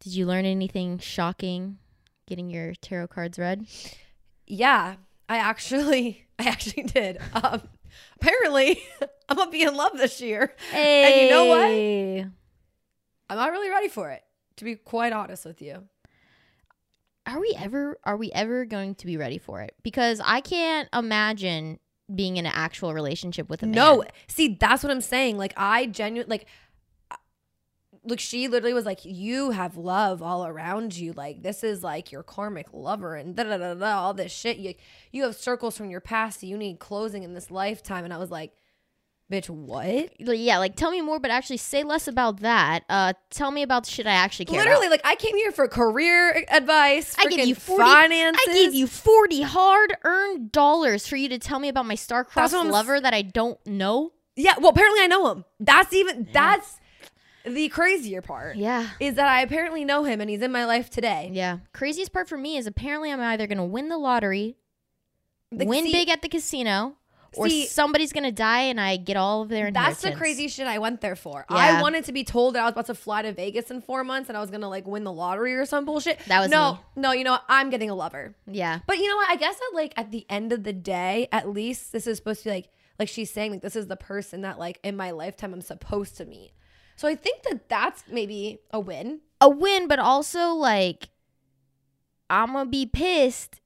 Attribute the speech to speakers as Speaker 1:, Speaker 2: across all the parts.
Speaker 1: Did you learn anything shocking getting your tarot cards read?
Speaker 2: Yeah, I actually, I actually did. Um, apparently, I'm gonna be in love this year.
Speaker 1: Hey.
Speaker 2: you know what?
Speaker 1: what?
Speaker 2: I'm not really ready for it, to be quite honest with you.
Speaker 1: Are we ever are we ever going to be ready for it? Because I can't imagine being in an actual relationship with a man.
Speaker 2: No, see, that's what I'm saying. Like, I genuinely, like, I- like she literally was like, "You have love all around you. Like, this is like your karmic lover, and da da da da. All this shit. You, you have circles from your past. that You need closing in this lifetime." And I was like, "Bitch, what?"
Speaker 1: Like, Yeah, like tell me more, but actually say less about that. Uh, tell me about the shit I actually care. about.
Speaker 2: Literally, like, I came here for career advice.
Speaker 1: I give
Speaker 2: freaking
Speaker 1: you 40
Speaker 2: finances.
Speaker 1: I gave you 40 hard earned dollars for you to tell me about my star-crossed
Speaker 2: That's what I'm s-
Speaker 1: lover that I don't know.
Speaker 2: Yeah, well, apparently I know him. That's even that's the crazier part.
Speaker 1: Yeah.
Speaker 2: Is that I apparently know him and he's in my life today.
Speaker 1: Yeah. Craziest part for me is apparently I'm either going to win the lottery,
Speaker 2: Like,
Speaker 1: win
Speaker 2: see,
Speaker 1: big at the casino, or
Speaker 2: See-
Speaker 1: somebody's going to die and I get all of their inheritance.
Speaker 2: That's the crazy shit I went there for.
Speaker 1: Yeah.
Speaker 2: I wanted to be told that I was about to fly to Vegas in four months and I was gonna like win the lottery or some bullshit.
Speaker 1: That was
Speaker 2: no,
Speaker 1: me.
Speaker 2: no. You know what? I'm getting a lover.
Speaker 1: Yeah.
Speaker 2: But you know what? I guess that like at the end of the day, at least this is supposed to be like like she's saying like this is the person that like in my lifetime I'm supposed to meet. So I think that that's maybe a win.
Speaker 1: A win, but also like I'm going to be pissed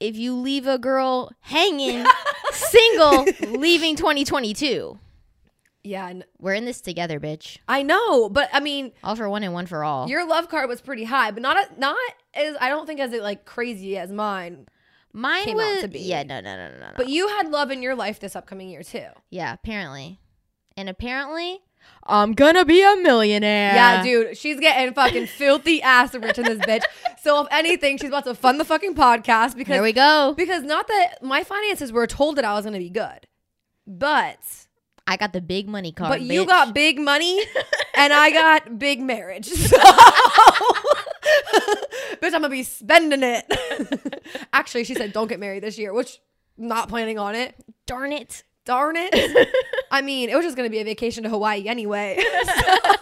Speaker 1: if you leave a girl hanging single leaving 2022.
Speaker 2: Yeah, and
Speaker 1: We're in this together, bitch.
Speaker 2: I know, but I mean,
Speaker 1: All for one and one for all.
Speaker 2: Your love card was pretty high, but not a, not as I don't think as like crazy as mine.
Speaker 1: Mine
Speaker 2: came out
Speaker 1: was
Speaker 2: to be.
Speaker 1: yeah, no, no, no, no, no.
Speaker 2: But you had love in your life this upcoming year too.
Speaker 1: yeah, apparently, and apparently, I'm gonna be a millionaire.
Speaker 2: Yeah, dude, she's getting fucking filthy ass rich in this bitch. So if anything, she's about to fund the fucking podcast
Speaker 1: Here
Speaker 2: because
Speaker 1: we go.
Speaker 2: because not that my finances were told that I was gonna be good, but
Speaker 1: I got the big money card.
Speaker 2: but you
Speaker 1: bitch.
Speaker 2: got big money and I got big marriage. So. Bitch, I'm gonna be spending it. Actually, she said don't get married this year, which not planning on it.
Speaker 1: darn it.
Speaker 2: darn it. I mean, it was just going to be a vacation to Hawaii anyway. So-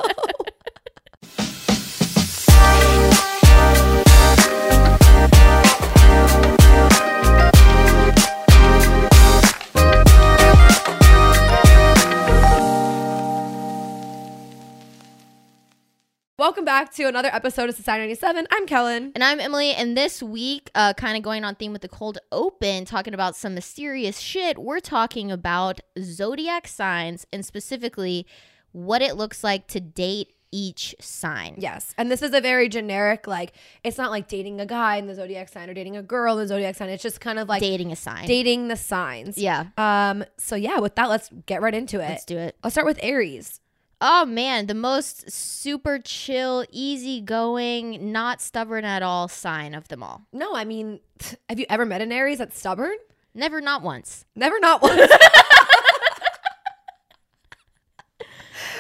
Speaker 2: Welcome back to another episode of Society 97. I'm Kellen.
Speaker 1: And I'm Emily, and this week, uh, kind of going on theme with the cold open, talking about some mysterious shit. We're talking about zodiac signs and specifically what it looks like to date each sign.
Speaker 2: Yes. And this is a very generic, like, it's not like dating a guy in the zodiac sign or dating a girl in the zodiac sign. It's just kind of like
Speaker 1: dating a sign.
Speaker 2: dating the signs.
Speaker 1: yeah,
Speaker 2: Um, so yeah, with that, let's get right into it.
Speaker 1: let's do it.
Speaker 2: I'll start with Aries.
Speaker 1: Oh man, the most super chill, easygoing, not stubborn at all sign of them all.
Speaker 2: No, I mean, have you ever met an Aries that's stubborn?
Speaker 1: Never, not once.
Speaker 2: Never not one.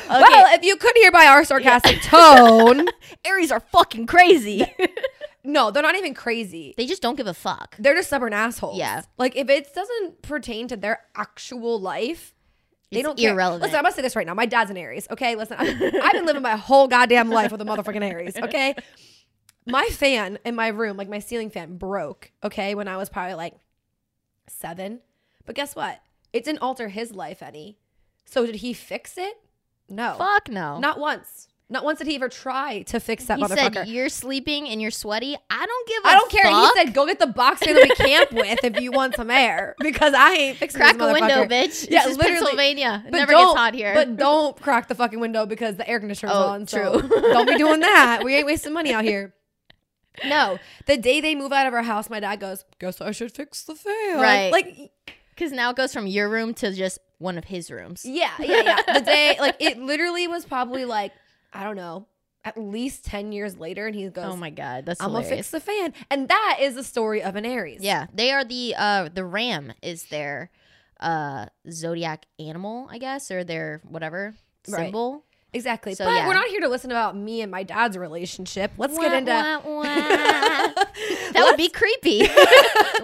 Speaker 2: Well, if you could hear by our sarcastic tone,
Speaker 1: Aries are fucking crazy.
Speaker 2: no, they're not even crazy.
Speaker 1: they just don't give a fuck.
Speaker 2: They're just stubborn assholes.
Speaker 1: Yeah.
Speaker 2: Like if it doesn't pertain to their actual life, they
Speaker 1: It's
Speaker 2: don't
Speaker 1: irrelevant.
Speaker 2: Care. Listen, I'm gonna say this right now. My dad's an Aries. Okay, listen, I've, I've been living my whole goddamn life with a motherfucking Aries. Okay, my fan in my room, like my ceiling fan, broke. Okay, when I was probably like seven. But guess what? It didn't alter his life any. So did he fix it? No,
Speaker 1: Fuck no.
Speaker 2: not once. Not once did he ever try to fix that
Speaker 1: he
Speaker 2: motherfucker.
Speaker 1: said you're sleeping and you're sweaty. I don't give. I
Speaker 2: I don't care.
Speaker 1: Fuck.
Speaker 2: He said, "Go get the box fan that we camp with if you want some air, because I ain't fixing
Speaker 1: "Crack
Speaker 2: this
Speaker 1: a window,
Speaker 2: motherfucker."
Speaker 1: bitch.
Speaker 2: Yeah,
Speaker 1: this is
Speaker 2: literally.
Speaker 1: Pennsylvania. It
Speaker 2: But
Speaker 1: never
Speaker 2: don't-
Speaker 1: gets hot here."
Speaker 2: But don't crack the fucking window because the air conditioner's
Speaker 1: Oh,
Speaker 2: on. So
Speaker 1: true.
Speaker 2: don't be doing that. We ain't wasting money out here. No, the day they move out of our house, my dad goes, "Guess I should fix the fan."
Speaker 1: Right.
Speaker 2: Like,
Speaker 1: because now it goes from your room to just one of his rooms.
Speaker 2: yeah, yeah, yeah. The day, like, it literally was probably like, I don't know, at least ten years later, and he goes,
Speaker 1: Oh my god, that's
Speaker 2: I'm gonna
Speaker 1: hilarious.
Speaker 2: fix the fan," and that is the story of an Aries.
Speaker 1: Yeah, they are the uh the ram is their uh zodiac animal, I guess, or their whatever
Speaker 2: Right.
Speaker 1: symbol.
Speaker 2: Exactly.
Speaker 1: So,
Speaker 2: but
Speaker 1: yeah.
Speaker 2: we're not here to listen about me and my dad's relationship. Let's get
Speaker 1: Wah,
Speaker 2: into
Speaker 1: wah, wah. that would be creepy.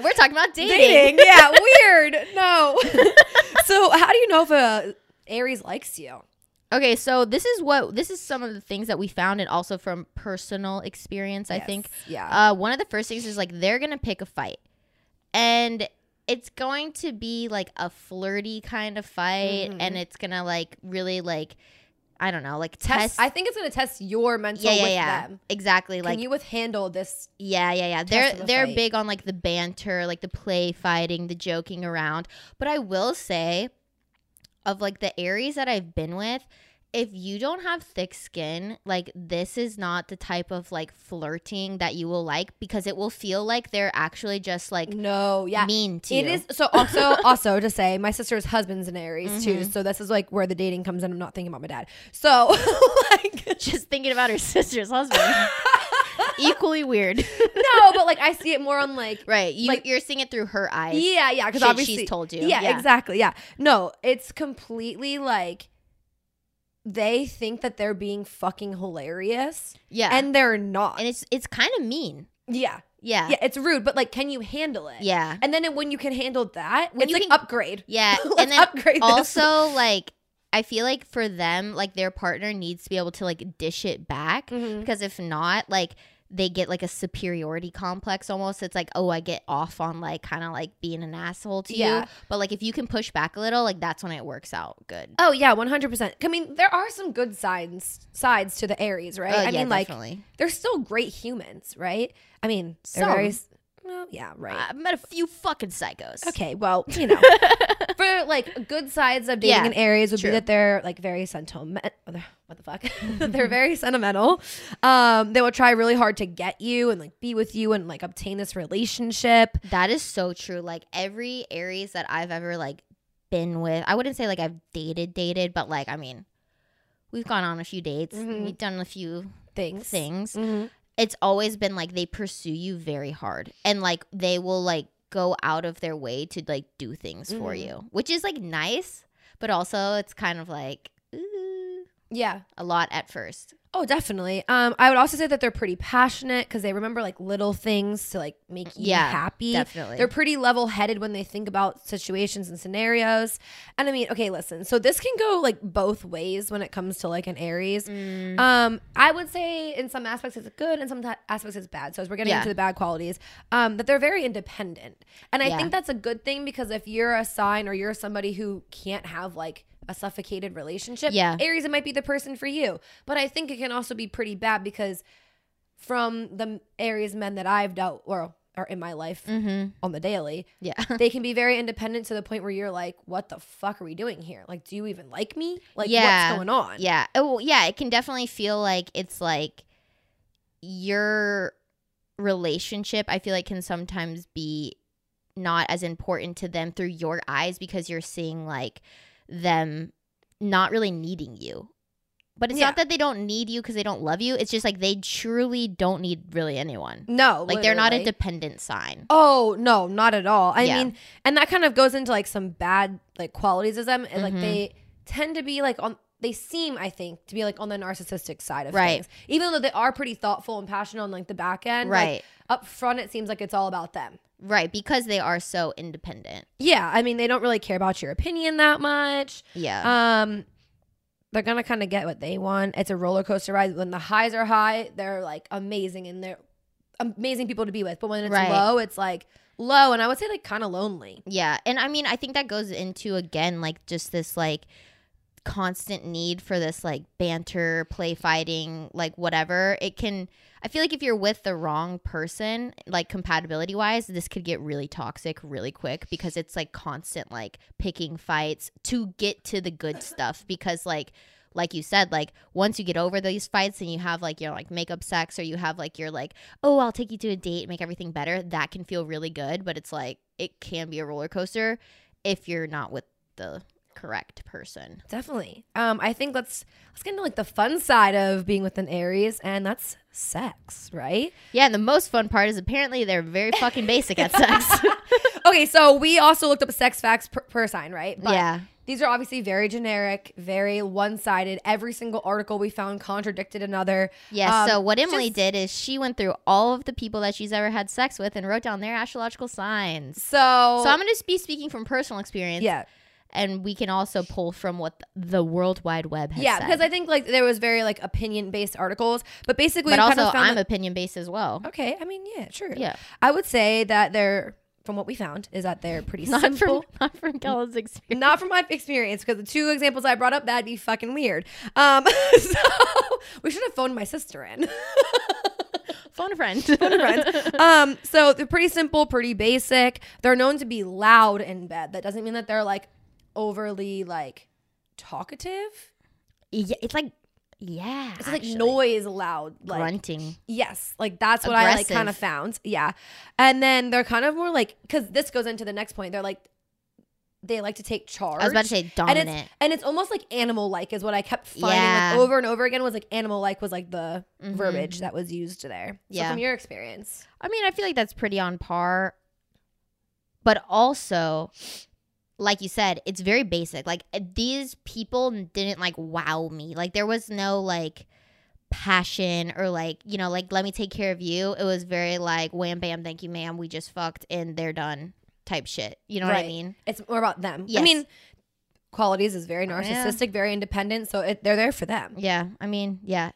Speaker 1: We're talking about dating.
Speaker 2: dating. yeah, weird. No. so, how do you know if a Aries likes you?
Speaker 1: Okay, so this is what this is some of the things that we found, and also from personal experience. I
Speaker 2: Yes.
Speaker 1: think
Speaker 2: Yeah.
Speaker 1: uh, one of the first things is like they're gonna pick a fight, and it's going to be like a flirty kind of fight,
Speaker 2: Mhm.
Speaker 1: and it's gonna like really like I don't know, like
Speaker 2: test.
Speaker 1: test.
Speaker 2: I think it's gonna test your mental
Speaker 1: yeah, yeah,
Speaker 2: with
Speaker 1: yeah,
Speaker 2: them.
Speaker 1: exactly.
Speaker 2: Can
Speaker 1: like
Speaker 2: you with handle this?
Speaker 1: yeah, yeah, yeah. They're
Speaker 2: of a
Speaker 1: they're
Speaker 2: fight.
Speaker 1: big on like the banter, like the play fighting, the joking around. But I will say, of like the Aries that I've been with, if you don't have thick skin, like this is not the type of like flirting that you will like because it will feel like they're actually just like
Speaker 2: No. Yeah.
Speaker 1: mean to
Speaker 2: It
Speaker 1: you.
Speaker 2: is so also also to say my sister's husband's an Aries too,
Speaker 1: Mm-hmm.
Speaker 2: so this is like where the dating comes in. I'm not thinking about my dad. So like
Speaker 1: just thinking about her sister's husband. Equally weird,
Speaker 2: no, but like I see it more on like
Speaker 1: right? You,
Speaker 2: Like-
Speaker 1: you're seeing it through her eyes.
Speaker 2: yeah, yeah, because
Speaker 1: Shit
Speaker 2: obviously
Speaker 1: she's told you.
Speaker 2: Yeah,
Speaker 1: Yeah.
Speaker 2: exactly. Yeah, no, it's completely like they think that they're being fucking hilarious
Speaker 1: yeah, and
Speaker 2: and they're not.
Speaker 1: and it's it's kind of mean.
Speaker 2: yeah,
Speaker 1: Yeah,
Speaker 2: yeah, it's rude, but like, can you handle it?
Speaker 1: yeah.
Speaker 2: and then when you can handle that,
Speaker 1: When
Speaker 2: it's
Speaker 1: you
Speaker 2: like
Speaker 1: can-
Speaker 2: upgrade.
Speaker 1: Yeah,
Speaker 2: Let's
Speaker 1: and then
Speaker 2: upgrade this.
Speaker 1: also like I feel like for them, like their partner needs to be able to like dish it back
Speaker 2: Mhm.
Speaker 1: because if not, like they get like a superiority complex almost. It's like, oh, I get off on like kind of like being an asshole to
Speaker 2: Yeah.
Speaker 1: you. But like if you can push back a little, like that's when it works out good.
Speaker 2: Oh yeah, one hundred percent. I mean, there are some good sides sides to the Aries, right?
Speaker 1: Uh,
Speaker 2: I
Speaker 1: yeah,
Speaker 2: mean, like
Speaker 1: definitely.
Speaker 2: they're still great humans, right? I mean, they're
Speaker 1: Some.
Speaker 2: very. s- Well, yeah, right.
Speaker 1: I've met a few fucking psychos.
Speaker 2: Okay, well, you know, for like good sides of dating
Speaker 1: Yeah,
Speaker 2: in Aries would
Speaker 1: true.
Speaker 2: be that they're like very sentimental. What the fuck? they're very sentimental. Um, they will try really hard to get you and like be with you and like obtain this relationship.
Speaker 1: That is so true. Like every Aries that I've ever like been with, I wouldn't say like I've dated dated, but like I mean, we've gone on a few dates,
Speaker 2: Mhm.
Speaker 1: we've done a few
Speaker 2: Things.
Speaker 1: things.
Speaker 2: Mhm.
Speaker 1: It's always been like they pursue you very hard and like they will like go out of their way to like do things for
Speaker 2: Mhm.
Speaker 1: you, which is like nice, but also it's kind of like ooh,
Speaker 2: Yeah.
Speaker 1: a lot at first.
Speaker 2: Oh, definitely. Um, I would also say that they're pretty passionate because they remember like little things to like make you
Speaker 1: Yeah,
Speaker 2: happy.
Speaker 1: Definitely.
Speaker 2: They're pretty level headed when they think about situations and scenarios. And I mean, okay, listen. So this can go like both ways when it comes to like an Aries.
Speaker 1: Mm,
Speaker 2: Um, I would say in some aspects it's good, and some t- aspects it's bad. So as we're getting
Speaker 1: Yeah.
Speaker 2: into the bad qualities, um, that they're very independent, and I
Speaker 1: Yeah.
Speaker 2: think that's a good thing because if you're a sign or you're somebody who can't have like a suffocated relationship,
Speaker 1: Yeah.
Speaker 2: Aries it might be the person for you. But I think it can also be pretty bad because from the m- Aries men that I've dealt or are in my life
Speaker 1: mhm.
Speaker 2: on the daily,
Speaker 1: Yeah.
Speaker 2: they can be very independent to the point where you're like, what the fuck are we doing here? Like, do you even like me? Like,
Speaker 1: Yeah.
Speaker 2: what's going on?
Speaker 1: Yeah. Oh, yeah. It can definitely feel like it's like your relationship, I feel like, can sometimes be not as important to them through your eyes because you're seeing like them not really needing you. But it's
Speaker 2: Yeah.
Speaker 1: not that they don't need you because they don't love you. It's just like they truly don't need really anyone.
Speaker 2: No,
Speaker 1: Like they're not a
Speaker 2: literally.
Speaker 1: dependent sign.
Speaker 2: Oh no, not at all. I
Speaker 1: Yeah.
Speaker 2: mean, and that kind of goes into like some bad like qualities of them, and like
Speaker 1: Mhm.
Speaker 2: they tend to be like on. They seem, I think, to be like on the narcissistic side of
Speaker 1: Right.
Speaker 2: things, even though they are pretty thoughtful and passionate on like the back end. like,
Speaker 1: Right.
Speaker 2: up front, it seems like it's all about them.
Speaker 1: Right. Because they are so independent.
Speaker 2: Yeah, I mean, they don't really care about your opinion that much.
Speaker 1: Yeah.
Speaker 2: Um, they're gonna kind of get what they want. It's a roller coaster ride. When the highs are high, they're like amazing and they're amazing people to be with. But when it's
Speaker 1: Right.
Speaker 2: low, it's like low, and I would say like kind of lonely.
Speaker 1: Yeah. And I mean, I think that goes into again, like just this like constant need for this like banter, play fighting, like whatever. It can, I feel like if you're with the wrong person, like compatibility wise, this could get really toxic really quick because it's like constant like picking fights to get to the good stuff because like, like you said, like once you get over these fights and you have like your like makeup sex or you have like your like oh, I'll take you to a date, make everything better, that can feel really good, but it's like it can be a roller coaster if you're not with the correct person.
Speaker 2: Definitely. Um, I think let's let's get into like the fun side of being with an Aries, and that's sex, right?
Speaker 1: Yeah, and the most fun part is apparently they're very fucking basic at sex.
Speaker 2: Um, okay, so we also looked up sex facts per, per sign, right?
Speaker 1: Yeah.
Speaker 2: These are obviously very generic, very one-sided. Every single article we found contradicted another.
Speaker 1: Yeah,
Speaker 2: Um,
Speaker 1: so what Emily
Speaker 2: just- did
Speaker 1: did is she went through all of the people that she's ever had sex with and wrote down their astrological signs.
Speaker 2: So,
Speaker 1: So I'm going to be speaking from personal experience.
Speaker 2: yeah,
Speaker 1: and we can also pull from what the World Wide Web has
Speaker 2: yeah,
Speaker 1: said.
Speaker 2: because I think like there was very like opinion based articles, but basically
Speaker 1: but
Speaker 2: we kind
Speaker 1: also
Speaker 2: of found Oh,
Speaker 1: I'm
Speaker 2: that-
Speaker 1: opinion based as well.
Speaker 2: okay. I mean, yeah, sure.
Speaker 1: Yeah,
Speaker 2: I would say that they're from what we found is that they're pretty
Speaker 1: not
Speaker 2: simple.
Speaker 1: from not from Kellen's experience.
Speaker 2: Not from my experience, because the two examples I brought up, that'd be fucking weird. Um, so we should have phoned my sister in.
Speaker 1: Phone a friend.
Speaker 2: friends. Um, so they're pretty simple, pretty basic. They're known to be loud in bed. That doesn't mean that they're like overly like talkative.
Speaker 1: yeah, it's like yeah,
Speaker 2: It's like
Speaker 1: actually.
Speaker 2: noise loud, like
Speaker 1: grunting.
Speaker 2: Yes, like that's what I like
Speaker 1: Aggressive.
Speaker 2: kind of found. Yeah. And then they're kind of more like cuz this goes into the next point. They're like they like to take charge.
Speaker 1: I was about to say
Speaker 2: and
Speaker 1: dominant.
Speaker 2: it's and it's almost like animal like is what I kept finding
Speaker 1: Yeah.
Speaker 2: like over and over again was like animal like was like the
Speaker 1: Mhm.
Speaker 2: verbiage that was used there. So
Speaker 1: Yeah.
Speaker 2: from your experience.
Speaker 1: I mean, I feel like that's pretty on par. But also, like you said, it's very basic. Like eh, these people didn't like wow me. Like there was no like passion or like you know like let me take care of you. It was very like wham bam thank you ma'am we just fucked and they're done type shit. You know what I
Speaker 2: Right.
Speaker 1: mean?
Speaker 2: It's more about them.
Speaker 1: Yes. Oh,
Speaker 2: I mean qualities is very
Speaker 1: yeah.
Speaker 2: narcissistic, very independent, so it, they're there for them.
Speaker 1: Yeah. I mean, yeah.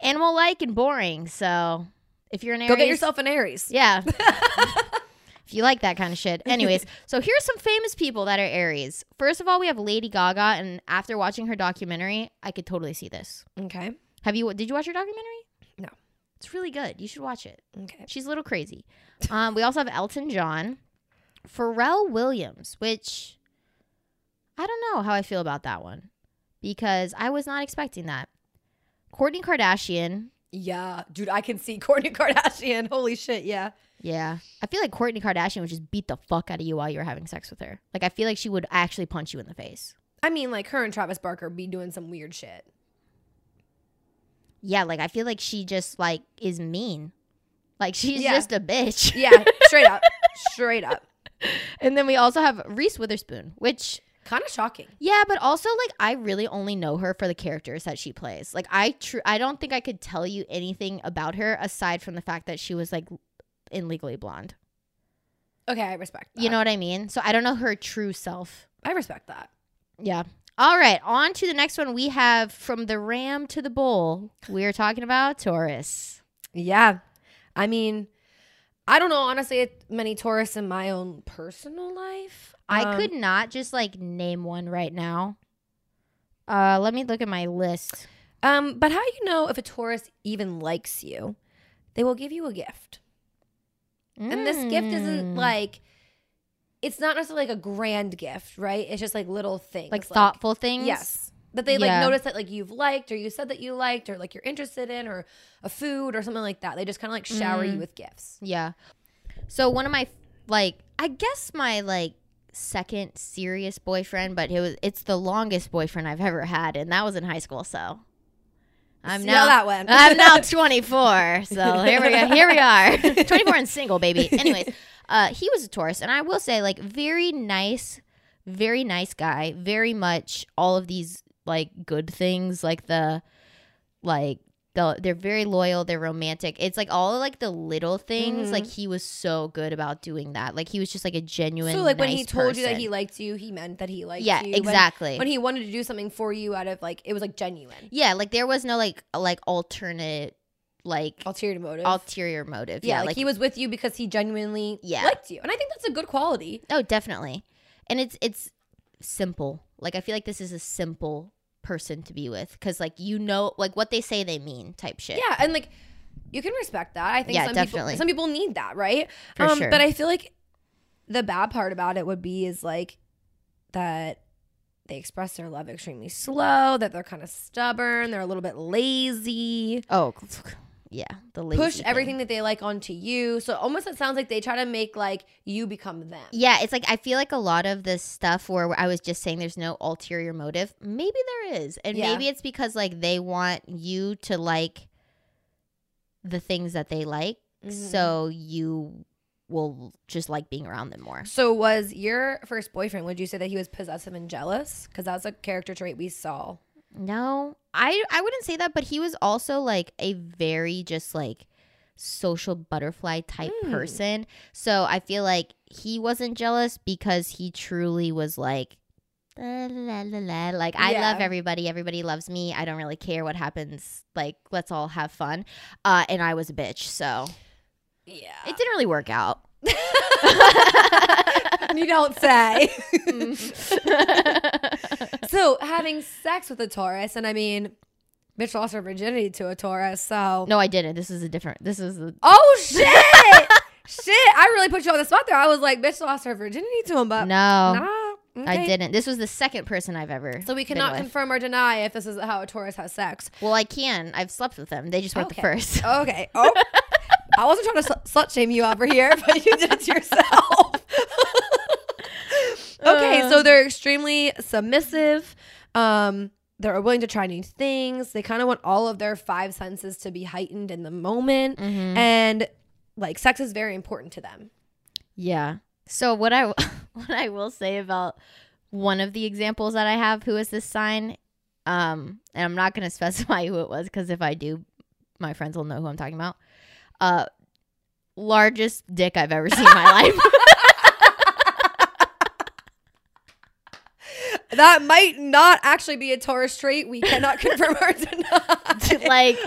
Speaker 1: Animal like and boring. So if you're an Aries,
Speaker 2: Go get yourself an Aries.
Speaker 1: Yeah. if you like that kind of shit. Anyways, so here's some famous people that are Aries. First of all, we have Lady Gaga, and after watching her documentary, I could totally see this.
Speaker 2: Okay.
Speaker 1: Have you? Did you watch her documentary?
Speaker 2: No.
Speaker 1: It's really good. You should watch it.
Speaker 2: Okay.
Speaker 1: She's a little crazy. Um, we also have Elton John, Pharrell Williams, which I don't know how I feel about that one because I was not expecting that. Kourtney Kardashian.
Speaker 2: Yeah, dude, I can see Kourtney Kardashian. Holy shit, yeah.
Speaker 1: Yeah. I feel like Kourtney Kardashian would just beat the fuck out of you while you were having sex with her. Like I feel like she would actually punch you in the face.
Speaker 2: I mean, like her and Travis Barker be doing some weird shit.
Speaker 1: Yeah, like I feel like she just like is mean. Like she's
Speaker 2: Yeah.
Speaker 1: just a bitch.
Speaker 2: Yeah, straight up, straight up.
Speaker 1: and then we also have Reese Witherspoon, which
Speaker 2: Kind of shocking.
Speaker 1: yeah, but also like I really only know her for the characters that she plays. Like I tr- I don't think I could tell you anything about her aside from the fact that she was like in Legally Blonde.
Speaker 2: Okay, I respect. That.
Speaker 1: You know what I mean? So I don't know her true self.
Speaker 2: I respect that.
Speaker 1: Yeah. All right. On to the next one. We have from the ram to the bull. We are talking about Taurus.
Speaker 2: Yeah, I mean, I don't know honestly many tourists in my own personal life.
Speaker 1: I
Speaker 2: Um,
Speaker 1: could not just like name one right now. Uh, let me look at my list.
Speaker 2: Um, but how you know if a tourist even likes you? They will give you a gift, and this gift isn't
Speaker 1: Mm.
Speaker 2: like. It's not necessarily like a grand gift, right? It's just like little things,
Speaker 1: like thoughtful things.
Speaker 2: Yes. That they
Speaker 1: Yeah.
Speaker 2: like notice that like you've liked or you said that you liked or like you're interested in or a food or something like that. They just kind of like shower
Speaker 1: Mhm.
Speaker 2: you with gifts.
Speaker 1: Yeah. So one of my like I guess my like second serious boyfriend, but it was it's the longest boyfriend I've ever had, and that was in high school. So I'm
Speaker 2: See
Speaker 1: now
Speaker 2: how that went.
Speaker 1: I'm now 24. So here we go. Here we are. 24 and single, baby. Anyways, uh, he was a Taurus, and I will say like very nice, very nice guy. Very much all of these like good things, like the like the, they're very loyal they're romantic it's like all like the little things
Speaker 2: Mhm.
Speaker 1: like he was so good about doing that like he was just like a genuine
Speaker 2: So like when he
Speaker 1: nice
Speaker 2: told you that
Speaker 1: person.
Speaker 2: he liked you, he meant that he liked
Speaker 1: yeah
Speaker 2: you. When-
Speaker 1: exactly
Speaker 2: When, he wanted to do something for you out of like it was like genuine.
Speaker 1: yeah like there was no like like alternate like
Speaker 2: Ulterior motive.
Speaker 1: ulterior motive
Speaker 2: yeah,
Speaker 1: yeah,
Speaker 2: like, he was with you because he genuinely
Speaker 1: Yeah.
Speaker 2: liked you. And I think that's a good quality.
Speaker 1: Oh, definitely. And it's it's simple. Like I feel like this is a simple person to be with cuz like you know like what they say they mean type shit.
Speaker 2: Yeah, and like you can respect that. I think
Speaker 1: Yeah,
Speaker 2: some
Speaker 1: definitely.
Speaker 2: people some people need that, right? Um,
Speaker 1: For sure.
Speaker 2: But I feel like the bad part about it would be is like that they express their love extremely slow, that they're kind of stubborn, they're a little bit lazy,
Speaker 1: Oh, yeah, the lazy
Speaker 2: push
Speaker 1: thing.
Speaker 2: everything that they like onto you. So almost it sounds like they try to make like you become them.
Speaker 1: Yeah, it's like I feel like a lot of this stuff where I was just saying there's no ulterior motive. Maybe there is. And
Speaker 2: Yeah.
Speaker 1: maybe it's because like they want you to like the things that they like
Speaker 2: Mhm.
Speaker 1: so you will just like being around them more.
Speaker 2: So was your first boyfriend, would you say that he was possessive and jealous? Because that's a character trait we saw.
Speaker 1: No, I I wouldn't say that, but he was also like a very just like social butterfly type
Speaker 2: Mm.
Speaker 1: person. So I feel like he wasn't jealous because he truly was like "La, la, la, la, la." Like, I
Speaker 2: Yeah.
Speaker 1: love everybody. Everybody loves me. I don't really care what happens. Like, let's all have fun. Uh, and I was a bitch. So
Speaker 2: Yeah.
Speaker 1: it didn't really work out.
Speaker 2: you don't say.
Speaker 1: Mm.
Speaker 2: so having sex with a Taurus, and I mean, bitch lost her virginity to a Taurus, so.
Speaker 1: no, I didn't. This is a different. This is a,
Speaker 2: Oh, shit! shit, I really put you on the spot there. I was like, bitch lost her virginity to him, but.
Speaker 1: no.
Speaker 2: Nah.
Speaker 1: I
Speaker 2: okay.
Speaker 1: didn't. This was the second person I've ever.
Speaker 2: So we
Speaker 1: been
Speaker 2: cannot
Speaker 1: with.
Speaker 2: confirm or deny if this is how a Taurus has sex.
Speaker 1: well, I can. I've slept with them. They just weren't
Speaker 2: Okay.
Speaker 1: the first.
Speaker 2: Okay. Oh, I wasn't trying to sl- slut shame you over here, but you did it to yourself. okay,
Speaker 1: Uh.
Speaker 2: so they're extremely submissive. Um, they're willing to try new things. They kind of want all of their five senses to be heightened in the moment,
Speaker 1: Mhm.
Speaker 2: and like sex is very important to them.
Speaker 1: Yeah. So what I what I will say about one of the examples that I have, who is this sign? Um, and I'm not going to specify who it was because if I do, my friends will know who I'm talking about. Uh, largest dick I've ever seen in my life.
Speaker 2: That might not actually be a Taurus trait. We cannot confirm or deny.
Speaker 1: like,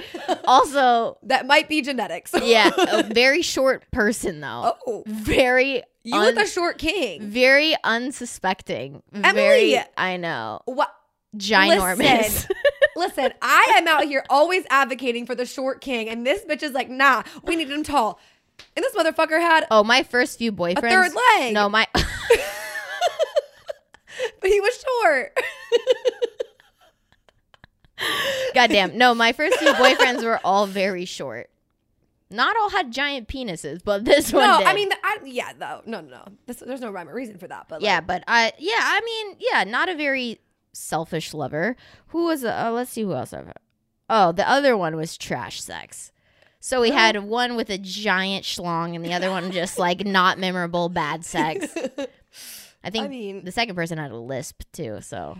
Speaker 1: also,
Speaker 2: that might be genetics.
Speaker 1: yeah, a very short person though.
Speaker 2: oh,
Speaker 1: Very
Speaker 2: you with
Speaker 1: Un-
Speaker 2: a short king.
Speaker 1: very unsuspecting.
Speaker 2: Emily!
Speaker 1: Very, I know,
Speaker 2: What?
Speaker 1: ginormous.
Speaker 2: Listen, I am out here always advocating for the short king, and this bitch is like, nah, we need him tall. And this motherfucker had
Speaker 1: oh, my first few boyfriends.
Speaker 2: a third leg.
Speaker 1: No, my.
Speaker 2: but he was short.
Speaker 1: Goddamn. No, my first few boyfriends were all very short. Not all had giant penises, but this one
Speaker 2: no,
Speaker 1: did.
Speaker 2: I mean, the, I, yeah, though, no, no, no. This, there's no rhyme or reason for that. But
Speaker 1: yeah, but I, yeah, I mean, yeah, not a very selfish lover. Who was, the- oh, let's see who else I've had. Oh, the other one was trash sex. So we had one with a giant schlong and the other one just like not memorable bad sex.
Speaker 2: like,
Speaker 1: I think
Speaker 2: I mean-
Speaker 1: the second person had a lisp too, so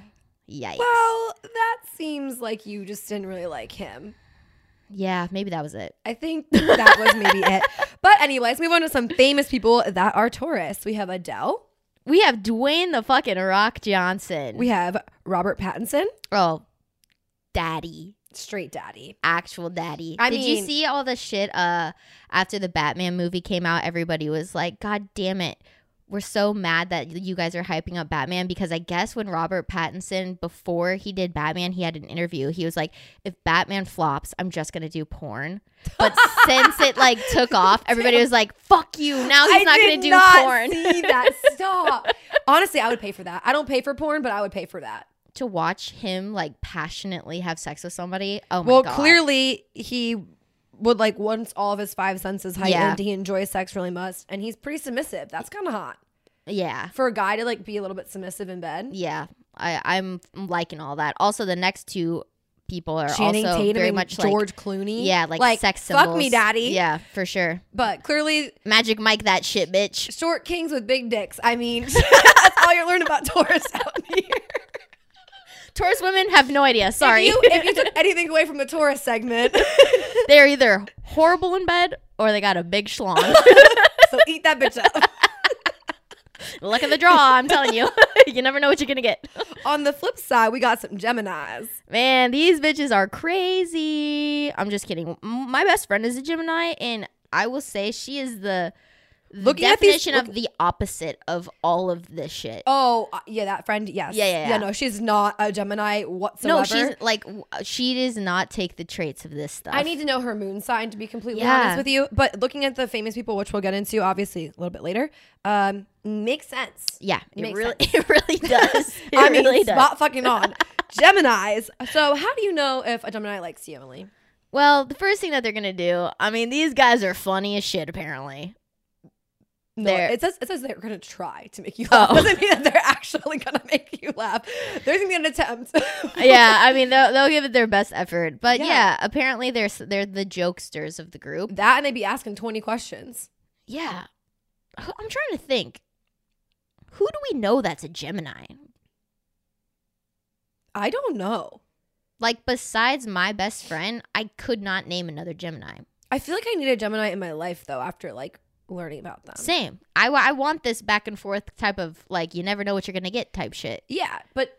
Speaker 1: yikes.
Speaker 2: well, that seems like you just didn't really like him.
Speaker 1: yeah, maybe that was it.
Speaker 2: I think that was maybe it. But anyways, move on to some famous people that are Taurus. We have Adele.
Speaker 1: We have Dwayne the fucking Rock Johnson.
Speaker 2: We have Robert Pattinson,
Speaker 1: Oh, daddy,
Speaker 2: straight daddy.
Speaker 1: actual daddy.
Speaker 2: I
Speaker 1: Did you
Speaker 2: mean-
Speaker 1: see all the shit? Uh, after the Batman movie came out, everybody was like, "God damn it." We're so mad that you guys are hyping up Batman because I guess when Robert Pattinson, before he did Batman, he had an interview. He was like, If Batman flops, I'm just going to do porn. But since it like took off, everybody was like, Fuck you. Now Oh, he's
Speaker 2: I
Speaker 1: not going
Speaker 2: did
Speaker 1: to do
Speaker 2: not
Speaker 1: porn.
Speaker 2: See that? Stop. Honestly, I would pay for that. I don't pay for porn, but I would pay for that.
Speaker 1: to watch him like passionately have sex with somebody. Oh my
Speaker 2: well,
Speaker 1: God.
Speaker 2: clearly he would like once all of his five senses heightened,
Speaker 1: Yeah.
Speaker 2: he enjoys sex really much, and he's pretty submissive. That's kind of hot
Speaker 1: Yeah.
Speaker 2: for a guy to like be a little bit submissive in bed.
Speaker 1: Yeah, I, I'm liking all that. Also, the next two people are
Speaker 2: Channing
Speaker 1: also
Speaker 2: Tatum
Speaker 1: very
Speaker 2: and
Speaker 1: much
Speaker 2: George Clooney.
Speaker 1: like yeah, like, sex
Speaker 2: Fuck
Speaker 1: symbols.
Speaker 2: me, daddy.
Speaker 1: Yeah, for sure.
Speaker 2: But clearly,
Speaker 1: Magic Mike, that shit, bitch.
Speaker 2: short kings with big dicks. I mean, that's all you're learning about Taurus out here.
Speaker 1: Taurus women have no idea. Sorry,
Speaker 2: If you, if you took anything away from the Taurus segment,
Speaker 1: they're either horrible in bed or they got a big schlong.
Speaker 2: so eat that bitch up.
Speaker 1: Look at the draw. I'm telling you, you never know what you're gonna get.
Speaker 2: On the flip side, we got some Geminis.
Speaker 1: Man, these bitches are crazy. I'm just kidding. M- My best friend is a Gemini, and I will say she is the, the
Speaker 2: Looking at these-
Speaker 1: definition of the opposite of all of this shit.
Speaker 2: Oh, uh, yeah, that friend. Yes.
Speaker 1: Yeah, yeah,
Speaker 2: Yeah,
Speaker 1: yeah.
Speaker 2: no, she's not a Gemini whatsoever.
Speaker 1: No, she's like w- she does not take the traits of this stuff.
Speaker 2: I need to know her moon sign to be completely
Speaker 1: Yeah.
Speaker 2: honest with you. But looking at the famous people, which we'll get into obviously a little bit later, um, makes sense.
Speaker 1: Yeah, it
Speaker 2: Makes
Speaker 1: really, it really does. It
Speaker 2: I mean,
Speaker 1: really does.
Speaker 2: spot fucking on. Geminis. So, how do you know if a Gemini likes you, Emily?
Speaker 1: Well, the first thing that they're gonna do. I mean, these guys are funny as shit. Apparently,
Speaker 2: No,
Speaker 1: They're-
Speaker 2: it says it says they're gonna try to make you
Speaker 1: Oh.
Speaker 2: laugh. Doesn't mean that they're actually gonna make you laugh. There's gonna be an attempt.
Speaker 1: Uh, yeah. I mean, they'll, they'll give it their best effort, but
Speaker 2: Yeah.
Speaker 1: yeah. apparently they're s- they're the jokesters of the group.
Speaker 2: That and they'd be asking 20 questions.
Speaker 1: Yeah, Who- I'm trying to think. Who do we know that's a Gemini?
Speaker 2: I don't know.
Speaker 1: Like besides my best friend, I could not name another Gemini.
Speaker 2: I feel like I need a Gemini in my life though after like learning about them.
Speaker 1: Same. I, wa- I want this back and forth type of like you never know what you're gonna get type shit.
Speaker 2: Yeah, but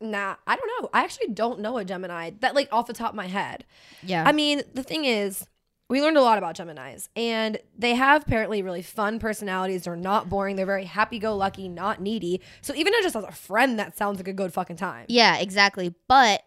Speaker 2: nah, I don't know. I actually don't know a Gemini that like off the top of my head.
Speaker 1: Yeah.
Speaker 2: I mean, the thing is, we learned a lot about Geminis, and they have apparently really fun personalities. They're not boring. They're very happy-go-lucky, not needy. So even just as a friend, that sounds like a good fucking time.
Speaker 1: yeah, exactly. But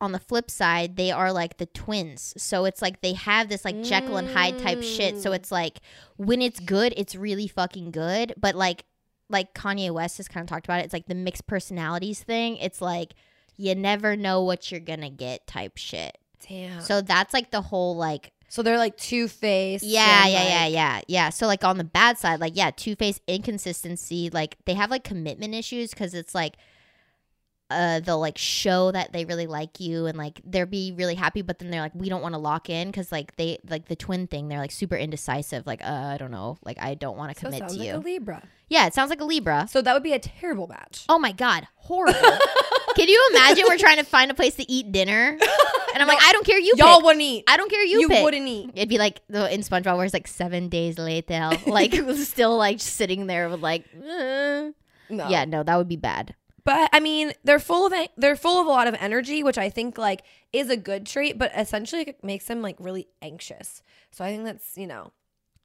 Speaker 1: on the flip side, they are like the twins. So it's like they have this like Jekyll and Hyde type shit. So it's like when it's good, it's really fucking good. But like like Kanye West has kind of talked about it. It's like the mixed personalities thing. It's like you never know what you're gonna get type shit.
Speaker 2: Damn. So,
Speaker 1: So that's like the whole like
Speaker 2: they're like two-faced.
Speaker 1: Yeah,
Speaker 2: and,
Speaker 1: yeah,
Speaker 2: like-
Speaker 1: yeah, yeah, yeah. So like on the bad side, like yeah, two face inconsistency. Like they have like commitment issues because it's like, uh, they'll like show that they really like you and like they'll be really happy, but then they're like, we don't want to lock in because like they like the twin thing. They're like super indecisive. Like uh, I don't know. Like I don't want to
Speaker 2: So it
Speaker 1: commit
Speaker 2: sounds
Speaker 1: to
Speaker 2: like
Speaker 1: you.
Speaker 2: a Libra.
Speaker 1: yeah, it sounds like a Libra.
Speaker 2: So that would be a terrible match.
Speaker 1: Oh my god, horrible. Can you imagine we're trying to find a place to eat dinner, and I'm like, I don't care. You
Speaker 2: Y'all
Speaker 1: pick.
Speaker 2: wouldn't eat.
Speaker 1: I don't care. You,
Speaker 2: You,
Speaker 1: pick.
Speaker 2: wouldn't eat.
Speaker 1: It'd be like the in SpongeBob where it's like seven days later, like still like sitting there with like, uh.
Speaker 2: No.
Speaker 1: yeah, no, that would be bad.
Speaker 2: but I mean, they're full of en- they're full of a lot of energy, which I think like is a good trait, but essentially it makes them like really anxious. So I think that's you know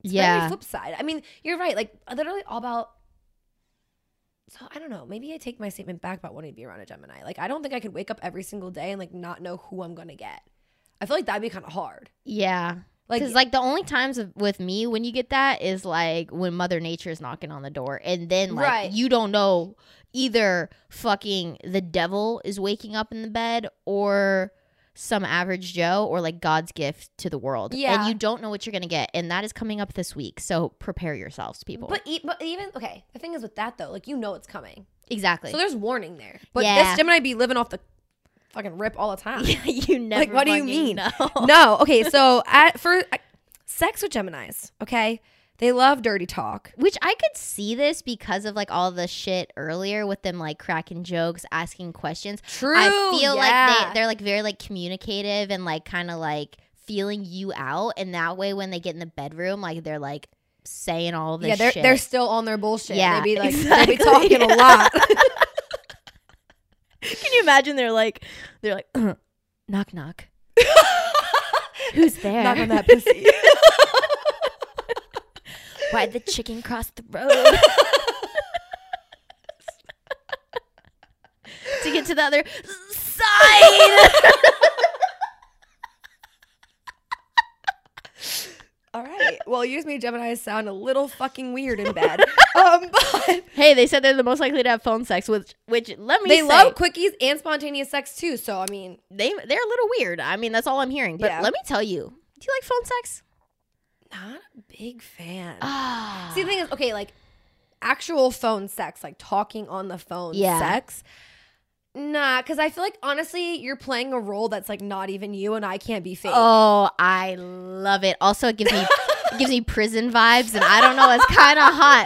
Speaker 2: very
Speaker 1: yeah,
Speaker 2: flip side. I mean, you're right. Like literally all about. So I don't know. Maybe I take my statement back about wanting to be around a Gemini. Like I don't think I could wake up every single day and like not know who I'm gonna get. I feel like that'd be kind of hard.
Speaker 1: yeah.
Speaker 2: Like,
Speaker 1: Because like the only times of, with me when you get that is like when Mother Nature is knocking on the door, and then like
Speaker 2: Right.
Speaker 1: you don't know either fucking the devil is waking up in the bed or some average Joe or like God's gift to the world.
Speaker 2: Yeah.
Speaker 1: and you don't know what you're gonna get, and that is coming up this week. So prepare yourselves, people.
Speaker 2: but, e- but even okay. The thing is with that though, like you know it's coming.
Speaker 1: exactly.
Speaker 2: So there's warning there. But
Speaker 1: Yeah.
Speaker 2: this Gemini be living off the fucking rip all the time.
Speaker 1: Yeah, you never.
Speaker 2: Like, what do you
Speaker 1: fucking
Speaker 2: mean?
Speaker 1: know.
Speaker 2: no, okay. So at for I- sex with Geminis, okay, they love dirty talk.
Speaker 1: Which I could see this because of like all the shit earlier with them like cracking jokes, asking questions.
Speaker 2: True.
Speaker 1: I feel like
Speaker 2: yeah.
Speaker 1: they, they're like very like communicative and like kind of like feeling you out, and that way when they get in the bedroom, like they're like saying all this.
Speaker 2: yeah, they're
Speaker 1: shit.
Speaker 2: they're still on their bullshit.
Speaker 1: Yeah,
Speaker 2: they be like
Speaker 1: exactly.
Speaker 2: they be talking a lot.
Speaker 1: Can you imagine? They're like, they're like, knock knock. Who's there?
Speaker 2: Not on that pussy.
Speaker 1: Why the chicken cross the road? to get to the other side.
Speaker 2: All right. Well, use me Gemini sound a little fucking weird in bed. um, but
Speaker 1: hey, they said they're the most likely to have phone sex, which which let me
Speaker 2: they
Speaker 1: say,
Speaker 2: love quickies and spontaneous sex too. So I mean,
Speaker 1: they they're a little weird. I mean, that's all I'm hearing. But
Speaker 2: Yeah.
Speaker 1: let me tell you, do you like phone sex?
Speaker 2: not a big fan.
Speaker 1: Ah,
Speaker 2: See, the thing is, okay, like actual phone sex, like talking on the phone
Speaker 1: Yeah.
Speaker 2: sex. Nah, because I feel like honestly, you're playing a role that's like not even you, and I can't be fake.
Speaker 1: oh, I love it. Also, it gives me it gives me prison vibes, and I don't know, it's kind of hot.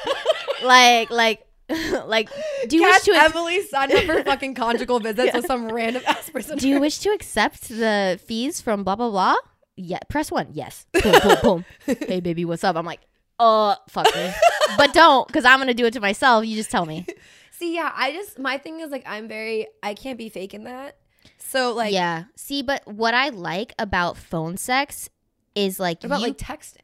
Speaker 1: Like like like, do you
Speaker 2: Catch
Speaker 1: wish to? ex-
Speaker 2: Emily signed up for fucking conjugal visits with some random ass person.
Speaker 1: Do you wish to accept the fees from blah blah blah? Yeah, press one. Yes. Boom, boom, boom. hey baby, what's up? I'm like, uh, fuck me. but don't, cause I'm gonna do it to myself. You just tell me.
Speaker 2: See, yeah, I just my thing is like I'm very I can't be faking that. So like
Speaker 1: yeah. See, but what I like about phone sex is like,
Speaker 2: what about
Speaker 1: you-
Speaker 2: like texting.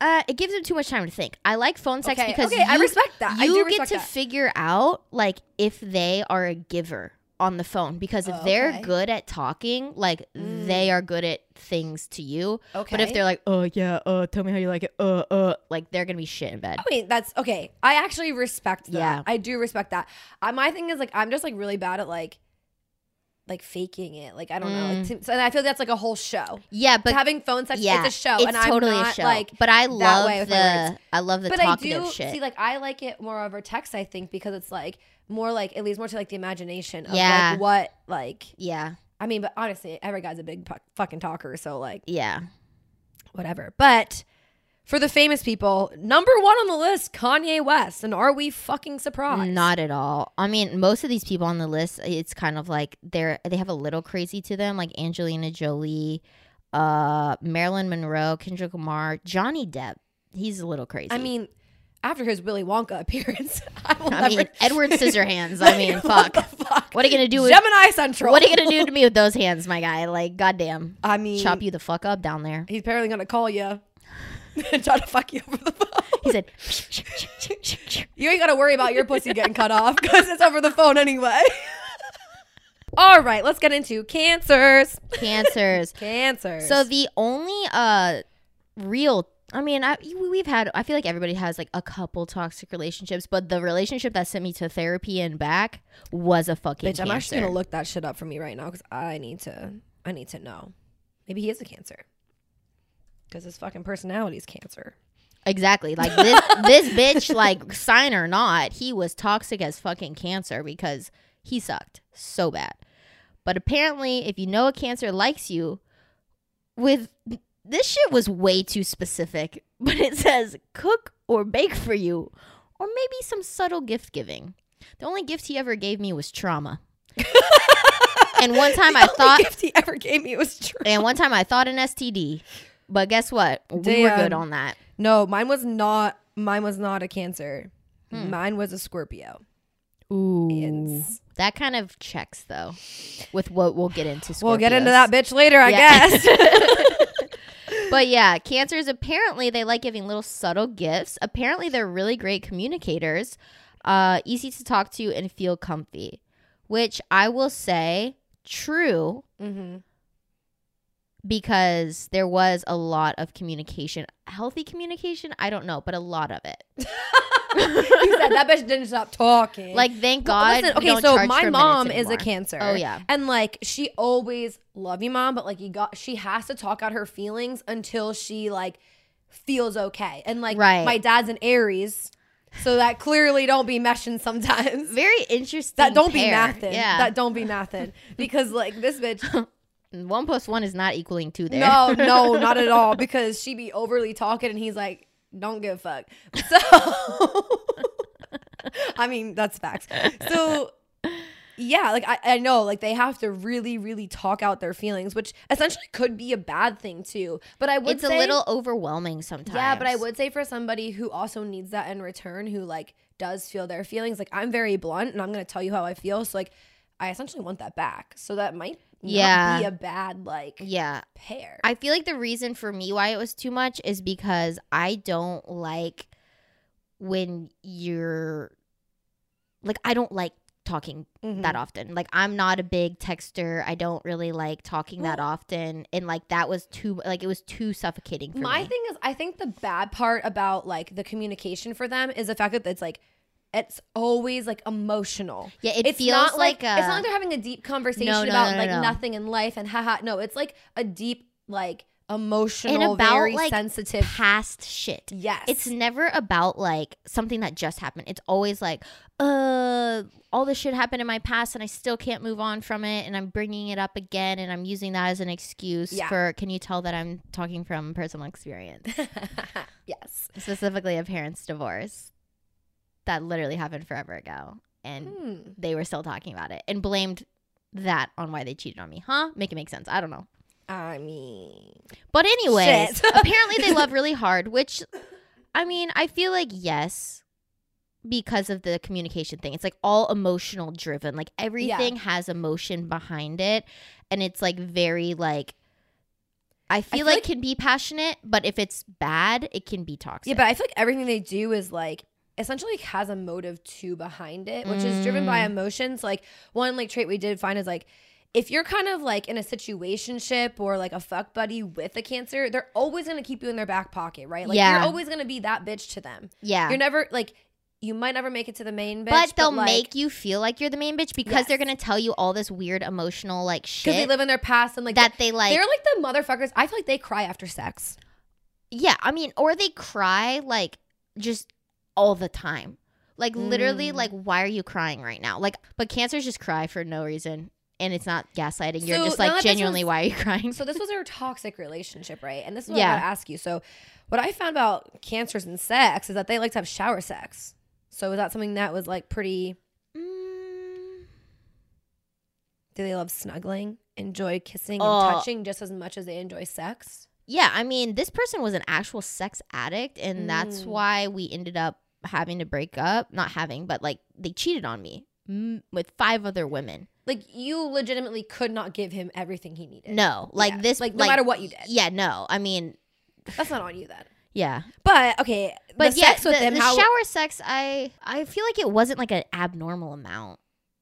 Speaker 1: uh, it gives them too much time to think. I like phone sex
Speaker 2: okay,
Speaker 1: because
Speaker 2: okay, I
Speaker 1: you-
Speaker 2: respect that. I
Speaker 1: you
Speaker 2: do
Speaker 1: get
Speaker 2: respect
Speaker 1: to
Speaker 2: that.
Speaker 1: figure out like if they are a giver on the phone because if
Speaker 2: Oh,
Speaker 1: they're
Speaker 2: okay. Mm.
Speaker 1: good at talking, like they are good at things to you.
Speaker 2: okay,
Speaker 1: But if they're like, oh yeah, uh, tell me how you like it, uh, uh, like they're gonna be shit in bed.
Speaker 2: I mean, that's okay. I actually respect that.
Speaker 1: Yeah.
Speaker 2: I do respect that. Uh, my thing is like I'm just like really bad at like like faking it. Like I don't know. Like, to- so, and I feel that's like a whole show.
Speaker 1: Yeah,
Speaker 2: But
Speaker 1: Mm. but
Speaker 2: having phone sex,
Speaker 1: yeah,
Speaker 2: it's a show.
Speaker 1: It's
Speaker 2: and
Speaker 1: totally
Speaker 2: I'm not
Speaker 1: a show.
Speaker 2: like
Speaker 1: but I
Speaker 2: way
Speaker 1: love
Speaker 2: with my
Speaker 1: the, I love the
Speaker 2: but I
Speaker 1: talkative
Speaker 2: do
Speaker 1: shit.
Speaker 2: see like I like it more over text, I think, because it's like more like it leads more to like the imagination of
Speaker 1: Yeah.
Speaker 2: like what like
Speaker 1: yeah,
Speaker 2: I mean, but honestly, every guy's a big pu- fucking talker, so like
Speaker 1: yeah.
Speaker 2: whatever. But for the famous people, number one on the list, Kanye West. And are we fucking surprised?
Speaker 1: Not at all. I mean, most of these people on the list, it's kind of like they're they have a little crazy to them, like Angelina Jolie, uh, Marilyn Monroe, Kendrick Lamar, Johnny Depp. he's a little crazy.
Speaker 2: I mean, after his Willy Wonka appearance, I will
Speaker 1: I
Speaker 2: never.
Speaker 1: mean, Edward Scissorhands. I mean, fuck.
Speaker 2: What the fuck?
Speaker 1: What are you gonna do with
Speaker 2: Gemini Central.
Speaker 1: What are you gonna do to me with those hands, my guy? Like, goddamn,
Speaker 2: I mean,
Speaker 1: chop you the fuck up down there.
Speaker 2: he's apparently gonna call you and try to fuck you over the phone.
Speaker 1: He said,
Speaker 2: You ain't gotta worry about your pussy getting cut off because it's over the phone anyway. All right, let's get into cancers.
Speaker 1: cancers.
Speaker 2: Cancers.
Speaker 1: So the only uh real I mean, I we- we've had I feel like everybody has like a couple toxic relationships, but the relationship that sent me to therapy and back was a fucking
Speaker 2: bitch, I'm actually
Speaker 1: cancer.
Speaker 2: gonna look that shit up for me right now because I need to. I need to know. Maybe he is a cancer because his fucking personality is cancer.
Speaker 1: Exactly. Like this this bitch like sign or not, he was toxic as fucking cancer because he sucked so bad. But apparently, if you know a cancer likes you with this shit was way too specific, but it says cook or bake for you or maybe some subtle gift giving. The only gift he ever gave me was trauma. and one time
Speaker 2: The
Speaker 1: I
Speaker 2: only
Speaker 1: thought
Speaker 2: gift he ever gave me was true.
Speaker 1: and one time I thought an STD. But guess what? We were good
Speaker 2: Damn.
Speaker 1: on that.
Speaker 2: No, mine was not. Mine was not a cancer.
Speaker 1: Hmm.
Speaker 2: Mine was a Scorpio.
Speaker 1: Ooh.
Speaker 2: It's-
Speaker 1: That kind of checks though with what we'll get into.
Speaker 2: We'll get into
Speaker 1: Scorpios.
Speaker 2: that bitch later, I
Speaker 1: Yeah.
Speaker 2: guess.
Speaker 1: But yeah, cancers apparently they like giving little subtle gifts. Apparently they're really great communicators, uh, easy to talk to and feel comfy, which I will say true
Speaker 2: mm-hmm.
Speaker 1: because there was a lot of communication, healthy communication. I don't know, but a lot of it.
Speaker 2: he said that bitch didn't stop talking.
Speaker 1: Like thank
Speaker 2: Well,
Speaker 1: God.
Speaker 2: listen,
Speaker 1: we
Speaker 2: okay,
Speaker 1: don't
Speaker 2: so
Speaker 1: charge
Speaker 2: my
Speaker 1: for minutes
Speaker 2: mom is a
Speaker 1: anymore.
Speaker 2: cancer.
Speaker 1: Oh, yeah.
Speaker 2: and like she always love you, mom, but like you got she has to talk out her feelings until she like feels okay. And like
Speaker 1: Right.
Speaker 2: my dad's an Aries, so that clearly don't be meshing sometimes.
Speaker 1: Very interesting.
Speaker 2: That don't be
Speaker 1: pair.
Speaker 2: nothing.
Speaker 1: Yeah.
Speaker 2: That don't be nothing because like this bitch
Speaker 1: one plus one is not equaling two there.
Speaker 2: No, no, not at all. Because she be overly talking, and he's like, "Don't give a fuck." So, I mean, that's facts. So, yeah, like I, I know, like they have to really, really talk out their feelings, which essentially could be a bad thing too. But I would
Speaker 1: it's
Speaker 2: say-
Speaker 1: a little overwhelming sometimes.
Speaker 2: yeah. But I would say for somebody who also needs that in return, who like does feel their feelings, like I'm very blunt, and I'm gonna tell you how I feel. So like, I essentially want that back. So that might. not
Speaker 1: Yeah.
Speaker 2: be a bad like
Speaker 1: Yeah.
Speaker 2: pair.
Speaker 1: I feel like the reason for me why it was too much is because I don't like when you're like I don't like talking
Speaker 2: Mhm.
Speaker 1: that often. Like I'm not a big texter. I don't really like talking that often and like that was too like it was too suffocating for
Speaker 2: My
Speaker 1: me.
Speaker 2: thing is, I think the bad part about like the communication for them is the fact that it's like it's always like emotional.
Speaker 1: yeah, it
Speaker 2: it's
Speaker 1: feels
Speaker 2: not
Speaker 1: like, a,
Speaker 2: it's not like they're having a deep conversation
Speaker 1: No, no,
Speaker 2: about
Speaker 1: no,
Speaker 2: like
Speaker 1: no.
Speaker 2: nothing in life and haha. No, it's like a deep like emotional,
Speaker 1: about,
Speaker 2: very
Speaker 1: like,
Speaker 2: sensitive.
Speaker 1: past shit.
Speaker 2: Yes,
Speaker 1: It's never about like something that just happened. It's always like, uh, all this shit happened in my past and I still can't move on from it. And I'm bringing it up again and I'm using that as an excuse
Speaker 2: Yeah.
Speaker 1: for can you tell that I'm talking from personal experience,
Speaker 2: yes.
Speaker 1: specifically a parent's divorce that literally happened forever ago. And
Speaker 2: Hmm.
Speaker 1: they were still talking about it and blamed that on why they cheated on me. Huh? Make it make sense. I don't know.
Speaker 2: I mean,
Speaker 1: But anyways,
Speaker 2: Shit.
Speaker 1: apparently they love really hard, which I mean, I feel like yes because of the communication thing. It's like all emotional driven. Like everything has emotion behind it and it's like very like I feel,
Speaker 2: feel
Speaker 1: like,
Speaker 2: like-
Speaker 1: can be passionate, but if it's bad, it can be toxic.
Speaker 2: yeah, but I feel like everything they do is like essentially like, has a motive too behind it, which is driven
Speaker 1: Mm.
Speaker 2: by emotions. Like one like trait we did find is like if you're kind of like in a situationship or like a fuck buddy with a cancer, they're always gonna keep you in their back pocket, right? Like
Speaker 1: Yeah.
Speaker 2: you're always gonna be that bitch to them.
Speaker 1: yeah.
Speaker 2: You're never like you might never make it to the main bitch,
Speaker 1: but they'll
Speaker 2: like,
Speaker 1: make you feel like you're the main bitch because they're
Speaker 2: Yes.
Speaker 1: going to tell you all this weird emotional like shit
Speaker 2: because they live in their past and like
Speaker 1: that they like
Speaker 2: they're like the motherfuckers. I feel like they cry after sex.
Speaker 1: Yeah, I mean, or they cry like just all the time. Like literally,
Speaker 2: Mm.
Speaker 1: like why are you crying right now? Like, but cancers just cry for no reason, and it's not gaslighting. You're
Speaker 2: So,
Speaker 1: just
Speaker 2: now
Speaker 1: like
Speaker 2: that this
Speaker 1: genuinely,
Speaker 2: was-
Speaker 1: why are you crying?
Speaker 2: So this was our toxic relationship, right? And this is what
Speaker 1: Yeah.
Speaker 2: I gotta ask you. So what I found about cancers and sex is that they like to have shower sex. So is that something that was like pretty
Speaker 1: Mm,
Speaker 2: do they love snuggling? Enjoy kissing and
Speaker 1: Oh.
Speaker 2: touching just as much as they enjoy sex?
Speaker 1: yeah, I mean, this person was an actual sex addict, and that's
Speaker 2: Mm.
Speaker 1: why we ended up having to break up. Not having, but like they cheated on me mm, with five other women.
Speaker 2: Like you legitimately could not give him everything he needed.
Speaker 1: No, like
Speaker 2: Yeah,
Speaker 1: this,
Speaker 2: like, no matter what you did.
Speaker 1: Yeah, no, I mean,
Speaker 2: That's not on you then.
Speaker 1: yeah,
Speaker 2: But okay,
Speaker 1: but
Speaker 2: but
Speaker 1: yeah,
Speaker 2: sex with
Speaker 1: the,
Speaker 2: him.
Speaker 1: the
Speaker 2: how,
Speaker 1: shower sex, I I feel like it wasn't like an abnormal amount.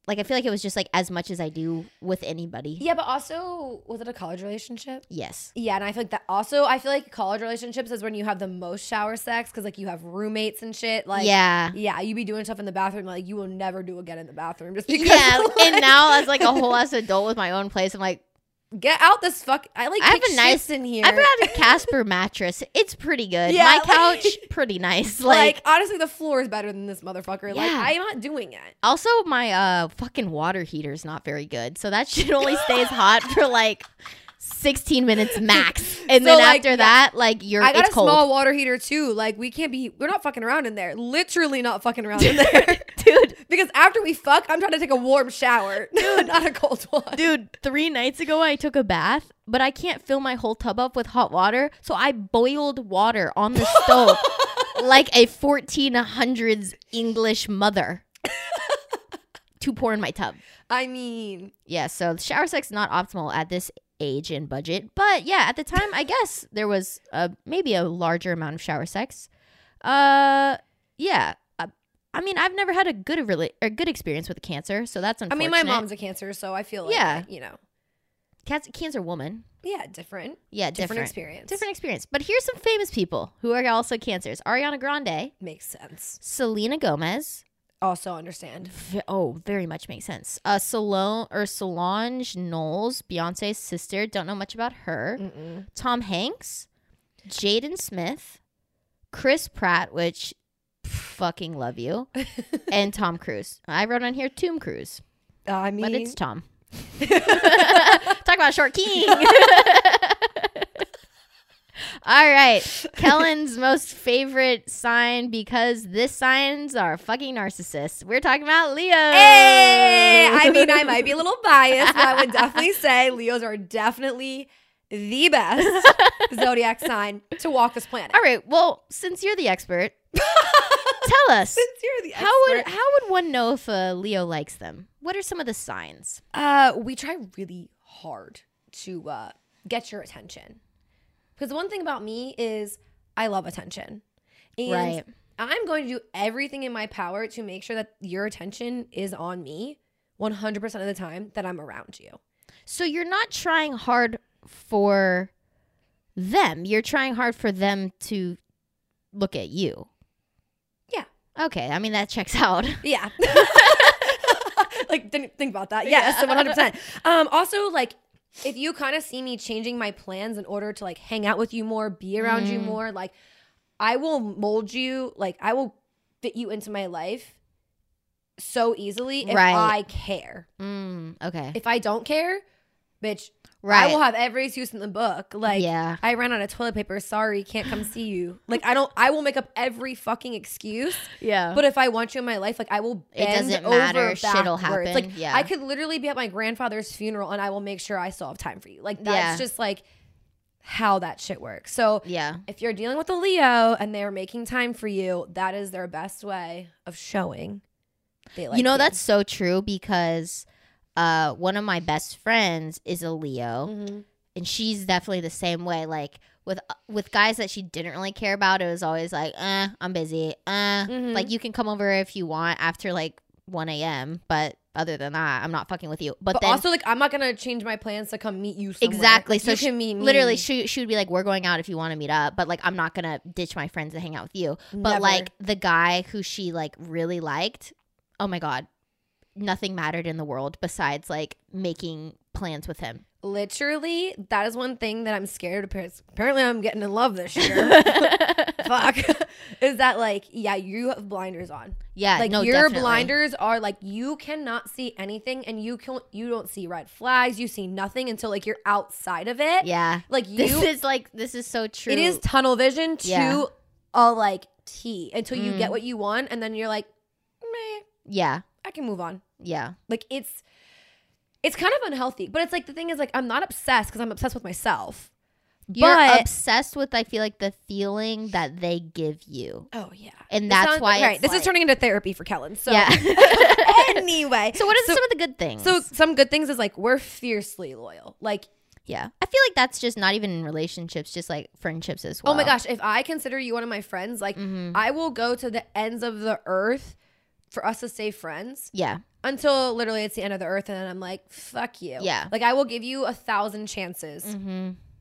Speaker 1: Like I feel like it was just like as much as I do with anybody.
Speaker 2: yeah, but also was it a college relationship?
Speaker 1: Yes.
Speaker 2: Yeah, and I feel like that also. I feel like college relationships is when you have the most shower sex because like you have roommates and shit. Like
Speaker 1: yeah.
Speaker 2: yeah, you be doing stuff in the bathroom like you will never do again in the bathroom just because.
Speaker 1: Yeah, and
Speaker 2: like,
Speaker 1: now as like a whole ass adult with my own place, I'm like,
Speaker 2: get out this fuck. I like
Speaker 1: I have
Speaker 2: pick
Speaker 1: a nice-
Speaker 2: shits in here.
Speaker 1: I've got a Casper mattress. It's pretty good.
Speaker 2: Yeah,
Speaker 1: my
Speaker 2: like-
Speaker 1: couch, pretty nice.
Speaker 2: like,
Speaker 1: Like,
Speaker 2: honestly, the floor is better than this motherfucker. Like
Speaker 1: Yeah.
Speaker 2: I am not doing it.
Speaker 1: also my uh fucking water heater is not very good, so that shit only stays hot for like 16 minutes max, and
Speaker 2: So,
Speaker 1: then
Speaker 2: like,
Speaker 1: after
Speaker 2: yeah.
Speaker 1: that, like you're
Speaker 2: I got
Speaker 1: it's
Speaker 2: a
Speaker 1: cold.
Speaker 2: small water heater too. Like we can't be. We're not fucking around in there. Literally not fucking around in there.
Speaker 1: dude,
Speaker 2: Because after we fuck, I'm trying to take a warm shower, not a cold one.
Speaker 1: dude. Three nights ago, I took a bath, but I can't fill my whole tub up with hot water, so I boiled water on the stove like a 1400s English mother to pour in my tub.
Speaker 2: I mean,
Speaker 1: Yeah, so shower sex not optimal at this age and budget, but yeah, at the time I guess there was uh maybe a larger amount of shower sex. Uh, yeah. Uh, I mean, I've never had a good rela- a good experience with cancer, so that's
Speaker 2: I
Speaker 1: unfortunate.
Speaker 2: mean, my mom's a cancer, so I feel like,
Speaker 1: Yeah.
Speaker 2: you know,
Speaker 1: Cancer, cancer woman.
Speaker 2: yeah, different,
Speaker 1: Yeah,
Speaker 2: different,
Speaker 1: different,
Speaker 2: experience.
Speaker 1: different experience. But here's some famous people who are also cancers: Ariana Grande,
Speaker 2: makes sense.
Speaker 1: Selena Gomez.
Speaker 2: Also understand.
Speaker 1: V- oh, very much makes sense. Uh, Salone or Solange Knowles, Beyonce's sister. Don't know much about her.
Speaker 2: Mm-mm.
Speaker 1: Tom Hanks, Jaden Smith, Chris Pratt, which fucking love you, and Tom Cruise. I wrote on here Tomb Cruise,
Speaker 2: I mean,
Speaker 1: but it's Tom. Talk about short king. All right, Kellen's most favorite sign because this signs are fucking narcissists. We're talking about Leo.
Speaker 2: hey, I mean, I might be a little biased, but I would definitely say Leos are definitely the best zodiac sign to walk this planet.
Speaker 1: All right. Well, since you're the expert, tell us
Speaker 2: Since you're the
Speaker 1: how would how would one know if a Leo likes them? What are some of the signs?
Speaker 2: Uh, we try really hard to uh, get your attention. Because one thing about me is I love attention. And
Speaker 1: Right.
Speaker 2: I'm going to do everything in my power to make sure that your attention is on me 100% of the time that I'm around you.
Speaker 1: So you're not trying hard for them. You're trying hard for them to look at you.
Speaker 2: Yeah.
Speaker 1: Okay. I mean that checks out.
Speaker 2: Yeah. like, didn't think about that. Yes,
Speaker 1: Yeah.
Speaker 2: 100%. Um, also, like, if you kind of see me changing my plans in order to like hang out with you more, be around you
Speaker 1: Mm.
Speaker 2: more, like, I will mold you, like, I will fit you into my life so easily if
Speaker 1: Right.
Speaker 2: I care.
Speaker 1: Mm, okay.
Speaker 2: If I don't care, bitch,
Speaker 1: right.
Speaker 2: I will have every excuse in the book. Like,
Speaker 1: yeah.
Speaker 2: I ran out of toilet paper. Sorry, can't come see you. Like, I don't, I will make up every fucking excuse.
Speaker 1: Yeah.
Speaker 2: But if I want you in my life, like I will
Speaker 1: Uh-huh. It
Speaker 2: bend
Speaker 1: doesn't
Speaker 2: over
Speaker 1: matter. Shit'll
Speaker 2: backwards.
Speaker 1: happen.
Speaker 2: Like
Speaker 1: Yeah.
Speaker 2: I could literally be at my grandfather's funeral and I will make sure I still have time for you. Like that's
Speaker 1: Yeah.
Speaker 2: just like how that shit works. So
Speaker 1: yeah.
Speaker 2: if you're dealing with a Leo and they're making time for you, that is their best way of showing they like
Speaker 1: you know that's so true because uh, one of my best friends is a Leo.
Speaker 2: Mhm.
Speaker 1: and she's definitely the same way. Like with uh, with guys that she didn't really care about, it was always like, "Uh, I'm busy. Uh,
Speaker 2: Mhm.
Speaker 1: like you can come over if you want after like 1 a.m. But other than that, I'm not fucking with you. But,
Speaker 2: But
Speaker 1: then
Speaker 2: also like I'm not gonna change my plans to come meet you somewhere.
Speaker 1: Exactly.
Speaker 2: Like,
Speaker 1: So
Speaker 2: you
Speaker 1: she-
Speaker 2: can meet me.
Speaker 1: literally, she she would be like, "We're going out if you want to meet up," but like I'm not gonna ditch my friends and hang out with you. But
Speaker 2: Never.
Speaker 1: like the guy who she like really liked, oh my god, nothing mattered in the world besides like making plans with him.
Speaker 2: literally, that is one thing that I'm scared of. Because Apparently, I'm getting in love this year.
Speaker 1: yeah,
Speaker 2: Fuck, is that like yeah, you have blinders on. like
Speaker 1: Uh, no,
Speaker 2: your
Speaker 1: definitely.
Speaker 2: blinders are like you cannot see anything and you can you don't see red flags you see nothing until like you're outside of it
Speaker 1: Yeah.
Speaker 2: like
Speaker 1: This
Speaker 2: you
Speaker 1: is like this is so true.
Speaker 2: it is tunnel vision to
Speaker 1: Yeah.
Speaker 2: a like t until you
Speaker 1: Mm.
Speaker 2: get what you want and then you're like meh
Speaker 1: Yeah.
Speaker 2: i can move on
Speaker 1: Yeah.
Speaker 2: like it's it's kind of unhealthy but it's like the thing is like i'm not obsessed because i'm obsessed with myself
Speaker 1: You're
Speaker 2: but
Speaker 1: obsessed with, I feel like, the feeling that they give you.
Speaker 2: oh yeah,
Speaker 1: And
Speaker 2: This
Speaker 1: that's
Speaker 2: sounds-
Speaker 1: why.
Speaker 2: Right,
Speaker 1: it's
Speaker 2: this
Speaker 1: like-
Speaker 2: is turning into therapy for Kellen. So
Speaker 1: Yeah.
Speaker 2: anyway,
Speaker 1: So, what are
Speaker 2: so,
Speaker 1: some of the good things?
Speaker 2: so some good things is like we're fiercely loyal. Like
Speaker 1: yeah. I feel like that's just not even in relationships, just like friendships as well.
Speaker 2: oh my gosh, if I consider you one of my friends, like
Speaker 1: Mm-hmm.
Speaker 2: I will go to the ends of the earth for us to stay friends.
Speaker 1: Yeah.
Speaker 2: until literally it's the end of the earth and then i'm like fuck you
Speaker 1: Yeah. Mm-hmm.
Speaker 2: like i will give you a thousand chances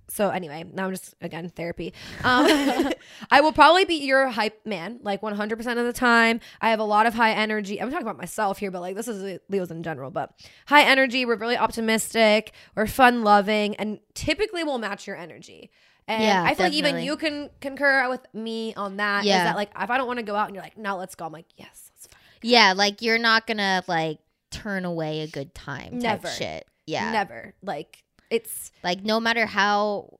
Speaker 2: so anyway now i'm just again therapy um, i will probably be your hype man like 100% of the time i have a lot of high energy i'm talking about myself here but like this is leo's in general but high energy we're really optimistic we're fun loving and typically will match your energy and
Speaker 1: Yeah,
Speaker 2: I feel like even
Speaker 1: definitely.
Speaker 2: you can concur with me on that. is
Speaker 1: Yeah.
Speaker 2: that like if I don't want to go out and you're like, no, let's go. I'm like, yes, let's fucking
Speaker 1: Yeah. Like, you're not going to, like, turn away a good time. Type
Speaker 2: Never.
Speaker 1: shit. Yeah.
Speaker 2: never. Like it's
Speaker 1: Like, no matter how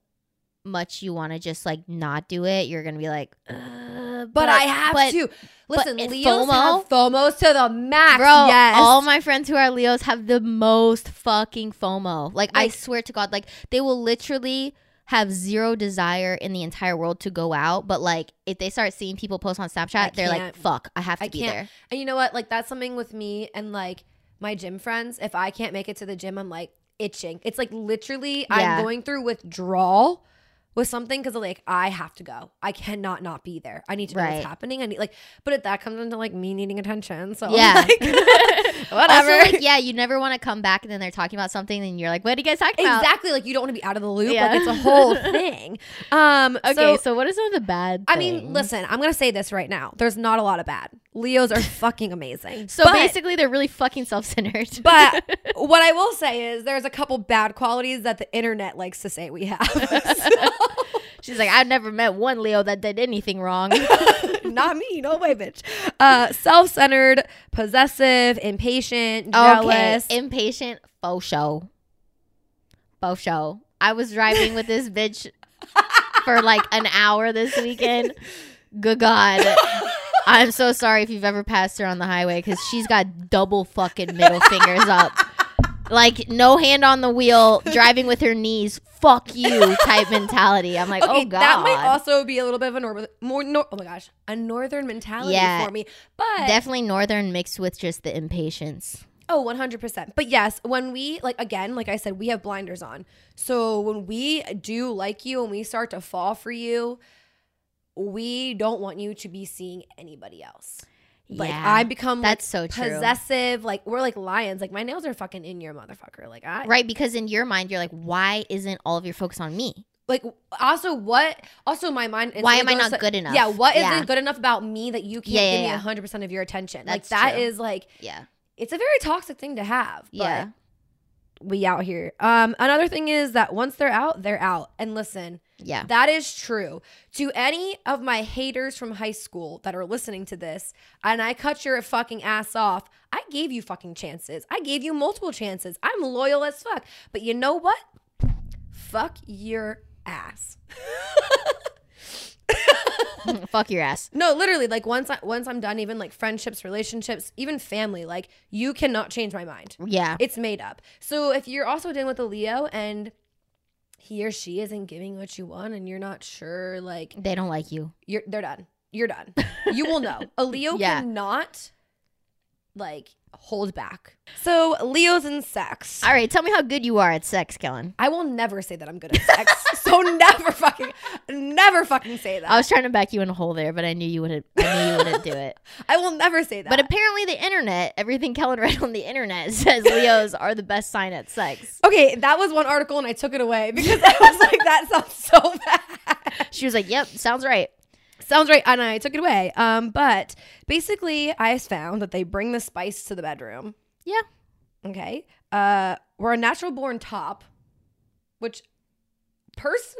Speaker 1: much you want to just, like, not do it, you're going to be like, uh,
Speaker 2: But, I have
Speaker 1: but-
Speaker 2: to. Listen,
Speaker 1: it-
Speaker 2: Leos
Speaker 1: FOMO?
Speaker 2: have FOMOs to the max.
Speaker 1: Bro,
Speaker 2: yes.
Speaker 1: all my friends who are Leos have the most fucking FOMO. Like, I
Speaker 2: Like-
Speaker 1: swear to God, like they will literally have zero desire in the entire world to go out. But like, if they start seeing people post on Snapchat, they're like,
Speaker 2: can't.
Speaker 1: "Fuck, I have to
Speaker 2: I
Speaker 1: be
Speaker 2: can't.
Speaker 1: there."
Speaker 2: And you know what? Like that's something with me and like my gym friends. If I can't make it to the gym, I'm like itching. It's like literally
Speaker 1: Yeah.
Speaker 2: I'm going through withdrawal with something because like I have to go. I cannot not be there. I need to know
Speaker 1: Right.
Speaker 2: what's happening. I need like, but it, that comes into like me needing attention. So
Speaker 1: Yeah.
Speaker 2: like, whatever.
Speaker 1: Also, like, yeah, you never want to come back, and then they're talking about something, and you're like, "What are you guys talking about?"
Speaker 2: exactly. Like you don't want to be out of the loop.
Speaker 1: Yeah.
Speaker 2: Like it's a whole thing. Um.
Speaker 1: Okay,
Speaker 2: so
Speaker 1: so, what are some of the bad?
Speaker 2: I mean,
Speaker 1: things?
Speaker 2: listen, I'm gonna say this right now. There's not a lot of bad. Leos are fucking amazing.
Speaker 1: So
Speaker 2: but,
Speaker 1: basically, they're really fucking self-centered.
Speaker 2: but what I will say is there's a couple bad qualities that the internet likes to say we have.
Speaker 1: she's like, "I've never met one Leo that did anything wrong."
Speaker 2: not me, no way, bitch. Uh, self-centered, possessive, impatient, jealous.
Speaker 1: Okay, impatient, faux show. Faux show. I was driving with this bitch for like an hour this weekend. Good God. I'm so sorry if you've ever passed her on the highway because she's got double fucking middle fingers up. Like, no hand on the wheel, driving with her knees, fuck you type mentality. I'm like,
Speaker 2: Okay,
Speaker 1: oh God.
Speaker 2: that might also be a little bit of a nor- more nor- oh my gosh, a northern mentality
Speaker 1: Yeah.
Speaker 2: for me. But
Speaker 1: Definitely northern mixed with just the impatience.
Speaker 2: Oh, 100%. But yes, when we, like, again, like I said, we have blinders on. So when we do like you and we start to fall for you, we don't want you to be seeing anybody else. Like,
Speaker 1: yeah.
Speaker 2: I become like,
Speaker 1: that's so true.
Speaker 2: possessive. Like, we're like lions. Like, my nails are fucking in your motherfucker. Like, I,
Speaker 1: Right, because in your mind, you're like, why isn't all of your focus on me?
Speaker 2: like, also, what, also, my mind. instantly
Speaker 1: Why am I
Speaker 2: goes
Speaker 1: not good enough?
Speaker 2: Yeah. What
Speaker 1: Yeah.
Speaker 2: not good enough about me that you can't
Speaker 1: Yeah, yeah,
Speaker 2: give
Speaker 1: yeah.
Speaker 2: me 100% of your attention?
Speaker 1: That's
Speaker 2: like, that
Speaker 1: true.
Speaker 2: is like,
Speaker 1: Yeah.
Speaker 2: it's a very toxic thing to have. But
Speaker 1: Yeah.
Speaker 2: we out here. Um, another thing is that once they're out, they're out. And listen,
Speaker 1: Yeah.
Speaker 2: that is true. To any of my haters from high school that are listening to this, and I cut your fucking ass off, I gave you fucking chances. I gave you multiple chances. I'm loyal as fuck. But you know what? Fuck your ass.
Speaker 1: Fuck your ass.
Speaker 2: No, literally, like once I once I'm done, even like friendships, relationships, even family, like you cannot change my mind.
Speaker 1: Yeah.
Speaker 2: It's made up. So if you're also dealing with a Leo and he or she isn't giving what you want and you're not sure, like
Speaker 1: They don't like you.
Speaker 2: you're they're done. You're done. You will know. A Leo
Speaker 1: Yeah.
Speaker 2: cannot like hold back. So Leo's in sex.
Speaker 1: All right. Tell me how good you are at sex, Kellen.
Speaker 2: I will never say that I'm good at sex. so never fucking never fucking say that.
Speaker 1: I was trying to back you in a hole there, but I knew you wouldn't. I knew you wouldn't do it.
Speaker 2: I will never say that.
Speaker 1: But apparently, the internet, everything Kellen read on the internet says Leos are the best sign at sex.
Speaker 2: Okay, that was one article and I took it away because I was like, that sounds so bad.
Speaker 1: She was like, "Yep, sounds right."
Speaker 2: Sounds right, and I took it away. Um, but basically, I found that they bring the spice to the bedroom.
Speaker 1: Yeah.
Speaker 2: Okay. Uh, we're a natural born top, which personally,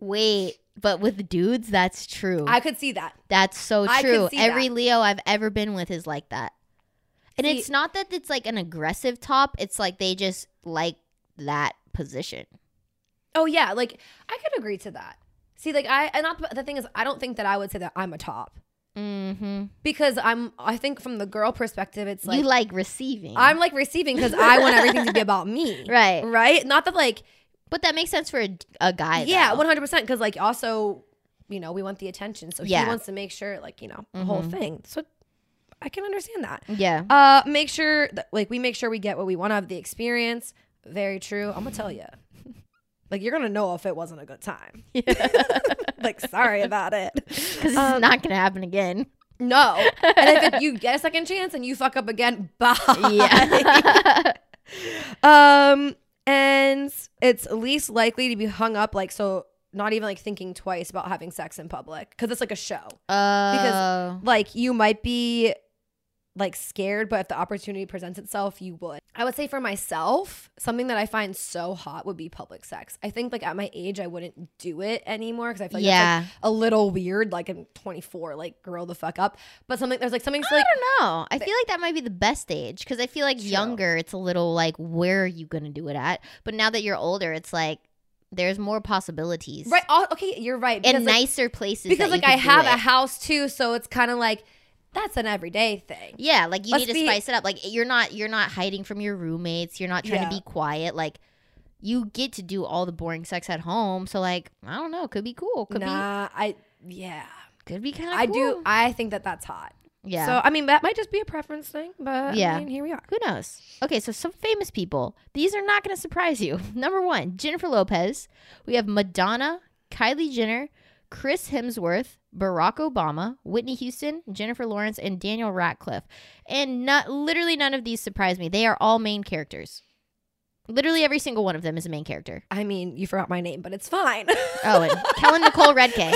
Speaker 1: Wait, but with dudes, that's true.
Speaker 2: I could see that.
Speaker 1: That's so
Speaker 2: I can
Speaker 1: true.
Speaker 2: see
Speaker 1: Every
Speaker 2: that.
Speaker 1: Leo I've ever been with is like that. And
Speaker 2: See-
Speaker 1: it's not that it's like an aggressive top, it's like they just like that position.
Speaker 2: Oh yeah, like I could agree to that. See, like I and not, the thing is, I don't think that I would say that I'm a top
Speaker 1: Mm-hmm.
Speaker 2: because I'm. I think from the girl perspective, it's like
Speaker 1: you like receiving.
Speaker 2: I'm like receiving because I want everything to be about me.
Speaker 1: right.
Speaker 2: right? Not that like
Speaker 1: But that makes sense for a, a guy.
Speaker 2: yeah,
Speaker 1: though.
Speaker 2: one hundred percent. Because like also, you know, we want the attention, so
Speaker 1: Yeah. Mm-hmm.
Speaker 2: he wants to make sure like you know the whole thing. So I can understand that.
Speaker 1: yeah.
Speaker 2: Uh, make sure that like we make sure we get what we want out of the experience. Very true. I'm gonna tell you, like you're gonna know if it wasn't a good time. like sorry about it.
Speaker 1: Because it's not gonna happen again.
Speaker 2: No, Um, and if it, you get a second chance and you fuck up again, bye.
Speaker 1: Yeah.
Speaker 2: Um, and it's least likely to be hung up. Like so, not even like thinking twice about having sex in public because it's like a show.
Speaker 1: uh,
Speaker 2: like you might be like scared but if the opportunity presents itself you would i would say for myself something that i find so hot would be public sex i think like at my age i wouldn't do it anymore because i feel like yeah.
Speaker 1: yeah.
Speaker 2: a little weird like i'm 24 like grow the fuck up but something there's like something
Speaker 1: I
Speaker 2: like
Speaker 1: don't know. I feel like that might be the best age because I feel like
Speaker 2: True.
Speaker 1: younger, it's a little like, where are you gonna do it at? But now that you're older, it's like there's more possibilities,
Speaker 2: right all, okay you're right
Speaker 1: And
Speaker 2: like,
Speaker 1: nicer places
Speaker 2: because
Speaker 1: that you
Speaker 2: like i
Speaker 1: could do
Speaker 2: have
Speaker 1: it.
Speaker 2: a house too so it's kind of like that's an everyday thing
Speaker 1: Yeah, like you
Speaker 2: Let's
Speaker 1: need to
Speaker 2: be-
Speaker 1: spice it up. Like you're not you're not hiding from your roommates. You're not trying to
Speaker 2: Yeah.
Speaker 1: be quiet. Like you get to do all the boring sex at home. So like I don't know, could be cool. Could be
Speaker 2: nah i yeah
Speaker 1: could be kind of
Speaker 2: i do i think that that's hot
Speaker 1: Yeah.
Speaker 2: So I mean, that might just be a preference thing, but
Speaker 1: Yeah.
Speaker 2: I mean, here we are.
Speaker 1: who knows? Okay, so some famous people. These are not going to surprise you. Number one, Jennifer Lopez. We have Madonna, Kylie Jenner, Chris Hemsworth, Barack Obama, Whitney Houston, Jennifer Lawrence, and Daniel Radcliffe. And not literally none of these surprise me. They are all main characters. Literally every single one of them is a main character.
Speaker 2: I mean, you forgot my name, but it's fine.
Speaker 1: Oh, and Kellen Nicole Redke,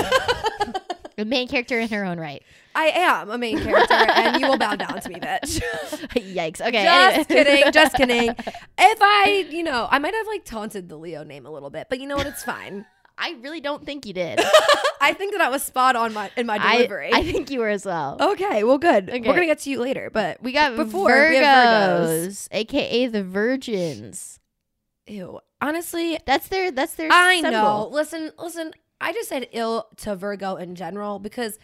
Speaker 1: a main character in her own right.
Speaker 2: I am a main character, and you will bow down to me, bitch.
Speaker 1: Yikes. Okay.
Speaker 2: just
Speaker 1: anyway.
Speaker 2: kidding, just kidding. If I, you know, I might have like taunted the Leo name a little bit, but you know what? It's fine.
Speaker 1: I really don't think you did.
Speaker 2: I think that I was spot on my in my
Speaker 1: I,
Speaker 2: delivery.
Speaker 1: I think you were as well.
Speaker 2: okay, well, good.
Speaker 1: Okay.
Speaker 2: We're gonna get to you later, but
Speaker 1: We got
Speaker 2: Before,
Speaker 1: Virgos,
Speaker 2: we have Virgos.
Speaker 1: aka the virgins.
Speaker 2: ew. Honestly,
Speaker 1: That's their that's their
Speaker 2: I
Speaker 1: symbol.
Speaker 2: know. Listen, listen. I just said ill to Virgo in general because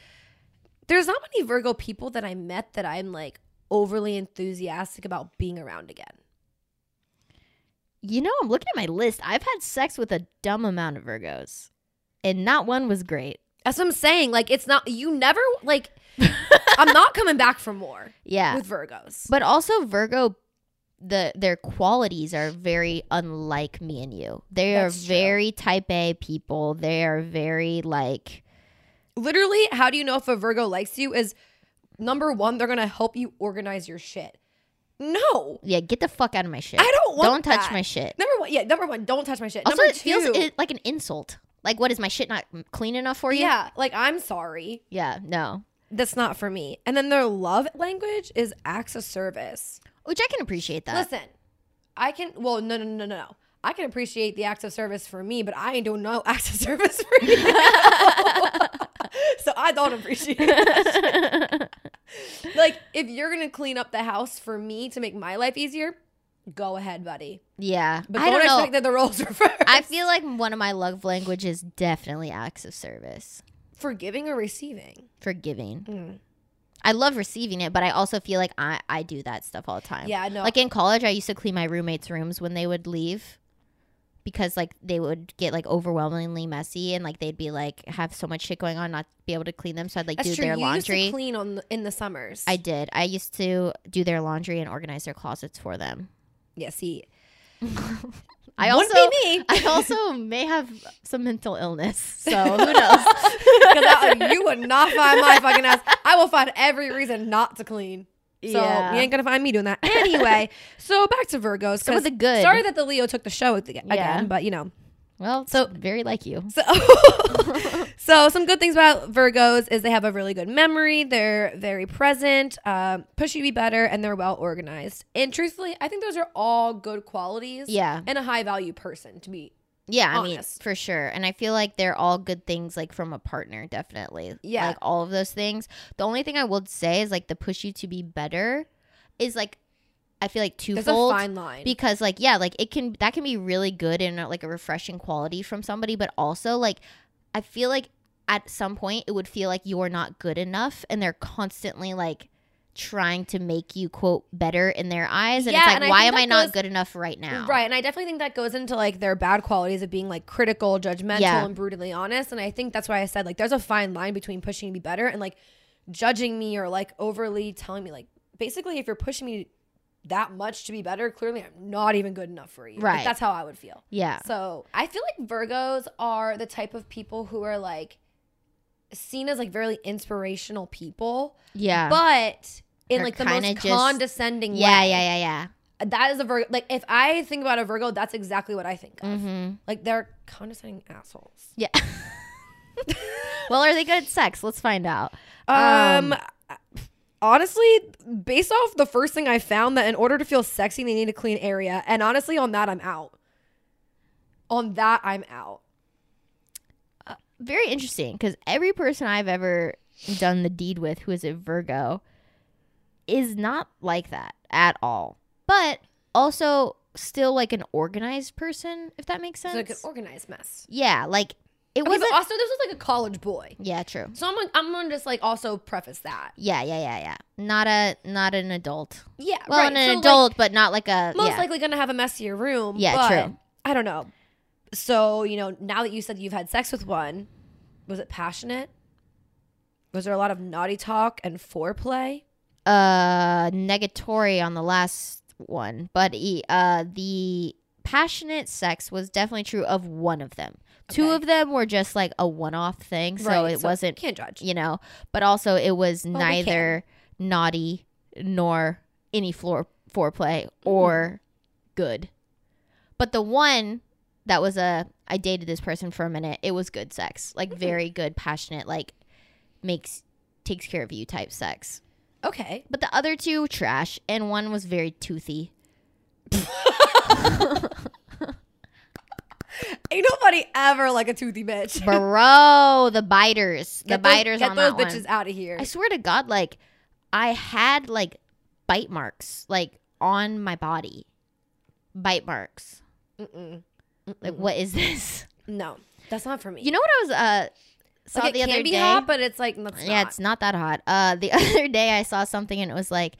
Speaker 2: there's not many Virgo people that I met that I'm like overly enthusiastic about being around again.
Speaker 1: You know, I'm looking at my list. I've had sex with a dumb amount of Virgos, and not one was great.
Speaker 2: That's what I'm saying. Like it's not you never like I'm not coming back for more
Speaker 1: Yeah,
Speaker 2: with Virgos.
Speaker 1: but also Virgo, the their qualities are very unlike me and you. They
Speaker 2: That's
Speaker 1: are
Speaker 2: true.
Speaker 1: very Type A people. They are very like
Speaker 2: Literally, how do you know if a Virgo likes you is number 1 they're going to help you organize your shit. No.
Speaker 1: yeah, get the fuck out of my shit.
Speaker 2: I don't want
Speaker 1: don't touch
Speaker 2: that.
Speaker 1: my shit.
Speaker 2: Number 1, yeah, number 1, don't touch my shit.
Speaker 1: Also,
Speaker 2: number
Speaker 1: it
Speaker 2: 2,
Speaker 1: feels it, like an insult. Like, what is my shit not clean enough for you?
Speaker 2: yeah, like I'm sorry.
Speaker 1: yeah, no.
Speaker 2: that's not for me. And then their love language is acts of service.
Speaker 1: Which I can appreciate that.
Speaker 2: Listen, I can. Well, no, no, no, no, no. I can appreciate the acts of service for me, but I ain't doing no acts of service for you. so I don't appreciate that. shit. like, if you're gonna clean up the house for me to make my life easier, go ahead, buddy.
Speaker 1: yeah.
Speaker 2: But
Speaker 1: I
Speaker 2: don't
Speaker 1: don't know.
Speaker 2: expect that the roles are reversed.
Speaker 1: I feel like one of my love languages definitely acts of service,
Speaker 2: forgiving or receiving.
Speaker 1: forgiving.
Speaker 2: Mm.
Speaker 1: I love receiving it, but I also feel like I, I do that stuff all the time.
Speaker 2: Yeah, no.
Speaker 1: Like in college, I used to clean my roommates' rooms when they would leave because like they would get like overwhelmingly messy and like they'd be like have so much shit going on not be able to clean them so I'd like
Speaker 2: That's
Speaker 1: do
Speaker 2: true.
Speaker 1: their
Speaker 2: you
Speaker 1: laundry.
Speaker 2: used to clean on the, in the summers.
Speaker 1: I did. I used to do their laundry and organize their closets for them.
Speaker 2: yeah. See,
Speaker 1: I also
Speaker 2: wouldn't be me.
Speaker 1: I also may have some mental illness, so who knows?
Speaker 2: Because I- you would not find my fucking ass. I will find every reason not to clean. So
Speaker 1: Yeah.
Speaker 2: you ain't gonna find me doing that anyway. so back to Virgos.
Speaker 1: Some of
Speaker 2: 'cause
Speaker 1: the good.
Speaker 2: Sorry that the Leo took the show ag- again,
Speaker 1: Yeah.
Speaker 2: but you know.
Speaker 1: Well, so
Speaker 2: So-
Speaker 1: very like you.
Speaker 2: So, so some good things about Virgos is they have a really good memory. They're very present, um, push you to be better, and they're well organized. And truthfully, I think those are all good qualities.
Speaker 1: Yeah.
Speaker 2: And a high value person to be.
Speaker 1: Yeah, I
Speaker 2: honest.
Speaker 1: mean, for sure. And I feel like they're all good things, like from a partner, definitely.
Speaker 2: Yeah.
Speaker 1: Like all of those things. The only thing I would say is like the push you to be better is like, I feel like
Speaker 2: There's
Speaker 1: twofold.
Speaker 2: a fine line.
Speaker 1: because like yeah like it can that can be really good and uh, like a refreshing quality from somebody but also like i feel like at some point it would feel like you're not good enough and they're constantly like trying to make you quote better in their eyes and
Speaker 2: Yeah,
Speaker 1: it's like
Speaker 2: and I
Speaker 1: why
Speaker 2: think
Speaker 1: am
Speaker 2: that
Speaker 1: i not
Speaker 2: goes-
Speaker 1: good enough right now
Speaker 2: Right. And I definitely think that goes into like their bad qualities of being like critical, judgmental,
Speaker 1: Yeah.
Speaker 2: and brutally honest. And I think that's why I said like there's a fine line between pushing me better and like judging me or like overly telling me like basically if you're pushing me that much to be better, clearly I'm not even good enough for you. Like,
Speaker 1: Right.
Speaker 2: that's how I would feel.
Speaker 1: yeah
Speaker 2: So I feel like Virgos are the type of people who are like seen as like very inspirational people,
Speaker 1: yeah
Speaker 2: but in
Speaker 1: They're
Speaker 2: like the
Speaker 1: kinda
Speaker 2: most
Speaker 1: just-
Speaker 2: condescending
Speaker 1: yeah
Speaker 2: way
Speaker 1: yeah yeah yeah
Speaker 2: that is a Virgo. Like if I think about a Virgo, that's exactly what I think of.
Speaker 1: Mhm.
Speaker 2: Like they're condescending assholes.
Speaker 1: yeah well are they good at sex let's find out
Speaker 2: Um, honestly, based off the first thing I found, that in order to feel sexy, they need a clean area. And honestly, on that, I'm out. On that, I'm out.
Speaker 1: very interesting because every person I've ever done the deed with who is a Virgo is not like that at all. But also still like an organized person, if that makes sense.
Speaker 2: It's like an organized mess.
Speaker 1: yeah, like it
Speaker 2: Okay,
Speaker 1: wasn't.
Speaker 2: but also this was like a college boy,
Speaker 1: yeah, true.
Speaker 2: so I'm gonna- I'm gonna just like also preface that.
Speaker 1: Yeah, yeah, yeah, yeah. Not a not an adult.
Speaker 2: Yeah,
Speaker 1: Well,
Speaker 2: Uh, right.
Speaker 1: an
Speaker 2: So, like,
Speaker 1: adult, but not like a
Speaker 2: most
Speaker 1: yeah.
Speaker 2: likely gonna have a messier room.
Speaker 1: Yeah,
Speaker 2: but
Speaker 1: true.
Speaker 2: I don't know. So you know, now that you said that you've had sex with one, was it passionate? Was there a lot of naughty talk and foreplay?
Speaker 1: uh negatory on the last one, but e- uh the passionate sex was definitely true of one of them. Two
Speaker 2: Okay.
Speaker 1: of them were just like a one-off thing, so it wasn't,
Speaker 2: Can't judge.
Speaker 1: you know, but also it was
Speaker 2: we
Speaker 1: neither naughty nor any floor foreplay or good. But the one that was a I dated this person for a minute. It was good sex. Like very good, passionate, like makes takes care of you type sex.
Speaker 2: Okay.
Speaker 1: But the other two trash, and one was very toothy.
Speaker 2: Ain't nobody ever like a toothy bitch.
Speaker 1: Bro, the biters, the
Speaker 2: Get those-
Speaker 1: biters
Speaker 2: get
Speaker 1: on
Speaker 2: those
Speaker 1: that one.
Speaker 2: bitches out of here.
Speaker 1: I swear to God, like I had like bite marks like on my body, bite marks.
Speaker 2: Mm-mm.
Speaker 1: Like what is this?
Speaker 2: No, that's not for me.
Speaker 1: You know what I was uh saw
Speaker 2: like, it
Speaker 1: the
Speaker 2: can
Speaker 1: other
Speaker 2: be
Speaker 1: day.
Speaker 2: hot, but it's like that's
Speaker 1: yeah,
Speaker 2: not.
Speaker 1: it's not that hot. Uh, the other day I saw something and it was like,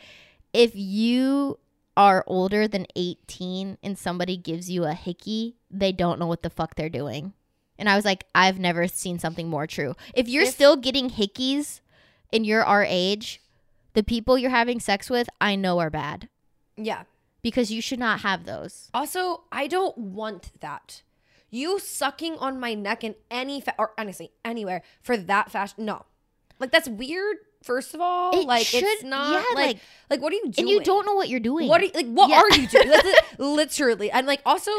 Speaker 1: if you are older than 18 and somebody gives you a hickey, they don't know what the fuck they're doing. And I was like, I've never seen something more true. If you're
Speaker 2: If-
Speaker 1: still getting hickeys and you're our age, the people you're having sex with, I know are bad
Speaker 2: yeah.
Speaker 1: because you should not have those.
Speaker 2: Also, I don't want that. You sucking on my neck in any fa- or honestly anywhere for that fashion. No, like that's weird. First of all,
Speaker 1: It
Speaker 2: Oh, like it's
Speaker 1: should-
Speaker 2: not
Speaker 1: yeah,
Speaker 2: like, like
Speaker 1: like-
Speaker 2: what are you doing?
Speaker 1: And you don't know what you're doing.
Speaker 2: What are you, like? What
Speaker 1: Yeah.
Speaker 2: are you doing? That's it, literally, and like also,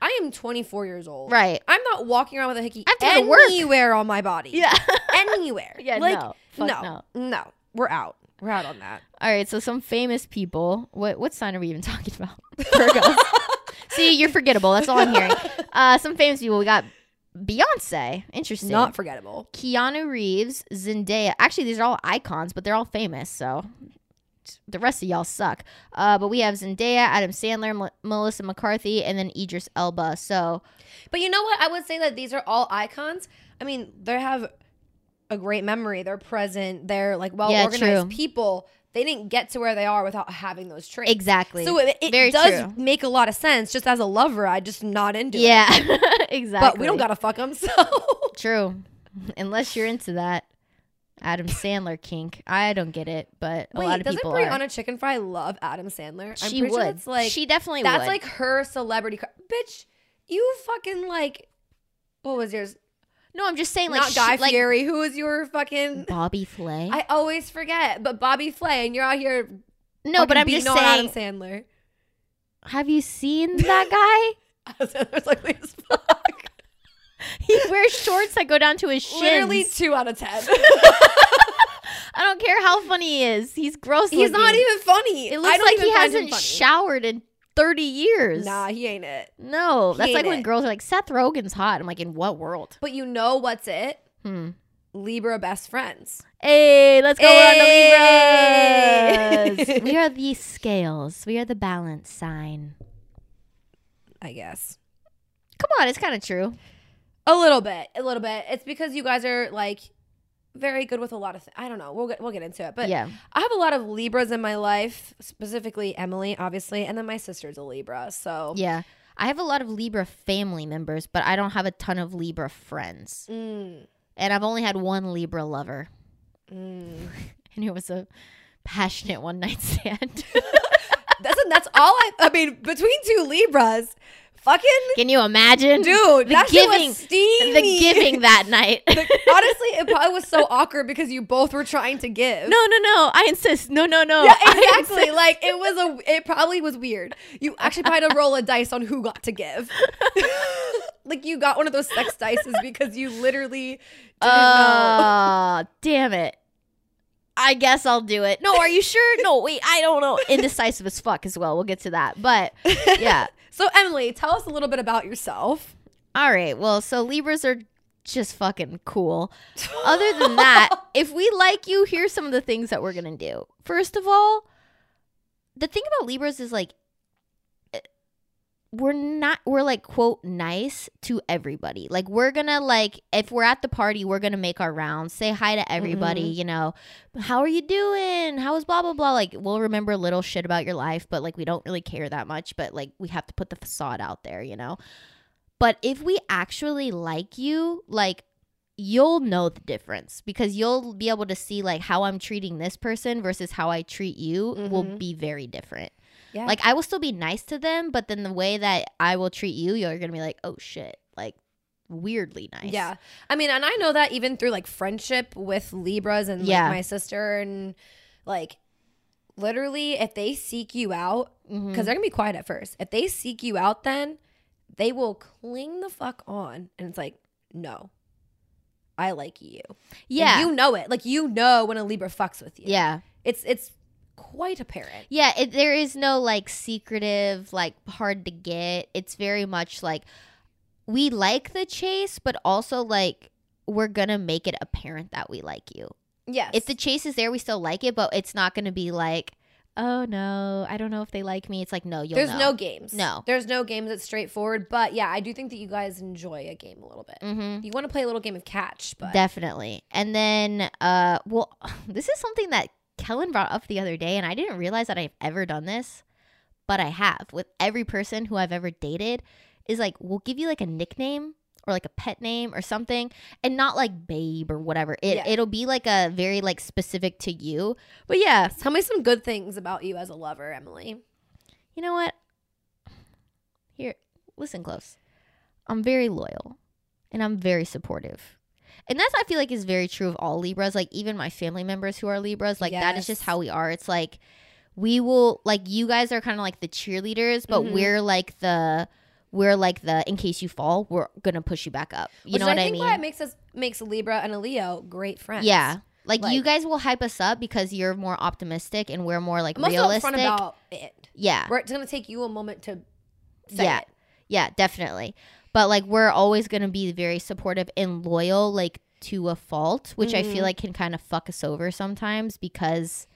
Speaker 2: I am 24 years old.
Speaker 1: Right.
Speaker 2: I'm not walking around with a hickey
Speaker 1: I have to go to work.
Speaker 2: anywhere on my body.
Speaker 1: Yeah.
Speaker 2: Anywhere.
Speaker 1: Yeah,
Speaker 2: Like
Speaker 1: no. Fuck
Speaker 2: no. No. We're out. We're out on that.
Speaker 1: All right, so some famous people. What what sign are we even talking about? Virgos. See, you're forgettable. That's all I'm hearing. Uh, some famous people. We got Beyonce. Interesting.
Speaker 2: Not forgettable.
Speaker 1: Keanu Reeves, Zendaya. Actually, these are all icons, but they're all famous. So the rest of y'all suck. Uh, but we have Zendaya, Adam Sandler, Mel- Melissa McCarthy, and then Idris Elba. So
Speaker 2: But you know what? I would say that these are all icons. I mean, they have a great memory. They're present. They're like well
Speaker 1: true.
Speaker 2: organized people. They didn't get to where they are without having those traits.
Speaker 1: exactly.
Speaker 2: So it, it
Speaker 1: Very
Speaker 2: does
Speaker 1: true.
Speaker 2: make a lot of sense. Just as a lover, I just not into it.
Speaker 1: yeah, exactly.
Speaker 2: But we don't gotta fuck them. So
Speaker 1: True. Unless you're into that Adam Sandler kink. I don't get it, but a
Speaker 2: wait,
Speaker 1: lot of
Speaker 2: doesn't
Speaker 1: people are.
Speaker 2: Brianna Chicken Fry love Adam Sandler?
Speaker 1: she
Speaker 2: pretty
Speaker 1: would.
Speaker 2: Sure that's like
Speaker 1: she definitely
Speaker 2: that's
Speaker 1: would.
Speaker 2: like her celebrity. Cr- Bitch, you fucking like. What was yours?
Speaker 1: no, I'm just saying like
Speaker 2: Not
Speaker 1: she-
Speaker 2: Guy
Speaker 1: like
Speaker 2: Fieri. Who was your fucking?
Speaker 1: Bobby Flay.
Speaker 2: I always forget, but Bobby Flay, and you're out here.
Speaker 1: no, but
Speaker 2: fucking
Speaker 1: I'm just
Speaker 2: beating on Adam
Speaker 1: saying.
Speaker 2: Sandler.
Speaker 1: Have you seen that guy?
Speaker 2: Adam Sandler's ugly as fuck.
Speaker 1: he wears shorts that go down to his shins.
Speaker 2: Literally two out of ten.
Speaker 1: I don't care how funny he is. He's gross.
Speaker 2: He's not
Speaker 1: looking.
Speaker 2: even funny.
Speaker 1: It
Speaker 2: I
Speaker 1: looks
Speaker 2: don't
Speaker 1: like he
Speaker 2: even find him
Speaker 1: hasn't
Speaker 2: funny.
Speaker 1: showered in 30 years.
Speaker 2: Nah, he ain't it.
Speaker 1: No,
Speaker 2: He
Speaker 1: that's
Speaker 2: ain't
Speaker 1: like when
Speaker 2: it.
Speaker 1: girls are like Seth Rogen's hot. I'm like, in what world?
Speaker 2: But you know what's it?
Speaker 1: Hmm.
Speaker 2: Libra best friends.
Speaker 1: Hey, let's go. We're on the
Speaker 2: Hey!
Speaker 1: Libras. we are the scales. We are the balance sign.
Speaker 2: I guess.
Speaker 1: Come on, it's kind of true.
Speaker 2: A little bit. A little bit. It's because you guys are like very good with a lot of. Th- I don't know. We'll get we'll get into it. But
Speaker 1: Yeah.
Speaker 2: I have a lot of Libras in my life, specifically Emily, obviously, and then my sister's a Libra. So
Speaker 1: Yeah. I have a lot of Libra family members, but I don't have a ton of Libra friends.
Speaker 2: Mm,
Speaker 1: And I've only had one Libra lover,
Speaker 2: mm.
Speaker 1: and it was a passionate one night stand.
Speaker 2: that's that's all I. I mean, between two Libras, fucking
Speaker 1: Can you imagine?
Speaker 2: dude,
Speaker 1: the
Speaker 2: that shit
Speaker 1: giving,
Speaker 2: was steamy.
Speaker 1: the giving that night.
Speaker 2: Like, honestly, it probably was so awkward because you both were trying to give.
Speaker 1: No, no, no. I insist. No, no, no.
Speaker 2: Yeah,
Speaker 1: I
Speaker 2: exactly.
Speaker 1: insist.
Speaker 2: Like it was a. It probably was weird. You actually probably had to roll a dice on who got to give. like you got one of those sex dices because you literally didn't know.
Speaker 1: Uh, damn it. I guess I'll do it. No, are you sure? No, wait, I don't know. Indecisive as fuck as well. We'll get to that. But yeah.
Speaker 2: So Emily, tell us a little bit about yourself.
Speaker 1: All right. Well, so Libras are just fucking cool. Other than that, if we like you, here's some of the things that we're going to do. First of all, the thing about Libras is like eh, we're not we're like quote nice to everybody. Like we're going to like if we're at the party, we're going to make our rounds, say hi to everybody, you know. How are you doing? How is blah blah blah? Like we'll remember little shit about your life, but like we don't really care that much, but like we have to put the facade out there, you know. But if we actually like you, like you'll know the difference because you'll be able to see like how I'm treating this person versus how I treat you will
Speaker 2: Mhm.
Speaker 1: be very different.
Speaker 2: Yeah.
Speaker 1: Like I will still be nice to them, but then the way that I will treat you, you're going to be like, "Oh shit." Like weirdly nice.
Speaker 2: Yeah. I mean, and I know that even through like friendship with Libras and
Speaker 1: Yeah.
Speaker 2: like my sister and like literally if they seek you out,
Speaker 1: Mhm.
Speaker 2: because they're gonna be quiet at first. If they seek you out then they will cling the fuck on and it's like, no. I like you. And
Speaker 1: Yeah.
Speaker 2: you know it. Like you know when a Libra fucks with you.
Speaker 1: yeah.
Speaker 2: It's it's quite apparent.
Speaker 1: Yeah, it, there is no like secretive, like hard to get. It's very much like we like the chase, but also like we're gonna make it apparent that we like you.
Speaker 2: Yes.
Speaker 1: If the chase is there, we still like it, but it's not gonna be like, oh no, I don't know if they like me. It's like no, you'll
Speaker 2: There's
Speaker 1: know.
Speaker 2: no games.
Speaker 1: No.
Speaker 2: There's no games. It's straightforward. But yeah, I do think that you guys enjoy a game a little bit.
Speaker 1: Mm-hmm.
Speaker 2: You want to play a little game of catch, but
Speaker 1: Definitely. And then, uh, well, this is something that Kellen brought up the other day, and I didn't realize that I've ever done this, but I have with every person who I've ever dated. Is like we'll give you like a nickname or like a pet name or something, and not like babe or whatever. It
Speaker 2: Yeah.
Speaker 1: it'll be like a very like specific to you. But yeah,
Speaker 2: Tell me some good things about you as a lover, Emily.
Speaker 1: you know what? Here, listen close. I'm very loyal and I'm very supportive. And that's I feel like is very true of all Libras, like even my family members who are Libras, like that is just
Speaker 2: Yes.
Speaker 1: how we are. It's like we will like you guys are kind of like the cheerleaders, but
Speaker 2: Mhm.
Speaker 1: we're like the we're like the in case you fall, we're going to push you back up. You
Speaker 2: Which
Speaker 1: know
Speaker 2: is,
Speaker 1: what
Speaker 2: I
Speaker 1: I,
Speaker 2: think
Speaker 1: mean?
Speaker 2: why it makes us makes Libra and a Leo great friends.
Speaker 1: yeah. Like, you
Speaker 2: Like-
Speaker 1: guys will hype us up because you're more optimistic and we're more like
Speaker 2: I'm also
Speaker 1: realistic.
Speaker 2: upfront about it.
Speaker 1: yeah.
Speaker 2: We're, it's gonna take you a moment to say
Speaker 1: Yeah.
Speaker 2: it.
Speaker 1: Yeah, definitely. But like we're always going to be very supportive and loyal like to a fault, which I
Speaker 2: Mhm.
Speaker 1: feel like can kind of fuck us over sometimes because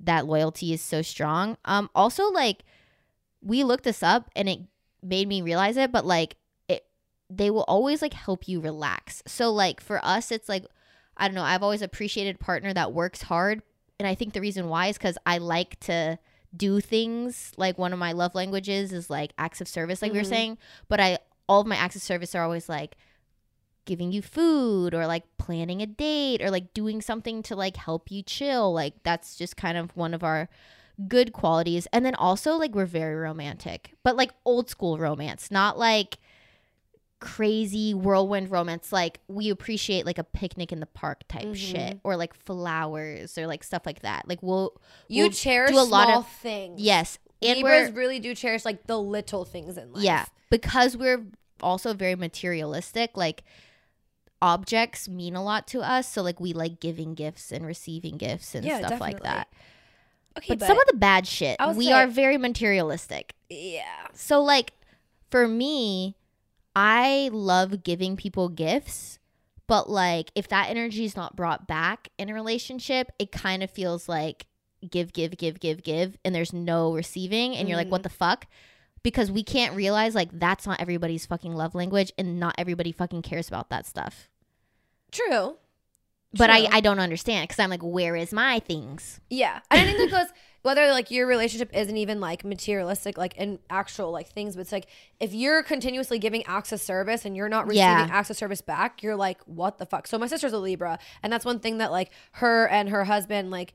Speaker 1: that loyalty is so strong. Um also like we looked this up and it made me realize it, but like it they will always like help you relax. So like for us it's like I don't know, I've always appreciated a partner that works hard and I think the reason why is cuz I like to do things like one of my love languages is like acts of service like we were
Speaker 2: Mhm.
Speaker 1: saying but i all of my acts of service are always like giving you food or like planning a date or like doing something to like help you chill like that's just kind of one of our good qualities and then also like we're very romantic but like old school romance not like crazy whirlwind romance like we appreciate like a picnic in the park type
Speaker 2: Mhm.
Speaker 1: shit or like flowers or like stuff like that like we'll
Speaker 2: You
Speaker 1: We'll
Speaker 2: cherish
Speaker 1: do a
Speaker 2: small
Speaker 1: lot of-
Speaker 2: things.
Speaker 1: yes and we're
Speaker 2: Libras really do cherish like the little things in life.
Speaker 1: Yeah, because we're also very materialistic. Like objects mean a lot to us, so like we like giving gifts and receiving gifts and
Speaker 2: Yeah,
Speaker 1: stuff like
Speaker 2: definitely.
Speaker 1: that.
Speaker 2: Okay,
Speaker 1: But,
Speaker 2: but,
Speaker 1: some of the bad shit,
Speaker 2: I was
Speaker 1: we
Speaker 2: saying-
Speaker 1: are very materialistic.
Speaker 2: yeah.
Speaker 1: So like for me, I love giving people gifts, but like if that energy is not brought back in a relationship, it kind of feels like give give give give give and there's no receiving and you're like
Speaker 2: Mm-hmm.
Speaker 1: what the fuck? Because we can't realize like that's not everybody's fucking love language and not everybody fucking cares about that stuff.
Speaker 2: True.
Speaker 1: But I,
Speaker 2: True.
Speaker 1: I don't understand because I'm like, where is my things?
Speaker 2: Yeah. And I think that goes whether like your relationship isn't even like materialistic, like in actual like things, but it's like if you're continuously giving acts of service and you're not receiving
Speaker 1: Yeah.
Speaker 2: acts of service back, you're like, what the fuck? So my sister's a Libra, and that's one thing that like her and her husband, like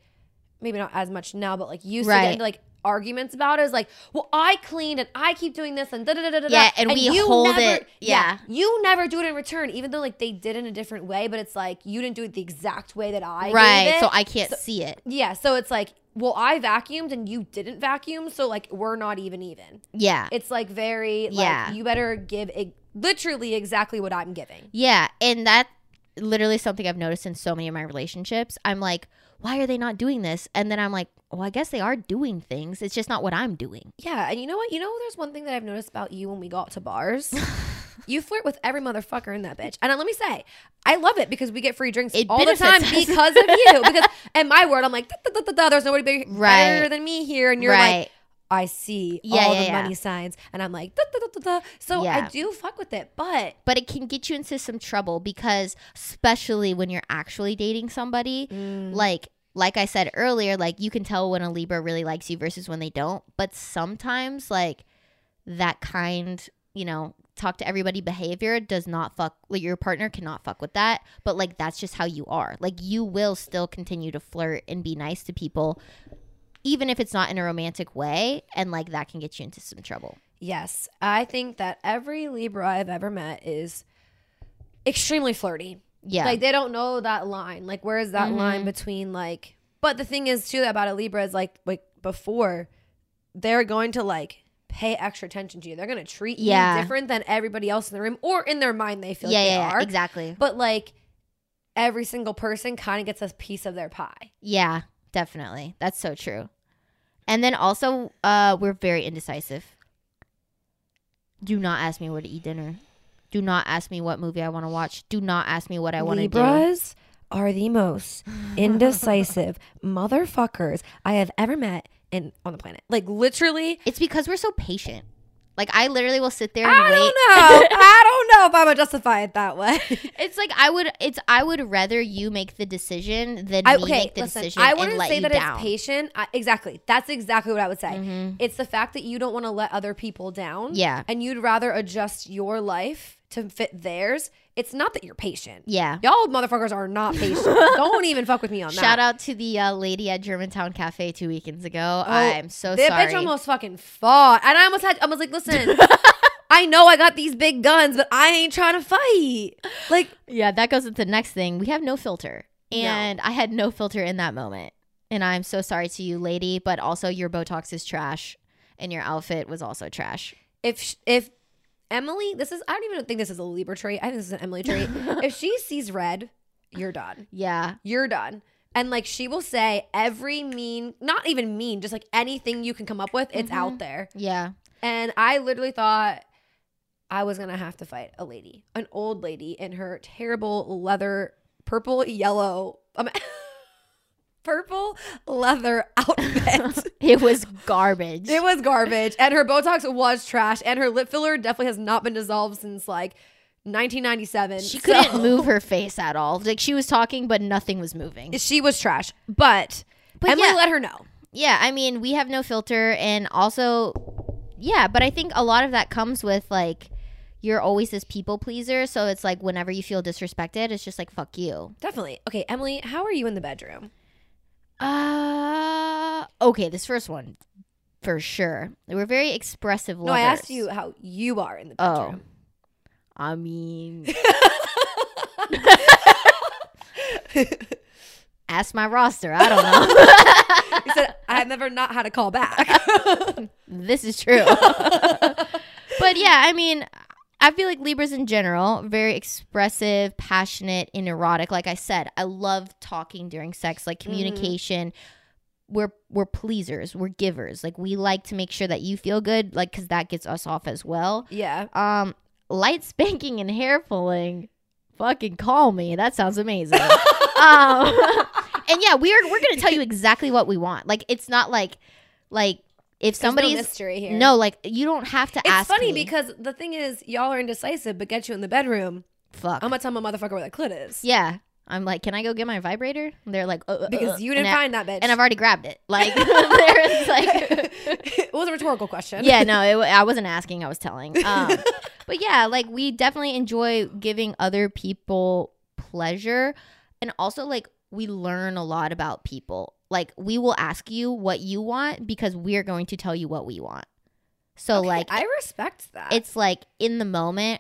Speaker 2: maybe not as much now, but like used to
Speaker 1: Right.
Speaker 2: get into like arguments about is like, well, I cleaned and I keep doing this and da da da da da.
Speaker 1: Yeah, and we hold
Speaker 2: never,
Speaker 1: it- yeah.
Speaker 2: you never do it in return, even though like they did in a different way, but it's like you didn't do it the exact way that I Gave
Speaker 1: right.
Speaker 2: it.
Speaker 1: So I can't see it.
Speaker 2: Yeah, so it's like, well, I vacuumed and you didn't vacuum, so like we're not even even.
Speaker 1: Yeah.
Speaker 2: It's like very like
Speaker 1: Yeah.
Speaker 2: you better give e- literally exactly what I'm giving.
Speaker 1: Yeah, and that literally something I've noticed in so many of my relationships. I'm like, why are they not doing this? And then I'm like, well, I guess they are doing things. It's just not what I'm doing.
Speaker 2: Yeah, and you know what? You know there's one thing that I've noticed about you when we go out to bars. you flirt with every motherfucker in that bitch. And uh, let me say, I love it because we get free drinks
Speaker 1: It
Speaker 2: all the time
Speaker 1: benefits us.
Speaker 2: because of you. Because and my word, I'm like, "Da, da, da, da, da, there's nobody bigger,
Speaker 1: Right.
Speaker 2: better than me here. And you're like,
Speaker 1: right.
Speaker 2: I see
Speaker 1: Yeah,
Speaker 2: all
Speaker 1: yeah,
Speaker 2: the
Speaker 1: yeah.
Speaker 2: money signs. And I'm like, da, da, da, da, da. so
Speaker 1: Yeah.
Speaker 2: I do fuck with it, but
Speaker 1: but it can get you into some trouble because especially when you're actually dating somebody,
Speaker 2: Mm.
Speaker 1: like like I said earlier, like you can tell when a Libra really likes you versus when they don't. But sometimes like that kind, you know, talk to everybody behavior does not fuck like your partner cannot fuck with that. But like that's just how you are. Like you will still continue to flirt and be nice to people even if it's not in a romantic way and like that can get you into some trouble.
Speaker 2: Yes, I think that every Libra I've ever met is extremely flirty.
Speaker 1: Yeah. Mm-hmm.
Speaker 2: Like they don't know that line. Like where is that line between like but the thing is too about a Libra is like like before they're going to like pay extra attention to you. They're going to treat
Speaker 1: Yeah.
Speaker 2: you different than everybody else in the room or in their mind they feel
Speaker 1: yeah,
Speaker 2: like they
Speaker 1: yeah,
Speaker 2: are.
Speaker 1: yeah, exactly.
Speaker 2: But like every single person kind of gets a piece of their pie.
Speaker 1: Yeah, definitely. That's so true. And then also, uh, we're very indecisive. Do not ask me where to eat dinner. Do not ask me what movie I want to watch. Do not ask me what I want to do.
Speaker 2: Libras are the most indecisive motherfuckers I have ever met in on the planet. Like literally,
Speaker 1: It's because we're so patient. Like I literally will sit there and
Speaker 2: I
Speaker 1: wait.
Speaker 2: don't know. I don't know if I'm gonna justify it that way.
Speaker 1: It's like I would. It's I would rather you make the decision than
Speaker 2: I,
Speaker 1: me
Speaker 2: okay,
Speaker 1: make the
Speaker 2: listen.
Speaker 1: decision
Speaker 2: I
Speaker 1: and
Speaker 2: wouldn't
Speaker 1: let
Speaker 2: say
Speaker 1: you
Speaker 2: that
Speaker 1: down. Mm-hmm.
Speaker 2: it's patient. I, exactly. That's exactly what I would say. It's the fact that you don't want to let other people down.
Speaker 1: Yeah.
Speaker 2: And you'd rather adjust your life to fit theirs. It's not that you're patient.
Speaker 1: yeah.
Speaker 2: Y'all motherfuckers are not patient. don't even fuck with me on that.
Speaker 1: Shout out to the uh, lady at Germantown Cafe two weekends ago.
Speaker 2: Oh,
Speaker 1: I'm so
Speaker 2: that
Speaker 1: sorry.
Speaker 2: bitch almost fucking fought, and I almost had. I was like, listen. I know I got these big guns, but I ain't trying to fight. Like,
Speaker 1: Yeah, that goes into the next thing. We have no filter.
Speaker 2: No.
Speaker 1: And I had no filter in that moment. And I'm so sorry to you, lady, but also your Botox is trash and your outfit was also trash.
Speaker 2: if sh- if Emily, this is I don't even think this is a Libra trait. I think this is an Emily trait. if she sees red, you're done.
Speaker 1: Yeah.
Speaker 2: You're done. And like she will say every mean, not even mean, just like anything you can come up with, it's
Speaker 1: Mm-hmm.
Speaker 2: out there.
Speaker 1: Yeah.
Speaker 2: And I literally thought I was gonna have to fight a lady, an old lady in her terrible leather, purple, yellow, um, purple leather outfit.
Speaker 1: It was garbage.
Speaker 2: it was garbage, and her Botox was trash, and her lip filler definitely has not been dissolved since like 1997.
Speaker 1: she
Speaker 2: So-
Speaker 1: couldn't move her face at all. Like she was talking, but nothing was moving.
Speaker 2: She was trash, but,
Speaker 1: But
Speaker 2: Emily
Speaker 1: yeah.
Speaker 2: let her know.
Speaker 1: Yeah, I mean, we have no filter and also yeah, but I think a lot of that comes with like you're always this people pleaser, so it's like whenever you feel disrespected, it's just like fuck you.
Speaker 2: Definitely. Okay, Emily, how are you in the bedroom?
Speaker 1: Uh okay, this first one for sure. We're very expressive lovers.
Speaker 2: No, I asked you how you are in the
Speaker 1: Oh.
Speaker 2: bedroom.
Speaker 1: I mean, ask my roster. I don't
Speaker 2: You said I've never not had a call back.
Speaker 1: know. this is true. but yeah, I mean, I feel like Libras in general, very expressive, passionate, and erotic. Like I said, I love talking during sex, like
Speaker 2: Mm-hmm.
Speaker 1: communication. We're we're pleasers, we're givers. Like we like to make sure that you feel good, like because that gets us off as well.
Speaker 2: yeah.
Speaker 1: um light spanking and hair pulling fucking call me that sounds amazing um and yeah we are we're gonna tell you exactly what we want like it's not like like if
Speaker 2: Somebody's
Speaker 1: somebody's
Speaker 2: mystery here.
Speaker 1: no, like you don't have to
Speaker 2: It's
Speaker 1: ask
Speaker 2: funny
Speaker 1: me.
Speaker 2: because the thing is, y'all are indecisive, but get you in the bedroom.
Speaker 1: fuck
Speaker 2: I'm gonna tell my motherfucker where the clit is.
Speaker 1: yeah I'm like, can I go get my vibrator? And they're like, uh, uh, uh.
Speaker 2: Because you didn't
Speaker 1: and I-
Speaker 2: find that bitch.
Speaker 1: and I've already grabbed it. Like, there's like,
Speaker 2: it was a rhetorical question.
Speaker 1: yeah, no, it, wa- I wasn't asking, I was telling. Um, but yeah, like we definitely enjoy giving other people pleasure. And also, like, we learn a lot about people. Like, we will ask you what you want because we're going to tell you what we want. So,
Speaker 2: Okay,
Speaker 1: like,
Speaker 2: I respect that.
Speaker 1: it's like in the moment,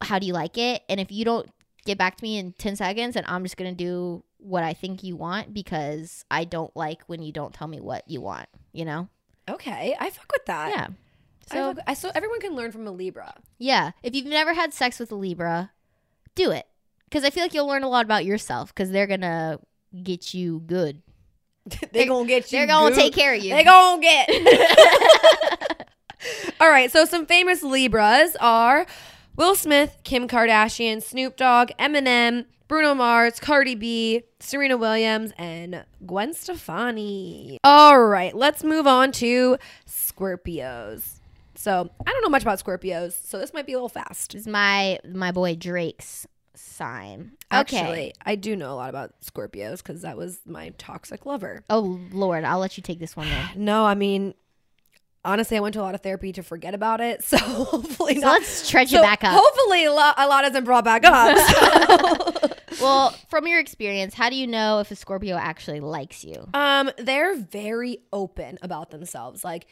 Speaker 1: how do you like it? And if you don't get back to me in 10 seconds, then I'm just going to do what I think you want because I don't like when you don't tell me what you want, you know?
Speaker 2: okay. I fuck with that.
Speaker 1: yeah.
Speaker 2: I fuck- I, so everyone can learn from a Libra.
Speaker 1: Yeah. If you've never had sex with a Libra, do it. Because I feel like you'll learn a lot about yourself because they're going to get you good.
Speaker 2: they gonna get you.
Speaker 1: They're going to
Speaker 2: good.
Speaker 1: take care of you.
Speaker 2: They gonna get. All right. So some famous Libras are Will Smith, Kim Kardashian, Snoop Dogg, Eminem, Bruno Mars, Cardi B, Serena Williams, and Gwen Stefani. All right. Let's move on to Scorpios. So I don't know much about Scorpios, so this might be a little fast.
Speaker 1: this is my, my boy Drake's sign. Okay.
Speaker 2: Actually, I do know a lot about Scorpios because that was my toxic lover.
Speaker 1: Oh, Lord. I'll let you take this one then.
Speaker 2: No, I mean, honestly, I went to a lot of therapy to forget about it. So hopefully
Speaker 1: So
Speaker 2: not.
Speaker 1: let's stretch it
Speaker 2: So
Speaker 1: back up.
Speaker 2: Hopefully, a lot, a lot isn't brought back up. so.
Speaker 1: Well, from your experience, how do you know if a Scorpio actually likes you?
Speaker 2: um, they're very open about themselves. Like,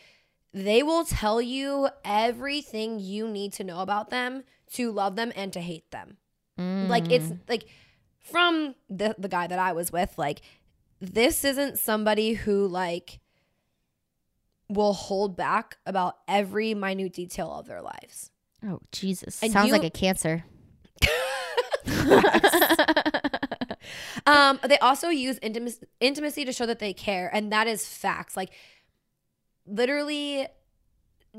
Speaker 2: they will tell you everything you need to know about them to love them and to hate them. Like, it's
Speaker 1: Mm.
Speaker 2: like from the the guy that I was with. Like, this isn't somebody who like will hold back about every minute detail of their lives.
Speaker 1: oh, Jesus.
Speaker 2: And
Speaker 1: Sounds
Speaker 2: you-
Speaker 1: like a cancer.
Speaker 2: Um, they also use intimacy, intimacy to show that they care, and that is facts. Like, literally,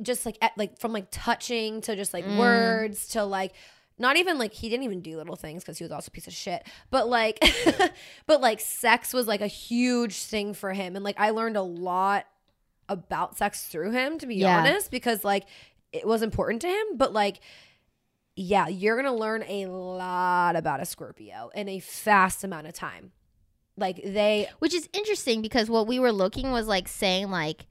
Speaker 2: just like at, like from like touching to just like
Speaker 1: Mm.
Speaker 2: words to like not even like he didn't even do little things because he was also a piece of shit. But like, but like sex was like a huge thing for him, and like I learned a lot about sex through him to be
Speaker 1: Yeah.
Speaker 2: honest because like it was important to him, but like yeah, you're gonna learn a lot about a Scorpio in a fast amount of time. Like they,
Speaker 1: which is interesting because what we were looking was like saying like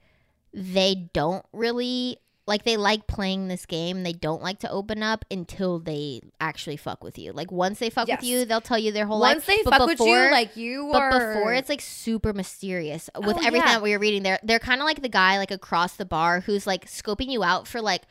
Speaker 1: they don't really like they like playing this game they don't like to open up until they actually fuck with you like once they fuck
Speaker 2: Yes.
Speaker 1: with you they'll tell you their whole
Speaker 2: once
Speaker 1: life
Speaker 2: they
Speaker 1: but
Speaker 2: fuck with you,
Speaker 1: before-
Speaker 2: like you
Speaker 1: but
Speaker 2: are.
Speaker 1: before it's like super mysterious with
Speaker 2: Oh,
Speaker 1: everything
Speaker 2: yeah.
Speaker 1: that we were reading they're they're kind of like the guy like across the bar who's like scoping you out for like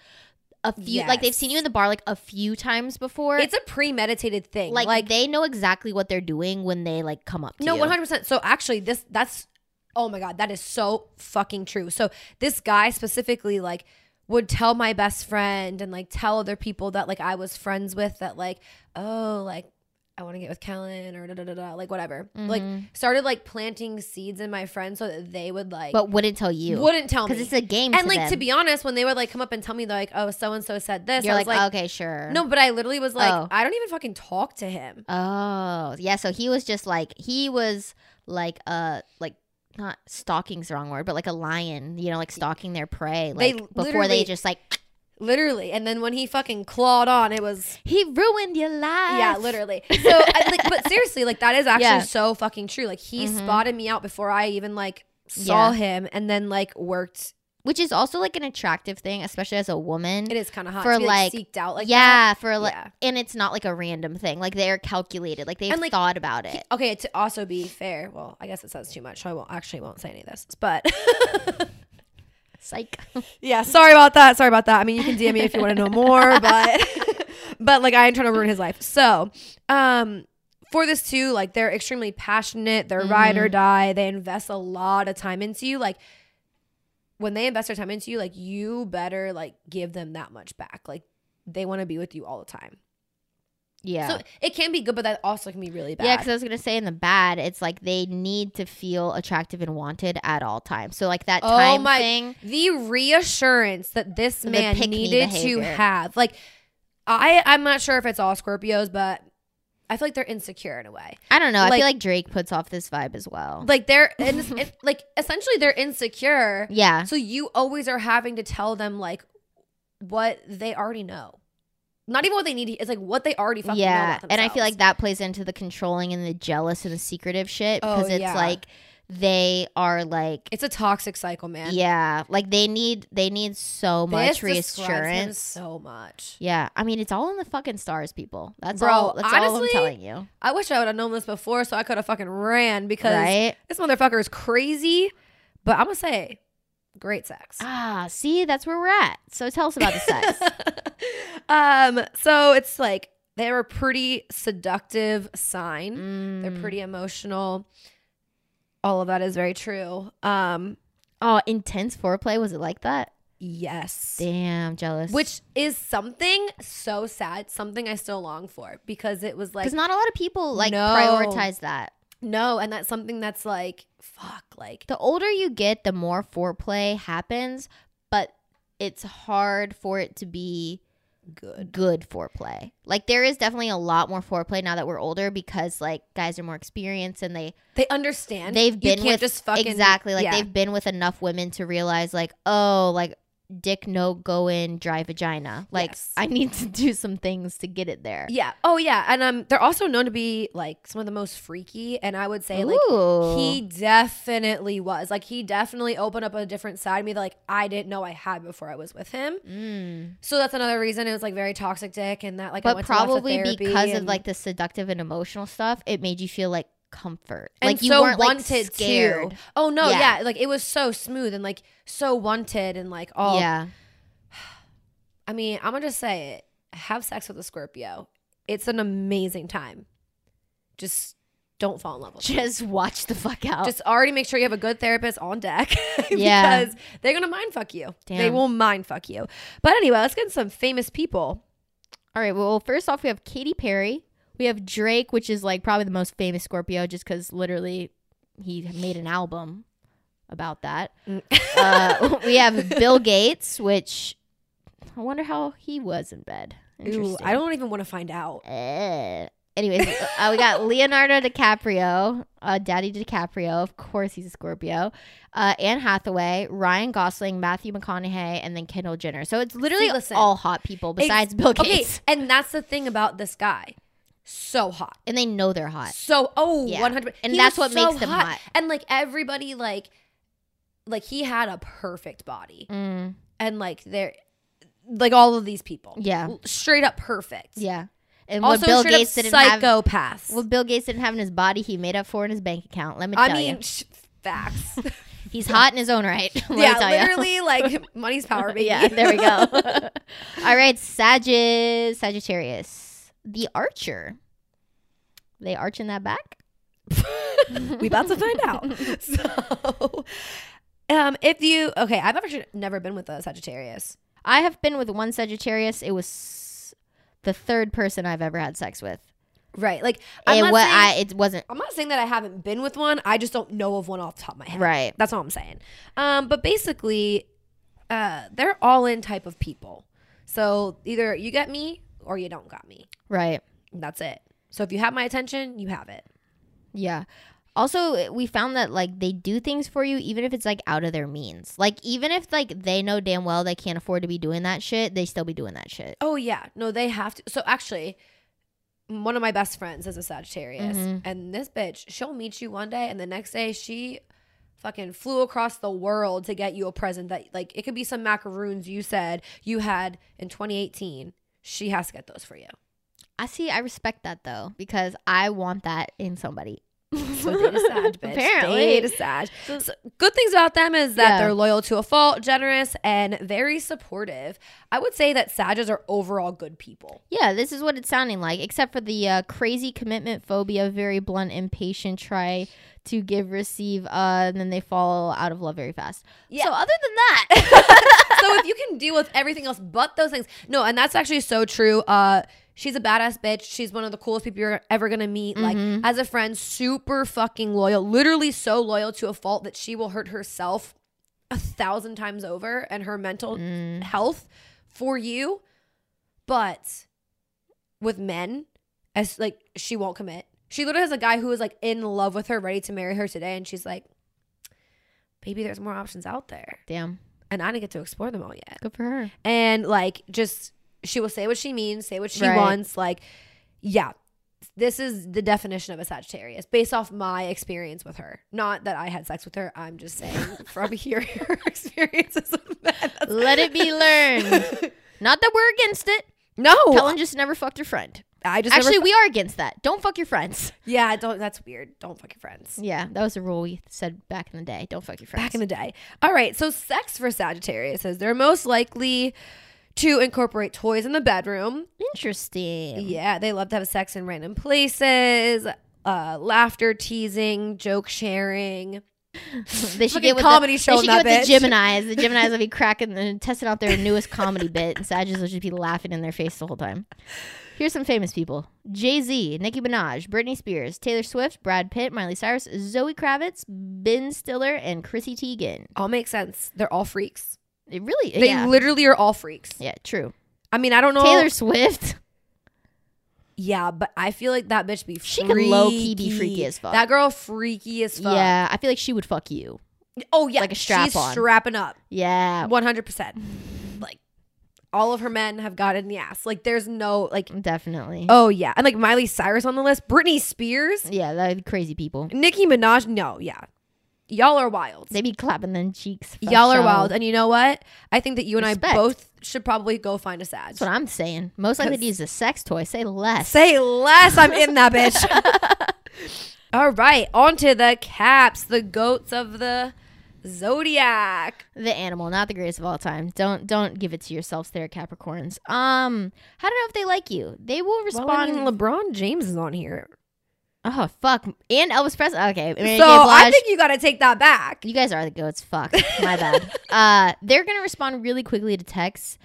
Speaker 1: a few like they've seen you in the bar like a few times before
Speaker 2: it's a premeditated thing.
Speaker 1: like,
Speaker 2: Like,
Speaker 1: they know exactly what they're doing when they like come up to
Speaker 2: no,
Speaker 1: you.
Speaker 2: one hundred percent. So actually, this that's oh my god, that is so fucking true. So this guy specifically, like, would tell my best friend and like tell other people that like I was friends with that like oh like I want to get with Kellen or da da da da like whatever like
Speaker 1: Mhm.
Speaker 2: started like planting seeds in my friends so that they would like
Speaker 1: but wouldn't tell you
Speaker 2: wouldn't tell me
Speaker 1: because it's a game
Speaker 2: and like to
Speaker 1: them.
Speaker 2: be honest when they would like come up and tell me they're like oh so and so said this
Speaker 1: You're
Speaker 2: i
Speaker 1: like,
Speaker 2: was like,
Speaker 1: okay, sure.
Speaker 2: no but i literally was like
Speaker 1: Oh.
Speaker 2: i don't even fucking talk to him
Speaker 1: Oh, yeah. So he was just like he was like uh like not stalking's the wrong word, but like a lion, you know, like stalking their prey,
Speaker 2: They
Speaker 1: like before
Speaker 2: literally-
Speaker 1: they just like
Speaker 2: literally and then when he fucking clawed on it was
Speaker 1: he ruined your life.
Speaker 2: yeah literally so I, like but seriously like that is actually
Speaker 1: Yeah.
Speaker 2: so fucking true like he
Speaker 1: Mhm.
Speaker 2: spotted me out before i even like saw
Speaker 1: Yeah.
Speaker 2: him and then like worked
Speaker 1: Which is also like an attractive thing, especially as a woman.
Speaker 2: it is kind of hot
Speaker 1: For,
Speaker 2: to be, like,
Speaker 1: like-
Speaker 2: seeked out like that.
Speaker 1: yeah, for like,
Speaker 2: Yeah.
Speaker 1: and it's not like a random thing. Like they're calculated. Like they've
Speaker 2: And, like,
Speaker 1: thought about it.
Speaker 2: okay to also be fair well i guess it says too much so i won't actually won't say any of this but
Speaker 1: Psych.
Speaker 2: Yeah, sorry about that. Sorry about that. I mean, you can DM me if you want to know more, but but like I ain't trying to ruin his life. So, um for this too, like they're extremely passionate, they're
Speaker 1: Mm-hmm.
Speaker 2: ride or die, they invest a lot of time into you. Like when they invest their time into you, like you better like give them that much back. Like they want to be with you all the time.
Speaker 1: yeah.
Speaker 2: So it can be good, but that also can be really bad.
Speaker 1: Yeah, because I was gonna say in the bad, it's like they need to feel attractive and wanted at all times. So like that
Speaker 2: Oh
Speaker 1: time
Speaker 2: my-
Speaker 1: thing,
Speaker 2: the reassurance that this
Speaker 1: The
Speaker 2: man
Speaker 1: pick me
Speaker 2: needed to
Speaker 1: behavior.
Speaker 2: have. Like, I I'm not sure if it's all Scorpios, but I feel like they're insecure in a way.
Speaker 1: I don't know. I
Speaker 2: Like-
Speaker 1: feel like Drake puts off this vibe as well.
Speaker 2: Like they're in this, it- like essentially they're insecure.
Speaker 1: yeah,
Speaker 2: So you always are having to tell them like what they already know. Not even what they need. It's like what they already fucking know
Speaker 1: yeah
Speaker 2: about
Speaker 1: and i feel
Speaker 2: themselves.
Speaker 1: like that plays into the controlling and the jealous and the secretive shit
Speaker 2: Oh,
Speaker 1: because it's
Speaker 2: yeah.
Speaker 1: like they are like
Speaker 2: it's a toxic cycle, man.
Speaker 1: yeah like they need they need so
Speaker 2: This
Speaker 1: much
Speaker 2: describes him
Speaker 1: reassurance
Speaker 2: So much.
Speaker 1: yeah i mean it's all in the fucking stars people that's
Speaker 2: Bro,
Speaker 1: all that's all i'm
Speaker 2: honestly,
Speaker 1: telling you
Speaker 2: I wish I would have known this before, so I could have fucking ran because
Speaker 1: right
Speaker 2: this motherfucker is crazy. But I'm gonna say, great sex.
Speaker 1: ah see that's where we're at so tell us about the sex
Speaker 2: um, so it's like they're a pretty seductive sign. They're
Speaker 1: Mm.
Speaker 2: pretty emotional. All of that is very true. Um,
Speaker 1: oh intense foreplay was it like that
Speaker 2: yes.
Speaker 1: damn jealous
Speaker 2: Which is something so sad, something I still long for because it was like
Speaker 1: because not a lot of people like
Speaker 2: No.
Speaker 1: prioritize that
Speaker 2: no, and that's something that's like fuck, like
Speaker 1: the older you get, the more foreplay happens, but it's hard for it to be
Speaker 2: good.
Speaker 1: good foreplay. Like there is definitely a lot more foreplay now that we're older because like guys are more experienced and they
Speaker 2: They understand.
Speaker 1: they've
Speaker 2: You
Speaker 1: been
Speaker 2: can't
Speaker 1: with
Speaker 2: just fucking
Speaker 1: exactly like
Speaker 2: yeah.
Speaker 1: they've been with enough women to realize like oh like dick no go in dry vagina like
Speaker 2: Yes.
Speaker 1: I need to do some things to get it there.
Speaker 2: Yeah. Oh yeah, and um they're also known to be like some of the most freaky and I would say like
Speaker 1: Ooh.
Speaker 2: He definitely was. Like he definitely opened up a different side of me that like I didn't know I had before I was with him.
Speaker 1: Mm.
Speaker 2: So that's another reason it was like very toxic dick and that like I
Speaker 1: but
Speaker 2: went to lots of
Speaker 1: probably
Speaker 2: therapy
Speaker 1: because of
Speaker 2: and-
Speaker 1: like the seductive and emotional stuff, it made you feel like comfort,
Speaker 2: and
Speaker 1: like you
Speaker 2: so
Speaker 1: weren't
Speaker 2: wanted
Speaker 1: like
Speaker 2: to.
Speaker 1: scared.
Speaker 2: Oh no,
Speaker 1: Yeah.
Speaker 2: yeah. Like it was so smooth and like so wanted and like all
Speaker 1: Yeah,
Speaker 2: I mean, I'm gonna just say it. Have sex with a Scorpio. It's an amazing time. Just don't fall in love with them.
Speaker 1: just watch the fuck out.
Speaker 2: Just already make sure you have a good therapist on deck.
Speaker 1: Oh. Yeah.
Speaker 2: Because they're going to mind fuck you. They
Speaker 1: Damn.
Speaker 2: will mind fuck you. But anyway, let's get some famous people.
Speaker 1: All right. Well, first off, we have Katy Perry. We have Drake, which is like probably the most famous Scorpio, just because literally he made an album about that. uh, we have Bill Gates, which I wonder how he was in bed.
Speaker 2: Ooh, I don't even want to find out.
Speaker 1: Eh. Anyways, uh, we got Leonardo DiCaprio, uh, Daddy DiCaprio. Of course, he's a Scorpio. Uh, Anne Hathaway, Ryan Gosling, Matthew McConaughey, and then Kendall Jenner. So it's literally
Speaker 2: See, listen.
Speaker 1: all hot people besides Bill
Speaker 2: Okay,
Speaker 1: Gates,
Speaker 2: and that's the thing about this guy. So hot.
Speaker 1: and they know they're hot.
Speaker 2: So oh,
Speaker 1: Yeah.
Speaker 2: 100
Speaker 1: And
Speaker 2: He
Speaker 1: that's
Speaker 2: was
Speaker 1: what makes them hot.
Speaker 2: And like everybody like like he had a perfect body.
Speaker 1: Mm,
Speaker 2: And like they're like all of these people.
Speaker 1: Yeah.
Speaker 2: Straight up perfect.
Speaker 1: yeah, and
Speaker 2: Also
Speaker 1: what Bill
Speaker 2: straight
Speaker 1: Gates
Speaker 2: up
Speaker 1: didn't have,
Speaker 2: psychopaths.
Speaker 1: what Bill Gates didn't have in his body, he made up for in his bank account. Let me tell
Speaker 2: I mean,
Speaker 1: you,
Speaker 2: sh- facts.
Speaker 1: he's hot in his own right. Let me
Speaker 2: yeah,
Speaker 1: tell you.
Speaker 2: literally, like money's power, baby.
Speaker 1: Uh, yeah, there we go. All right, Sagittarius, Sagittarius, the archer. They arching that back?
Speaker 2: we about to find out. So, um, if you okay, I've actually never been with a Sagittarius.
Speaker 1: I have been with one Sagittarius. It was the third person I've ever had sex with.
Speaker 2: Right, like I'm
Speaker 1: And
Speaker 2: not,
Speaker 1: what
Speaker 2: saying,
Speaker 1: I it wasn't
Speaker 2: I'm not saying that I haven't been with one. I just don't know of one off the top of my head.
Speaker 1: right.
Speaker 2: That's all I'm saying. Um, but basically, uh, they're all in type of people. So either you get me or you don't got me.
Speaker 1: Right.
Speaker 2: That's it. So if you have my attention, you have it.
Speaker 1: Yeah. Also, it- we found that like they do things for you even if it's like out of their means. Like even if like they know damn well they can't afford to be doing that shit, they still be doing that shit.
Speaker 2: Oh yeah, no, they have to. So actually, one of my best friends is a Sagittarius,
Speaker 1: Mhm.
Speaker 2: and this bitch, she'll meet you one day, and the next day she fucking flew across the world to get you a present that like it could be some macaroons you said you had in 2018. She has to get those for you.
Speaker 1: I see. I respect that though because I want that in somebody.
Speaker 2: So date a Sag, bitch.
Speaker 1: Apparently.
Speaker 2: Date a Sag. So good things about them is that
Speaker 1: Yeah.
Speaker 2: they're loyal to a fault, generous, and very supportive. I would say that Sages are overall good people.
Speaker 1: Yeah, this is what it's sounding like, except for the uh, crazy commitment phobia, very blunt, impatient, try to give, receive, uh, and then they fall out of love very fast.
Speaker 2: Yeah.
Speaker 1: So other than that,
Speaker 2: so if you can deal with everything else but those things, no, and that's actually so true. Uh, she's a badass bitch. She's one of the coolest people you're ever gonna meet. Like as a friend, super fucking loyal, literally so loyal to a fault that she will hurt herself a thousand times over and her mental health for you. But with men, as like she won't commit. She literally has a guy who is like in love with her, ready to marry her today, and she's like, "Baby, there's more options out there."
Speaker 1: damn,
Speaker 2: and I didn't get to explore them all yet.
Speaker 1: good for her.
Speaker 2: And like just She will say what she means, say what she
Speaker 1: Right.
Speaker 2: wants. Like, yeah, this is the definition of a Sagittarius based off my experience with her. Not that I had sex with her. I'm just saying from here, her experiences with men. That's-
Speaker 1: Let it be learned. Not that we're against it.
Speaker 2: No,
Speaker 1: Helen just never fucked her friend.
Speaker 2: I just
Speaker 1: Actually,
Speaker 2: actually,
Speaker 1: we are against that. Don't fuck your friends.
Speaker 2: yeah, don't. That's weird. Don't fuck your friends.
Speaker 1: Yeah, that was a rule we said back in the day. Don't fuck your friends.
Speaker 2: Back in the day. All right, so sex for Sagittarius is they're most likely to incorporate toys in the bedroom.
Speaker 1: Interesting.
Speaker 2: Yeah, they love to have sex in random places. Uh, laughter, teasing, joke sharing.
Speaker 1: They
Speaker 2: Fucking
Speaker 1: should get with
Speaker 2: comedy
Speaker 1: the,
Speaker 2: show
Speaker 1: They should
Speaker 2: in
Speaker 1: get with
Speaker 2: that
Speaker 1: the Gemini's. The Gemini's will be cracking and testing out their newest comedy bit, and Sagittarius will just be laughing in their face the whole time. Here's some famous people: Jay Z, Nicki Minaj, Britney Spears, Taylor Swift, Brad Pitt, Miley Cyrus, Zoe Kravitz, Ben Stiller, and Chrissy Teigen.
Speaker 2: All makes sense. They're all freaks.
Speaker 1: It really,
Speaker 2: They Oh.
Speaker 1: yeah,
Speaker 2: literally are all freaks.
Speaker 1: yeah, true.
Speaker 2: I mean, I don't know.
Speaker 1: Taylor Swift.
Speaker 2: Yeah, but I feel like that bitch be freaky.
Speaker 1: She could low-key be freaky as fuck.
Speaker 2: That girl freaky as fuck.
Speaker 1: Yeah, I feel like she would fuck you.
Speaker 2: Oh yeah,
Speaker 1: Like a strap
Speaker 2: She's
Speaker 1: on. Oh.
Speaker 2: strapping up.
Speaker 1: Yeah,
Speaker 2: One hundred percent. Like all of her men have got it in the ass. Like there's no like.
Speaker 1: definitely.
Speaker 2: Oh yeah, and like Miley Cyrus on the list, Britney Spears,
Speaker 1: Yeah, that'd be crazy people.
Speaker 2: Nicki Minaj. No, yeah, y'all are wild.
Speaker 1: They be clapping them cheeks. for
Speaker 2: Y'all are
Speaker 1: sure.
Speaker 2: wild, and you know what? I think that you and I
Speaker 1: Respect.
Speaker 2: both should probably go find a Sag.
Speaker 1: That's what I'm saying. Most likely to use a sex toy. Say less.
Speaker 2: Say less. I'm in that bitch. All right, on to the caps, the goats of the zodiac.
Speaker 1: the animal, not the greatest of all time. Don't don't give it to yourselves, there, Capricorns. Um, how do I know if they like you? They will respond.
Speaker 2: LeBron James is on here,
Speaker 1: oh fuck! And Elvis Presley. Okay, Mary J.
Speaker 2: so I
Speaker 1: Blige.
Speaker 2: think you got to take that back.
Speaker 1: you guys are the goats. Fuck, my bad. Uh, they're gonna respond really quickly to texts,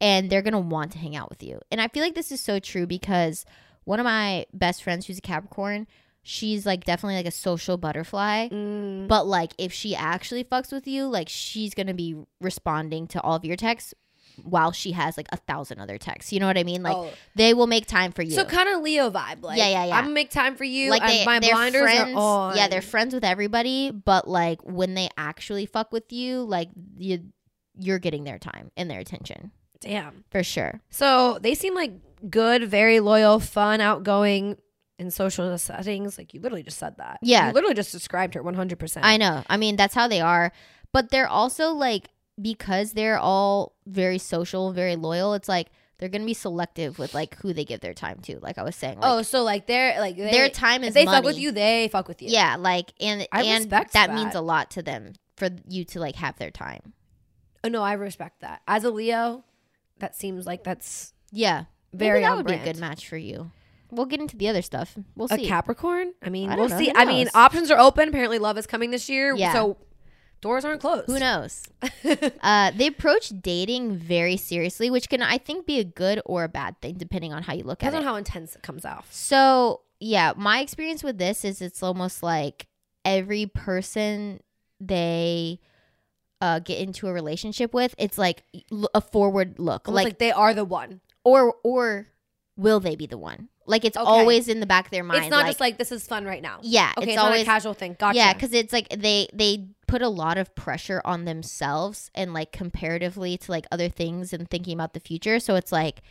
Speaker 1: and they're gonna want to hang out with you. And I feel like this is so true because one of my best friends, who's a Capricorn, she's like definitely like a social butterfly.
Speaker 2: Mm,
Speaker 1: But like if she actually fucks with you, like she's gonna be responding to all of your texts while she has like a thousand other texts. You know what I mean? Like
Speaker 2: Oh.
Speaker 1: they will make time for you.
Speaker 2: So kind of Leo vibe, like
Speaker 1: Yeah, yeah, yeah.
Speaker 2: I'm gonna make time for you.
Speaker 1: like
Speaker 2: I'm-
Speaker 1: they,
Speaker 2: my
Speaker 1: they're
Speaker 2: blinders
Speaker 1: friends.
Speaker 2: are on.
Speaker 1: Yeah, they're friends with everybody, but like when they actually fuck with you, like you you're getting their time and their attention.
Speaker 2: damn.
Speaker 1: For sure.
Speaker 2: So they seem like good, very loyal, fun, outgoing in social settings. Like you literally just said that.
Speaker 1: Yeah.
Speaker 2: You literally just described her 100%.
Speaker 1: I know. I mean, that's how they are. But they're also like because they're all very social, very loyal, it's like they're gonna be selective with like who they give their time to, like I was saying. Like,
Speaker 2: Oh, so like they're like Oh, they,
Speaker 1: their time is
Speaker 2: if they fuck with
Speaker 1: money.
Speaker 2: you, they fuck with you.
Speaker 1: Yeah, like and
Speaker 2: I
Speaker 1: and
Speaker 2: respect
Speaker 1: that, means a
Speaker 2: that.
Speaker 1: lot to them for you to like have their time.
Speaker 2: Oh, no, I respect that. As a Leo, that seems like that's
Speaker 1: Yeah,
Speaker 2: very
Speaker 1: Maybe that
Speaker 2: on
Speaker 1: would be a
Speaker 2: brand.
Speaker 1: good match for you. We'll get into the other stuff. We'll
Speaker 2: A
Speaker 1: see.
Speaker 2: Capricorn? I mean,
Speaker 1: I
Speaker 2: we'll
Speaker 1: don't know.
Speaker 2: see.
Speaker 1: Who
Speaker 2: I mean,
Speaker 1: knows?
Speaker 2: options are open. Apparently, love is coming this year.
Speaker 1: Yeah.
Speaker 2: So doors aren't closed.
Speaker 1: Who knows? uh, they approach dating very seriously, which can I think be a good or a bad thing depending on how you look
Speaker 2: Depends
Speaker 1: at
Speaker 2: on
Speaker 1: it.
Speaker 2: how intense it comes off.
Speaker 1: so yeah, my experience with this is it's almost like every person they uh, get into a relationship with, it's like l- a forward look,
Speaker 2: Almost
Speaker 1: like
Speaker 2: like, they are the one.
Speaker 1: or or will they be the one? Like it's
Speaker 2: Okay.
Speaker 1: always in the back of their mind.
Speaker 2: It's not just like this is fun right now.
Speaker 1: yeah,
Speaker 2: Okay, it's,
Speaker 1: it's,
Speaker 2: not
Speaker 1: always
Speaker 2: a casual thing. Gotcha.
Speaker 1: yeah, because it's like they they put a lot of pressure on themselves and like comparatively to like other things and thinking about the future. So it's like,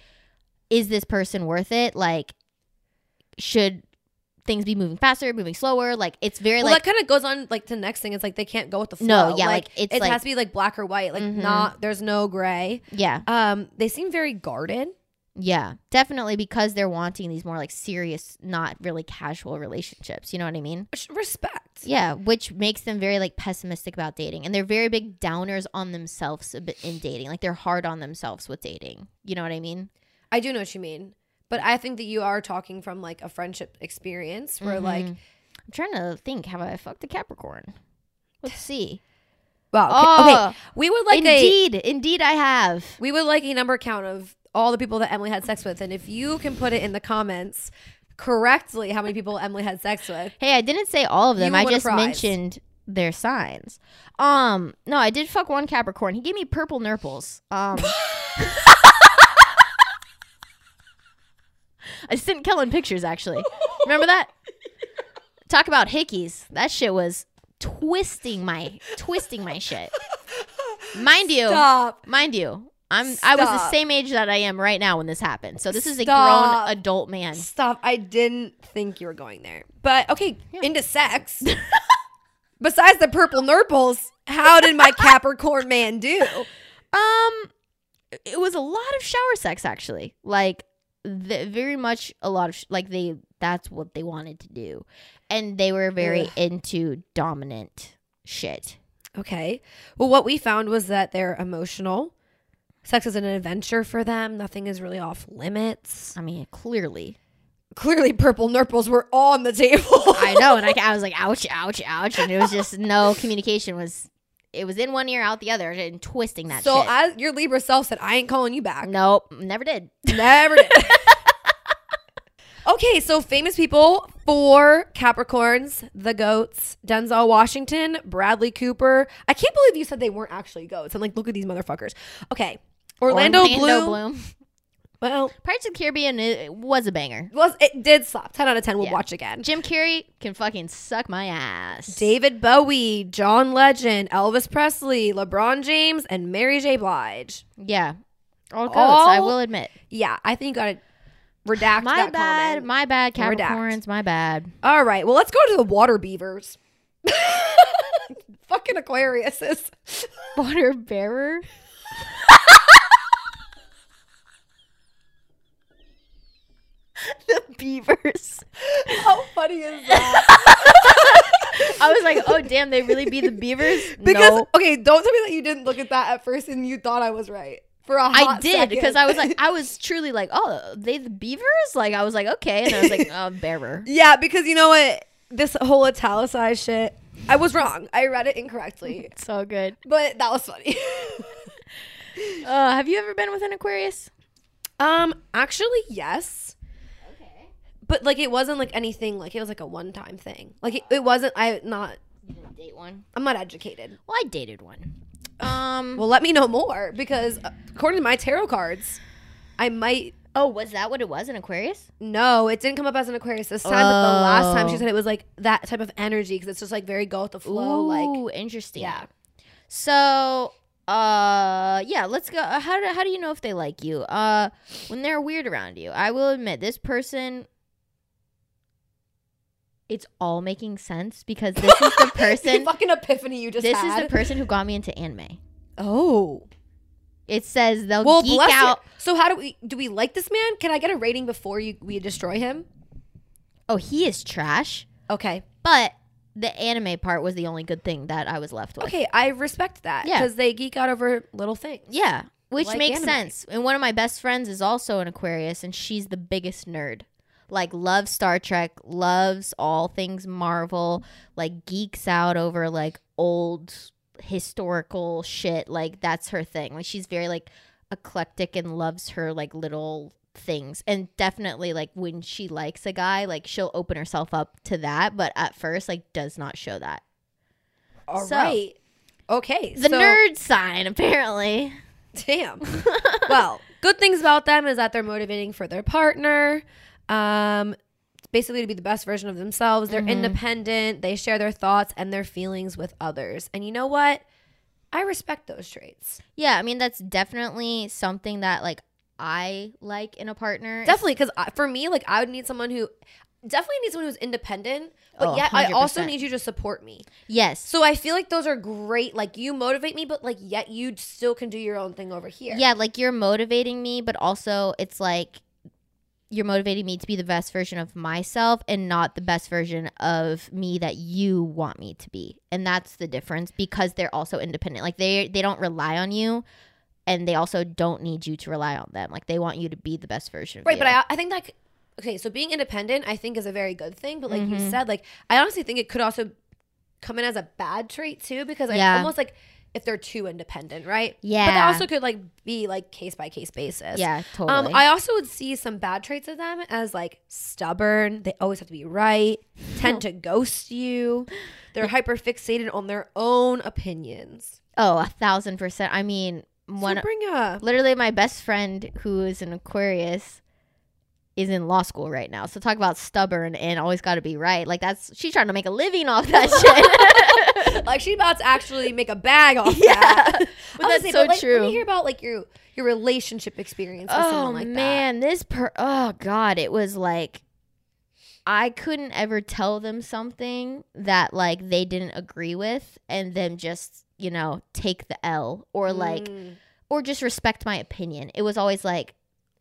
Speaker 1: is this person worth it? Like, should things be moving faster, moving slower? Like it's very
Speaker 2: Well,
Speaker 1: like
Speaker 2: that kind of goes on like to the next thing. It's like they can't go with the flow.
Speaker 1: No, yeah, like, it's
Speaker 2: it
Speaker 1: like-
Speaker 2: has to be like black or white. Like
Speaker 1: Mhm.
Speaker 2: not there's no gray.
Speaker 1: yeah,
Speaker 2: Um, they seem very guarded.
Speaker 1: yeah, definitely because they're wanting these more like serious, not really casual relationships. You know what I mean?
Speaker 2: Which respect.
Speaker 1: Yeah, which makes them very like pessimistic about dating, and they're very big downers on themselves a bit in dating. Like they're hard on themselves with dating. You know what I mean?
Speaker 2: I do know what you mean, but I think that you are talking from like a friendship experience where like
Speaker 1: Mhm. I'm trying to think. Have I fucked a Capricorn? Let's see.
Speaker 2: wow. Okay,
Speaker 1: Oh,
Speaker 2: okay. we would like a
Speaker 1: indeed, indeed, I have.
Speaker 2: we would like a number count of all the people that Emily had sex with, and if you can put it in the comments correctly, how many people Emily had sex with?
Speaker 1: Hey, I didn't say all of them.
Speaker 2: You
Speaker 1: I
Speaker 2: won a
Speaker 1: just
Speaker 2: prize.
Speaker 1: mentioned their signs. Um, no, I did fuck one Capricorn. He gave me purple nurples. Um. I sent Kellen pictures actually. Remember that? Talk about hickeys. That shit was twisting my twisting my shit. Mind you,
Speaker 2: Stop.
Speaker 1: mind you, I'm I was the
Speaker 2: Stop.
Speaker 1: same age that I am right now when this happened. So this is a
Speaker 2: Stop.
Speaker 1: grown adult man.
Speaker 2: Stop. I didn't think you were going there. But okay, into sex. Besides the purple nurples, how did my Capricorn man do?
Speaker 1: Um, it was a lot of shower sex actually. Like, the, very much a lot of sh- like they that's what they wanted to do, and they were very
Speaker 2: Ugh.
Speaker 1: into dominant shit.
Speaker 2: Okay. Well, what we found was that they're emotional. Sex is an adventure for them. Nothing is really off limits.
Speaker 1: I mean, clearly,
Speaker 2: Clearly, purple nurples were on the table.
Speaker 1: I know, and I, I was like, ouch, ouch, ouch, and it was just no communication was. It was in one ear, out the other, and twisting that
Speaker 2: so
Speaker 1: shit.
Speaker 2: as your Libra self said, I ain't calling you back.
Speaker 1: nope, never did.
Speaker 2: Never did. okay, so famous people for Capricorns, the goats, Denzel Washington, Bradley Cooper. I can't believe you said they weren't actually goats. I'm like, look at these motherfuckers. Okay. Orlando, Bloom. Well,
Speaker 1: Pirates of the Caribbean it was a banger.
Speaker 2: was it did slap. 10 out of 10. We'll
Speaker 1: Yeah.
Speaker 2: watch again.
Speaker 1: Jim Carrey can fucking suck my ass.
Speaker 2: David Bowie, John Legend, Elvis Presley, LeBron James, and Mary J. Blige.
Speaker 1: Yeah. All goats, I
Speaker 2: All
Speaker 1: will admit.
Speaker 2: Yeah, I think you gotta redact
Speaker 1: My
Speaker 2: that
Speaker 1: bad,
Speaker 2: comment.
Speaker 1: my bad,
Speaker 2: Redact.
Speaker 1: Capricorns, my bad.
Speaker 2: All right, well, let's go to the water beavers. Fucking Aquariuses.
Speaker 1: Water bearer. the beavers.
Speaker 2: How funny is that?
Speaker 1: I was like, oh damn, they really be the beavers?
Speaker 2: because
Speaker 1: no.
Speaker 2: okay, don't tell me that you didn't look at that at first and you thought I was right for a hot
Speaker 1: I did because
Speaker 2: second.
Speaker 1: I was like, I was truly like, oh, they the beavers? Like I was like, okay, and I was like, uh, bearer.
Speaker 2: yeah, because you know what? This whole italicized shit. I was wrong. I read it incorrectly,
Speaker 1: So good.
Speaker 2: but that was funny.
Speaker 1: Uh, have you ever been with an Aquarius?
Speaker 2: Um, actually, yes. But like it wasn't like anything like it was like a one time thing. Like it, it wasn't I not
Speaker 1: You didn't date one.
Speaker 2: I'm not educated.
Speaker 1: Well, I dated one. Um.
Speaker 2: Well, let me know more because uh, according to my tarot cards, I might
Speaker 1: oh, was that what it was? An Aquarius?
Speaker 2: no, it didn't come up as an Aquarius this time. But the last time she
Speaker 1: Oh.
Speaker 2: said it was like that type of energy because it's just like very go with the flow. Like
Speaker 1: Ooh, interesting.
Speaker 2: yeah,
Speaker 1: So, uh, yeah. Let's go. uh, How do how do you know if they like you? Uh, when they're weird around you. I will admit, this person. It's all making sense because this is the person.
Speaker 2: fucking epiphany you just
Speaker 1: this is
Speaker 2: had.
Speaker 1: the person who got me into anime.
Speaker 2: oh
Speaker 1: It says they'll
Speaker 2: well,
Speaker 1: geek
Speaker 2: bless you.
Speaker 1: out.
Speaker 2: So how do we do we like this man? Can I get a rating before you we destroy him?
Speaker 1: Oh, he is trash.
Speaker 2: Okay,
Speaker 1: But the anime part was the only good thing that I was left with.
Speaker 2: Okay, I respect that
Speaker 1: Yeah.
Speaker 2: because they geek out over little things.
Speaker 1: Yeah, which
Speaker 2: Like
Speaker 1: makes
Speaker 2: anime.
Speaker 1: sense. And one of my best friends is also an Aquarius, and she's the biggest nerd. Like loves Star Trek, loves all things Marvel, like geeks out over like old historical shit. Like that's her thing. Like she's very like eclectic and loves her like little things. And definitely like when she likes a guy, like she'll open herself up to that, but at first like does not show that.
Speaker 2: All right.
Speaker 1: So-
Speaker 2: Okay.
Speaker 1: The
Speaker 2: so-
Speaker 1: nerd sign apparently.
Speaker 2: Damn. well, good things about them is that they're motivating for their partner. Um, basically to be the best version of themselves. They're independent. They share their thoughts and their feelings with others. And you know what? I respect those traits.
Speaker 1: Yeah, I mean that's definitely something that like I like in a partner.
Speaker 2: Definitely, because for me, like I would need someone who definitely need someone who's independent, but
Speaker 1: Oh,
Speaker 2: yet I also
Speaker 1: 100%.
Speaker 2: need you to support me.
Speaker 1: yes.
Speaker 2: So I feel like those are great. Like you motivate me, but like yet you still can do your own thing over here.
Speaker 1: Yeah, like you're motivating me, but also it's like you're motivating me to be the best version of myself and not the best version of me that you want me to be. And that's the difference because they're also independent. Like they they don't rely on you and they also don't need you to rely on them. Like they want you to be the best version of
Speaker 2: Right.
Speaker 1: you.
Speaker 2: But I, I think that, c- okay, so being independent, I think is a very good thing. But like
Speaker 1: Mm-hmm.
Speaker 2: you said, like I honestly think it could also come in as a bad trait too, because I
Speaker 1: Yeah.
Speaker 2: almost like if they're too independent, right? But
Speaker 1: Yeah.
Speaker 2: that also could like be like case by case basis.
Speaker 1: Yeah, totally.
Speaker 2: Um, I also would see some bad traits of them as like stubborn. They always have to be right. Tend to ghost you. They're hyper fixated on their own opinions.
Speaker 1: oh, a thousand percent. I mean
Speaker 2: So
Speaker 1: one
Speaker 2: bring up.
Speaker 1: literally my best friend who is an aquarius is in law school right now. So talk about stubborn and always got to be right. Like that's she's trying to make a living off that shit.
Speaker 2: like she about to actually make a bag off
Speaker 1: Yeah.
Speaker 2: that.
Speaker 1: But that's
Speaker 2: Honestly,
Speaker 1: so
Speaker 2: like, Let
Speaker 1: true.
Speaker 2: me hear about like your your relationship experience with
Speaker 1: oh
Speaker 2: someone like that.
Speaker 1: man, this per oh god, it was like I couldn't ever tell them something that like they didn't agree with and then just, you know, take the L or like
Speaker 2: Mm.
Speaker 1: or just respect my opinion. It was always like,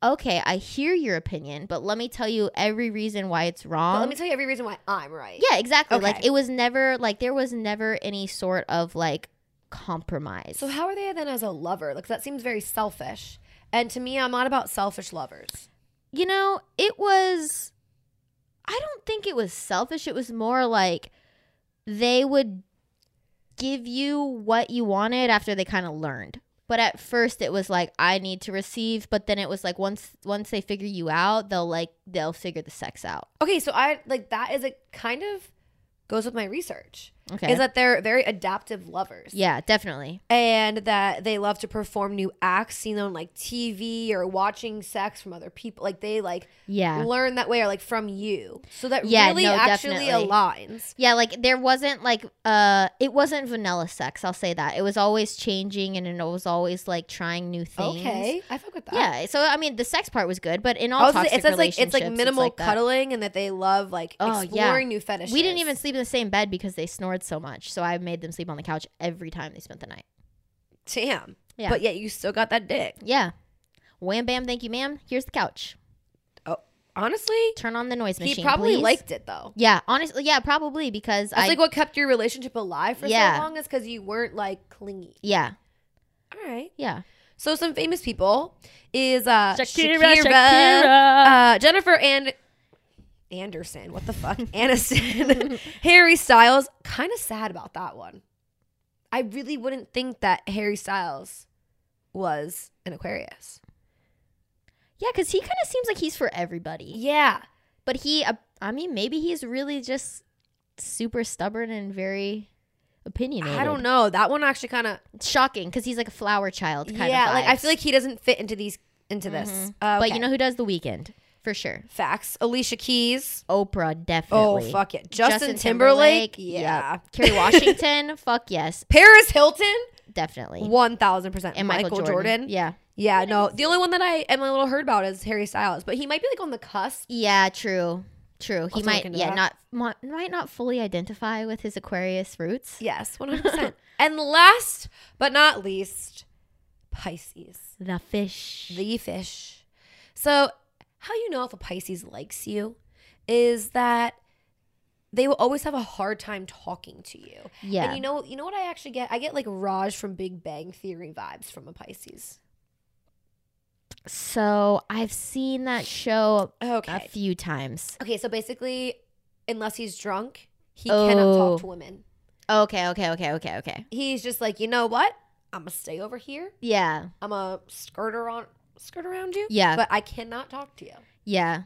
Speaker 1: okay, I hear your opinion, but let me tell you every reason why it's
Speaker 2: But
Speaker 1: wrong.
Speaker 2: let me tell you every reason why I'm right.
Speaker 1: Yeah, exactly. Like
Speaker 2: Okay.
Speaker 1: it was never like there was never any sort of like compromise.
Speaker 2: So how are they then as a lover? Like that seems very selfish. And to me, I'm not about selfish lovers.
Speaker 1: you know, it was I don't think it was selfish. It was more like they would give you what you wanted after they kind of learned. But at first it was like I need to receive, but then it was like once once they figure you out, they'll like they'll figure the sex out.
Speaker 2: Okay, so I like that is a kind of goes with my research.
Speaker 1: Okay.
Speaker 2: Is that they're very adaptive lovers.
Speaker 1: yeah, definitely.
Speaker 2: and that they love to perform new acts seen on like TV or watching sex from other people. Like they like
Speaker 1: Yeah.
Speaker 2: learn that way or like from you. So that
Speaker 1: Yeah,
Speaker 2: really
Speaker 1: no,
Speaker 2: actually
Speaker 1: definitely.
Speaker 2: aligns.
Speaker 1: Yeah, like there wasn't like uh it wasn't vanilla sex, I'll say that. It was always changing and it was always like trying new things.
Speaker 2: Okay, I fuck with that.
Speaker 1: Yeah, so I mean the sex part was good, but in all
Speaker 2: Also,
Speaker 1: toxic
Speaker 2: it says like it's
Speaker 1: relationships,
Speaker 2: like minimal
Speaker 1: like that.
Speaker 2: cuddling and that they love like
Speaker 1: Oh, yeah.
Speaker 2: exploring new fetishes.
Speaker 1: We didn't even sleep in the same bed because they snored so much. So I made them sleep on the couch every time they spent the night.
Speaker 2: damn.
Speaker 1: Yeah.
Speaker 2: But yet you still got that dick.
Speaker 1: Yeah. Wham bam, thank you, ma'am. Here's the couch.
Speaker 2: Honestly,
Speaker 1: Turn on the noise machine.
Speaker 2: he probably
Speaker 1: please.
Speaker 2: liked it though.
Speaker 1: Yeah, honestly, yeah, probably because
Speaker 2: That's
Speaker 1: I
Speaker 2: like what kept your relationship alive for
Speaker 1: Yeah.
Speaker 2: so long is because you weren't like clingy.
Speaker 1: yeah,
Speaker 2: All right.
Speaker 1: yeah.
Speaker 2: So some famous people is uh,
Speaker 1: Shakira,
Speaker 2: Shakira,
Speaker 1: Shakira.
Speaker 2: Uh, Jennifer and Anderson. What the fuck, Aniston, Harry Styles. Kind of sad about that one. I really wouldn't think that Harry Styles was an Aquarius.
Speaker 1: Yeah, cuz he kind of seems like he's for everybody.
Speaker 2: Yeah,
Speaker 1: But he, uh, I mean, maybe he's really just super stubborn and very opinionated.
Speaker 2: I don't know. That one actually kind of
Speaker 1: Shocking because he's like a flower child kind
Speaker 2: yeah.
Speaker 1: of.
Speaker 2: Like I
Speaker 1: vibes.
Speaker 2: feel like he doesn't fit into these into this.
Speaker 1: Mhm.
Speaker 2: Uh,
Speaker 1: But you know who does the weekend for sure?
Speaker 2: facts. Alicia Keys.
Speaker 1: Oprah
Speaker 2: Oh
Speaker 1: definitely.
Speaker 2: fuck it. Justin, Timberlake. Yeah.
Speaker 1: yep. Kerry Washington. fuck yes,
Speaker 2: Paris Hilton.
Speaker 1: definitely.
Speaker 2: One thousand percent.
Speaker 1: And Michael, Jordan. Yeah.
Speaker 2: Yeah, no. The only one that I am a little heard about is Harry Styles, but he might be like on the cusp.
Speaker 1: Yeah. True. True. He
Speaker 2: Also look
Speaker 1: might.
Speaker 2: into
Speaker 1: Yeah.
Speaker 2: that.
Speaker 1: Not mo- might not fully identify with his Aquarius roots.
Speaker 2: Yes, one hundred percent. And last but not least, Pisces,
Speaker 1: The fish.
Speaker 2: the fish. So, how you know if a Pisces likes you is that they will always have a hard time talking to you.
Speaker 1: yeah.
Speaker 2: And you know, you know what I actually get? I get like Raj from Big Bang Theory vibes from a Pisces.
Speaker 1: so I've seen that show
Speaker 2: Okay.
Speaker 1: a few times.
Speaker 2: Okay, so basically, unless he's drunk, he cannot
Speaker 1: Oh.
Speaker 2: talk to women.
Speaker 1: Okay, okay, okay, okay, okay.
Speaker 2: He's just like, you know what? I'm gonna stay over here.
Speaker 1: Yeah,
Speaker 2: I'm a skirt around, skirt around you.
Speaker 1: Yeah.
Speaker 2: but I cannot talk to you.
Speaker 1: yeah.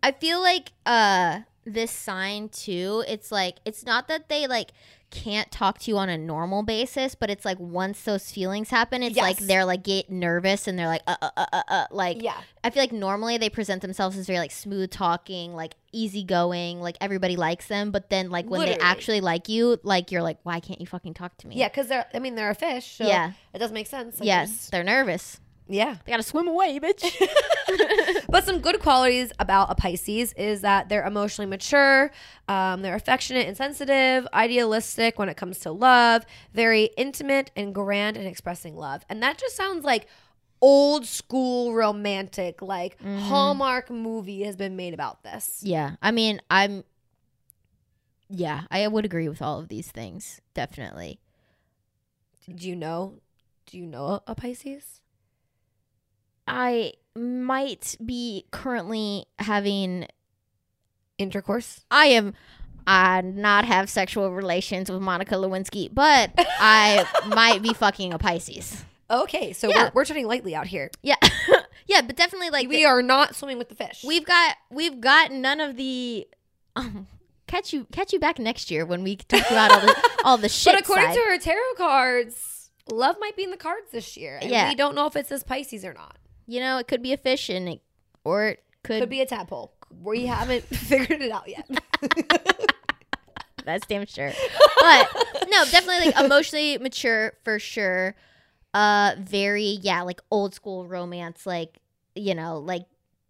Speaker 1: I feel like uh this sign too, it's like it's not that they like can't talk to you on a normal basis, but it's like once those feelings happen, it's like
Speaker 2: Yes.
Speaker 1: they're like get nervous and they're like uh uh uh uh, uh like
Speaker 2: yeah,
Speaker 1: I feel like normally they present themselves as very like smooth talking, like easygoing, like everybody likes them, but then like when they
Speaker 2: Literally.
Speaker 1: actually like you, like you're like why can't you fucking talk to me?
Speaker 2: yeah, because they're. I mean, they're a fish. So
Speaker 1: Yeah.
Speaker 2: it does make sense. I
Speaker 1: Yes,
Speaker 2: guess.
Speaker 1: they're nervous.
Speaker 2: yeah.
Speaker 1: They got to swim away, bitch.
Speaker 2: But some good qualities about a Pisces is that they're emotionally mature, um, they're affectionate and sensitive, idealistic when it comes to love, very intimate and grand in expressing love. And that just sounds like old school romantic, like Hallmark movie has been made about this.
Speaker 1: Yeah. I mean, I'm Yeah, I would agree with all of these things. Definitely.
Speaker 2: Do you know? Do you know a, a Pisces?
Speaker 1: I might be currently having
Speaker 2: Intercourse?
Speaker 1: I am I not have sexual relations with Monica Lewinsky, but I might be fucking a Pisces.
Speaker 2: Okay, so
Speaker 1: Yeah.
Speaker 2: we're, we're treading lightly out here.
Speaker 1: Yeah. yeah, but definitely like
Speaker 2: we
Speaker 1: we
Speaker 2: are not swimming with the fish.
Speaker 1: we've got we've got none of the um, catch you catch you back next year when we talk about all the all the shit.
Speaker 2: But according
Speaker 1: side.
Speaker 2: to her tarot cards, love might be in the cards this year. And
Speaker 1: Yeah.
Speaker 2: we don't know if it says Pisces or not.
Speaker 1: you know, it could be a fish and it, or it Could,
Speaker 2: Could be a tadpole. We haven't figured it out yet.
Speaker 1: That's damn sure. But no, definitely like emotionally mature for sure. Uh very, yeah, like old school romance, like you know, like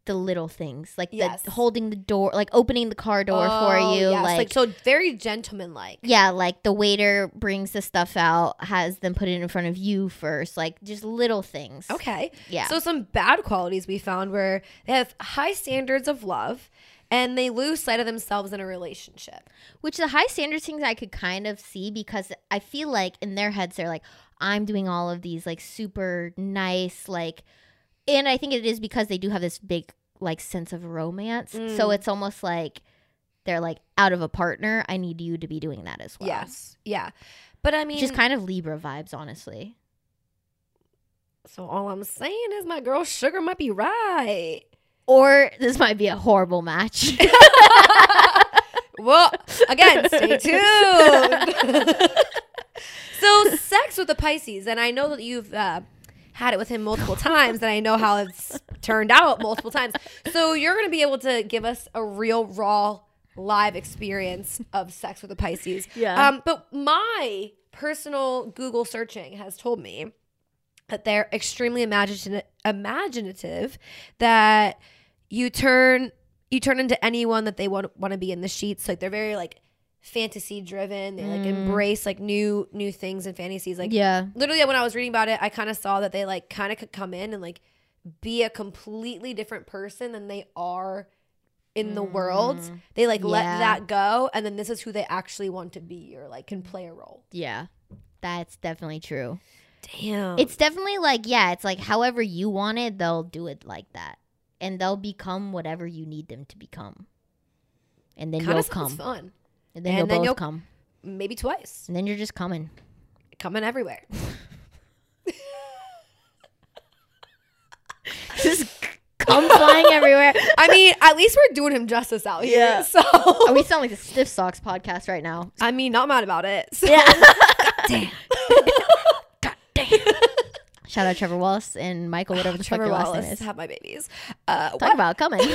Speaker 1: the little things. Like
Speaker 2: Yes.
Speaker 1: the holding the door like opening the car door for you.
Speaker 2: Oh, yes,
Speaker 1: Like,
Speaker 2: so very gentlemanlike.
Speaker 1: yeah, like the waiter brings the stuff out, has them put it in front of you first. Like just little things.
Speaker 2: Okay.
Speaker 1: Yeah.
Speaker 2: So some bad qualities we found were they have high standards of love and they lose sight of themselves in a relationship.
Speaker 1: Which the high standards things I could kind of see because I feel like in their heads they're like, I'm doing all of these like super nice, like and I think it is because they do have this big like sense of romance. So
Speaker 2: Mm.
Speaker 1: it's almost like they're like out of a partner, I need you to be doing that as well.
Speaker 2: Yes. Yeah. But I mean
Speaker 1: Which is kind of Libra vibes, honestly.
Speaker 2: so all I'm saying is my girl sugar might be right.
Speaker 1: Or this might be a horrible match.
Speaker 2: Well, again, stay tuned. so sex with the Pisces, and I know that you've uh, had it with him multiple times, and I know how it's turned out multiple times. So you're going to be able to give us a real raw live experience of sex with the Pisces.
Speaker 1: Yeah.
Speaker 2: Um, but my personal Google searching has told me that they're extremely imaginative, imaginative that you turn you turn into anyone that they want want to be in the sheets. Like they're very like fantasy driven. They like embrace like new new things and fantasies. Like
Speaker 1: Mm. yeah.
Speaker 2: literally when I was reading about it, I kind of saw that they like kind of could come in and like be a completely different person than they are in the world. They like let
Speaker 1: Mm. Yeah.
Speaker 2: that go and then this is who they actually want to be or like can play a role.
Speaker 1: Yeah. That's definitely true.
Speaker 2: Damn.
Speaker 1: It's definitely like, yeah, it's like however you want it, they'll do it like that. And they'll become whatever you need them to become. And then
Speaker 2: kind
Speaker 1: you'll
Speaker 2: of
Speaker 1: come.
Speaker 2: fun.
Speaker 1: And then
Speaker 2: And
Speaker 1: you'll
Speaker 2: then
Speaker 1: both
Speaker 2: you'll-
Speaker 1: come.
Speaker 2: Maybe twice.
Speaker 1: And then you're just coming.
Speaker 2: Coming everywhere.
Speaker 1: Just come flying everywhere.
Speaker 2: I mean, at least we're doing him justice out here.
Speaker 1: Yeah.
Speaker 2: So
Speaker 1: Oh, we sound like the Stiff Socks podcast right now.
Speaker 2: I mean, not mad about it. So.
Speaker 1: Yeah. Damn. God damn. Shout out Trevor Wallace and Michael, whatever the
Speaker 2: Trevor
Speaker 1: fuck your last name
Speaker 2: Wallace,
Speaker 1: is.
Speaker 2: have my babies. Uh,
Speaker 1: Talk about coming.
Speaker 2: so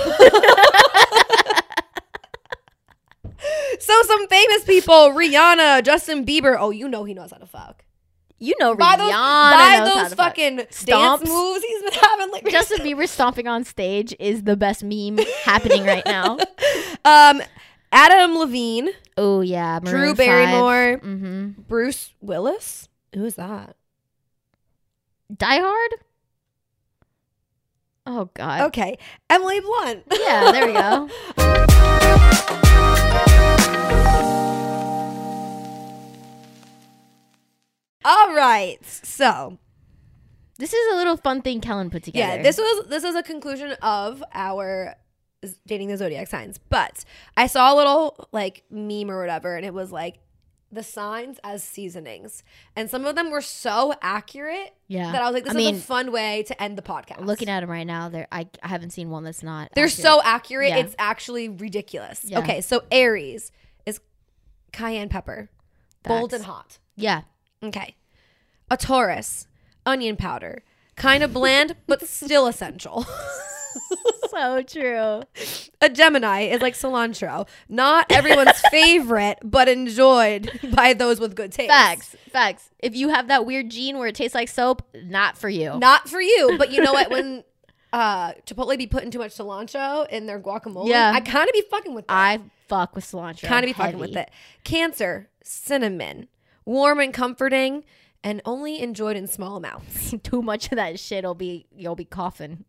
Speaker 2: some famous people: Rihanna, Justin Bieber. Oh, you know he knows how to fuck.
Speaker 1: you know, Rihanna.
Speaker 2: By those,
Speaker 1: knows
Speaker 2: by
Speaker 1: how
Speaker 2: those
Speaker 1: to fuck.
Speaker 2: fucking dance
Speaker 1: Stomps.
Speaker 2: moves he's been having. Like
Speaker 1: Justin Bieber stomping on stage is the best meme happening right now.
Speaker 2: um, Adam Levine,
Speaker 1: Oh yeah,
Speaker 2: Drew Barrymore,
Speaker 1: hmm
Speaker 2: Bruce Willis. Who is that?
Speaker 1: Die Hard. Oh god.
Speaker 2: Okay, Emily Blunt.
Speaker 1: Yeah, there we go.
Speaker 2: All right, so
Speaker 1: This is a little fun thing Kellen put together.
Speaker 2: Yeah, this was this is a conclusion of our z- dating the zodiac signs. But I saw a little like meme or whatever, and it was like the signs as seasonings, and some of them were so accurate
Speaker 1: Yeah.
Speaker 2: that I was like, "This
Speaker 1: I
Speaker 2: is
Speaker 1: mean-
Speaker 2: a fun way to end the podcast."
Speaker 1: Looking at them right now, there I, I haven't seen one that's not.
Speaker 2: they're
Speaker 1: accurate.
Speaker 2: so accurate,
Speaker 1: Yeah.
Speaker 2: it's actually ridiculous.
Speaker 1: Yeah.
Speaker 2: Okay, so Aries is cayenne pepper, bold
Speaker 1: Facts.
Speaker 2: and hot.
Speaker 1: Yeah.
Speaker 2: Okay, a Taurus, onion powder, kind of bland but still essential.
Speaker 1: So true.
Speaker 2: A Gemini is like cilantro, not everyone's favorite, but enjoyed by those with good taste.
Speaker 1: Facts. Facts. If you have that weird gene where it tastes like soap, not for you.
Speaker 2: Not for you, but you know what? When uh, Chipotle be putting too much cilantro in their guacamole,
Speaker 1: Yeah.
Speaker 2: I kind of be fucking with that.
Speaker 1: I fuck with cilantro.
Speaker 2: kind of be fucking with
Speaker 1: heavy.
Speaker 2: it. Cancer, cinnamon, warm and comforting, and only enjoyed in small amounts.
Speaker 1: Too much of that shit will be you'll be coughing,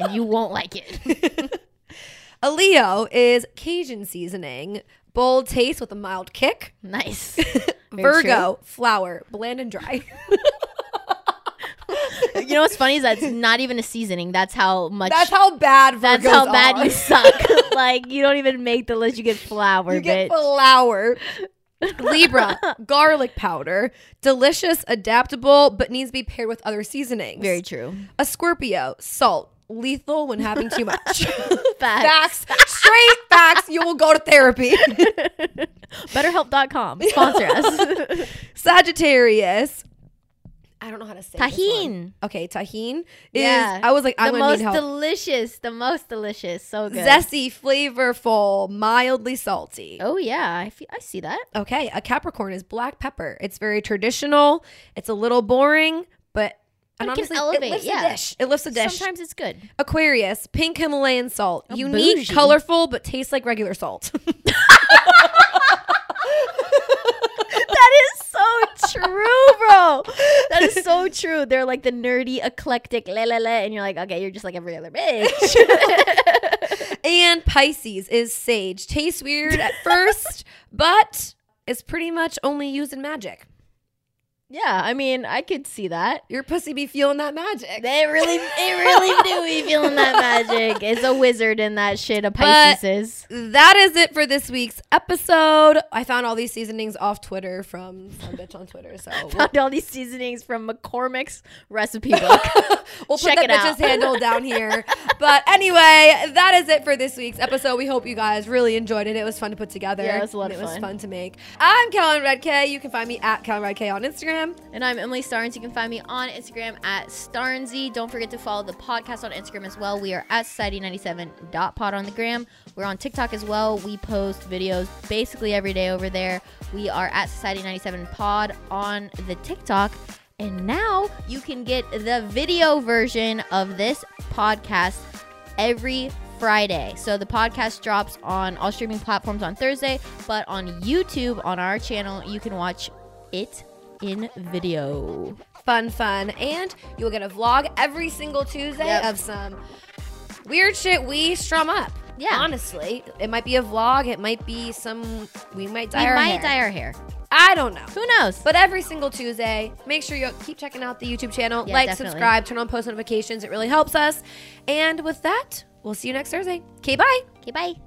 Speaker 1: and you won't like it.
Speaker 2: A Leo is Cajun seasoning, bold taste with a mild kick.
Speaker 1: Nice. Very true.
Speaker 2: Virgo, flour, bland and dry.
Speaker 1: You know what's funny is that's not even a seasoning. That's how much.
Speaker 2: That's
Speaker 1: That's,
Speaker 2: how bad Virgos
Speaker 1: how bad
Speaker 2: are.
Speaker 1: you suck. like you don't even make the list. You get flour,
Speaker 2: You get
Speaker 1: bitch.
Speaker 2: flour. Libra, garlic powder, delicious, adaptable, but needs to be paired with other seasonings.
Speaker 1: Very true.
Speaker 2: A Scorpio, salt, lethal when having too much.
Speaker 1: Facts.
Speaker 2: facts, straight facts. You will go to therapy.
Speaker 1: BetterHelp.com sponsor us.
Speaker 2: Sagittarius, I don't know how to say this one.
Speaker 1: Tahine.
Speaker 2: Okay, tahine is.
Speaker 1: Yeah.
Speaker 2: I was like, I'm
Speaker 1: the
Speaker 2: gonna
Speaker 1: most
Speaker 2: need help.
Speaker 1: delicious. The most delicious. So good.
Speaker 2: Zesty, flavorful, mildly salty.
Speaker 1: Oh yeah, I feel, I see that.
Speaker 2: Okay, a Capricorn is black pepper. It's very traditional. It's a little boring, but and
Speaker 1: It can
Speaker 2: honestly,
Speaker 1: elevate,
Speaker 2: it lifts
Speaker 1: yeah.
Speaker 2: a dish. It lifts a dish.
Speaker 1: Sometimes it's good.
Speaker 2: Aquarius, pink Himalayan salt.
Speaker 1: Oh,
Speaker 2: Unique,
Speaker 1: bougie.
Speaker 2: colorful, but tastes like regular salt.
Speaker 1: that is so true, bro. That is so true. They're like the nerdy, eclectic, la la la, and you're like, okay, you're just like every other bitch.
Speaker 2: and Pisces is sage. Tastes weird at first, but is pretty much only used in magic.
Speaker 1: yeah, I mean, I could see that.
Speaker 2: Your pussy be feeling that magic.
Speaker 1: They really, they really do be feeling that magic. It's a wizard in that shit. A Pisces is.
Speaker 2: that is it for this week's episode. I found all these seasonings off Twitter from some bitch on Twitter. So we'll,
Speaker 1: Found all these seasonings from McCormick's recipe book.
Speaker 2: we'll put
Speaker 1: Check
Speaker 2: that
Speaker 1: it out.
Speaker 2: bitch's handle down here. But anyway, that is it for this week's episode. We hope you guys really enjoyed it. It was fun to put together.
Speaker 1: Yeah, it was a lot of
Speaker 2: It was
Speaker 1: fun.
Speaker 2: fun to make. I'm Kellen Redk. You can find me at Kellen Redk on Instagram.
Speaker 1: And I'm Emily Starnes. You can find me on Instagram at Starnsy. Don't forget to follow the podcast on Instagram as well. We are at E Society97.pod on the gram. We're on TikTok as well. We post videos basically every day over there. We are at E Society97pod on the TikTok. And now you can get the video version of this podcast every Friday. So the podcast drops on all streaming platforms on Thursday, but on YouTube on our channel, you can watch it in video.
Speaker 2: Fun, fun. And you'll get a vlog every single Tuesday
Speaker 1: Yep.
Speaker 2: of some weird shit we strum up.
Speaker 1: Yeah.
Speaker 2: Honestly, it might be a vlog. It might be some. We might dye
Speaker 1: we
Speaker 2: our
Speaker 1: might
Speaker 2: hair.
Speaker 1: dye our hair.
Speaker 2: I don't know.
Speaker 1: Who knows?
Speaker 2: But every single Tuesday, make sure you keep checking out the YouTube channel,
Speaker 1: Yeah,
Speaker 2: like,
Speaker 1: definitely.
Speaker 2: subscribe, turn on post notifications. It really helps us. And with that, we'll see you next Thursday. Okay, bye.
Speaker 1: okay, bye.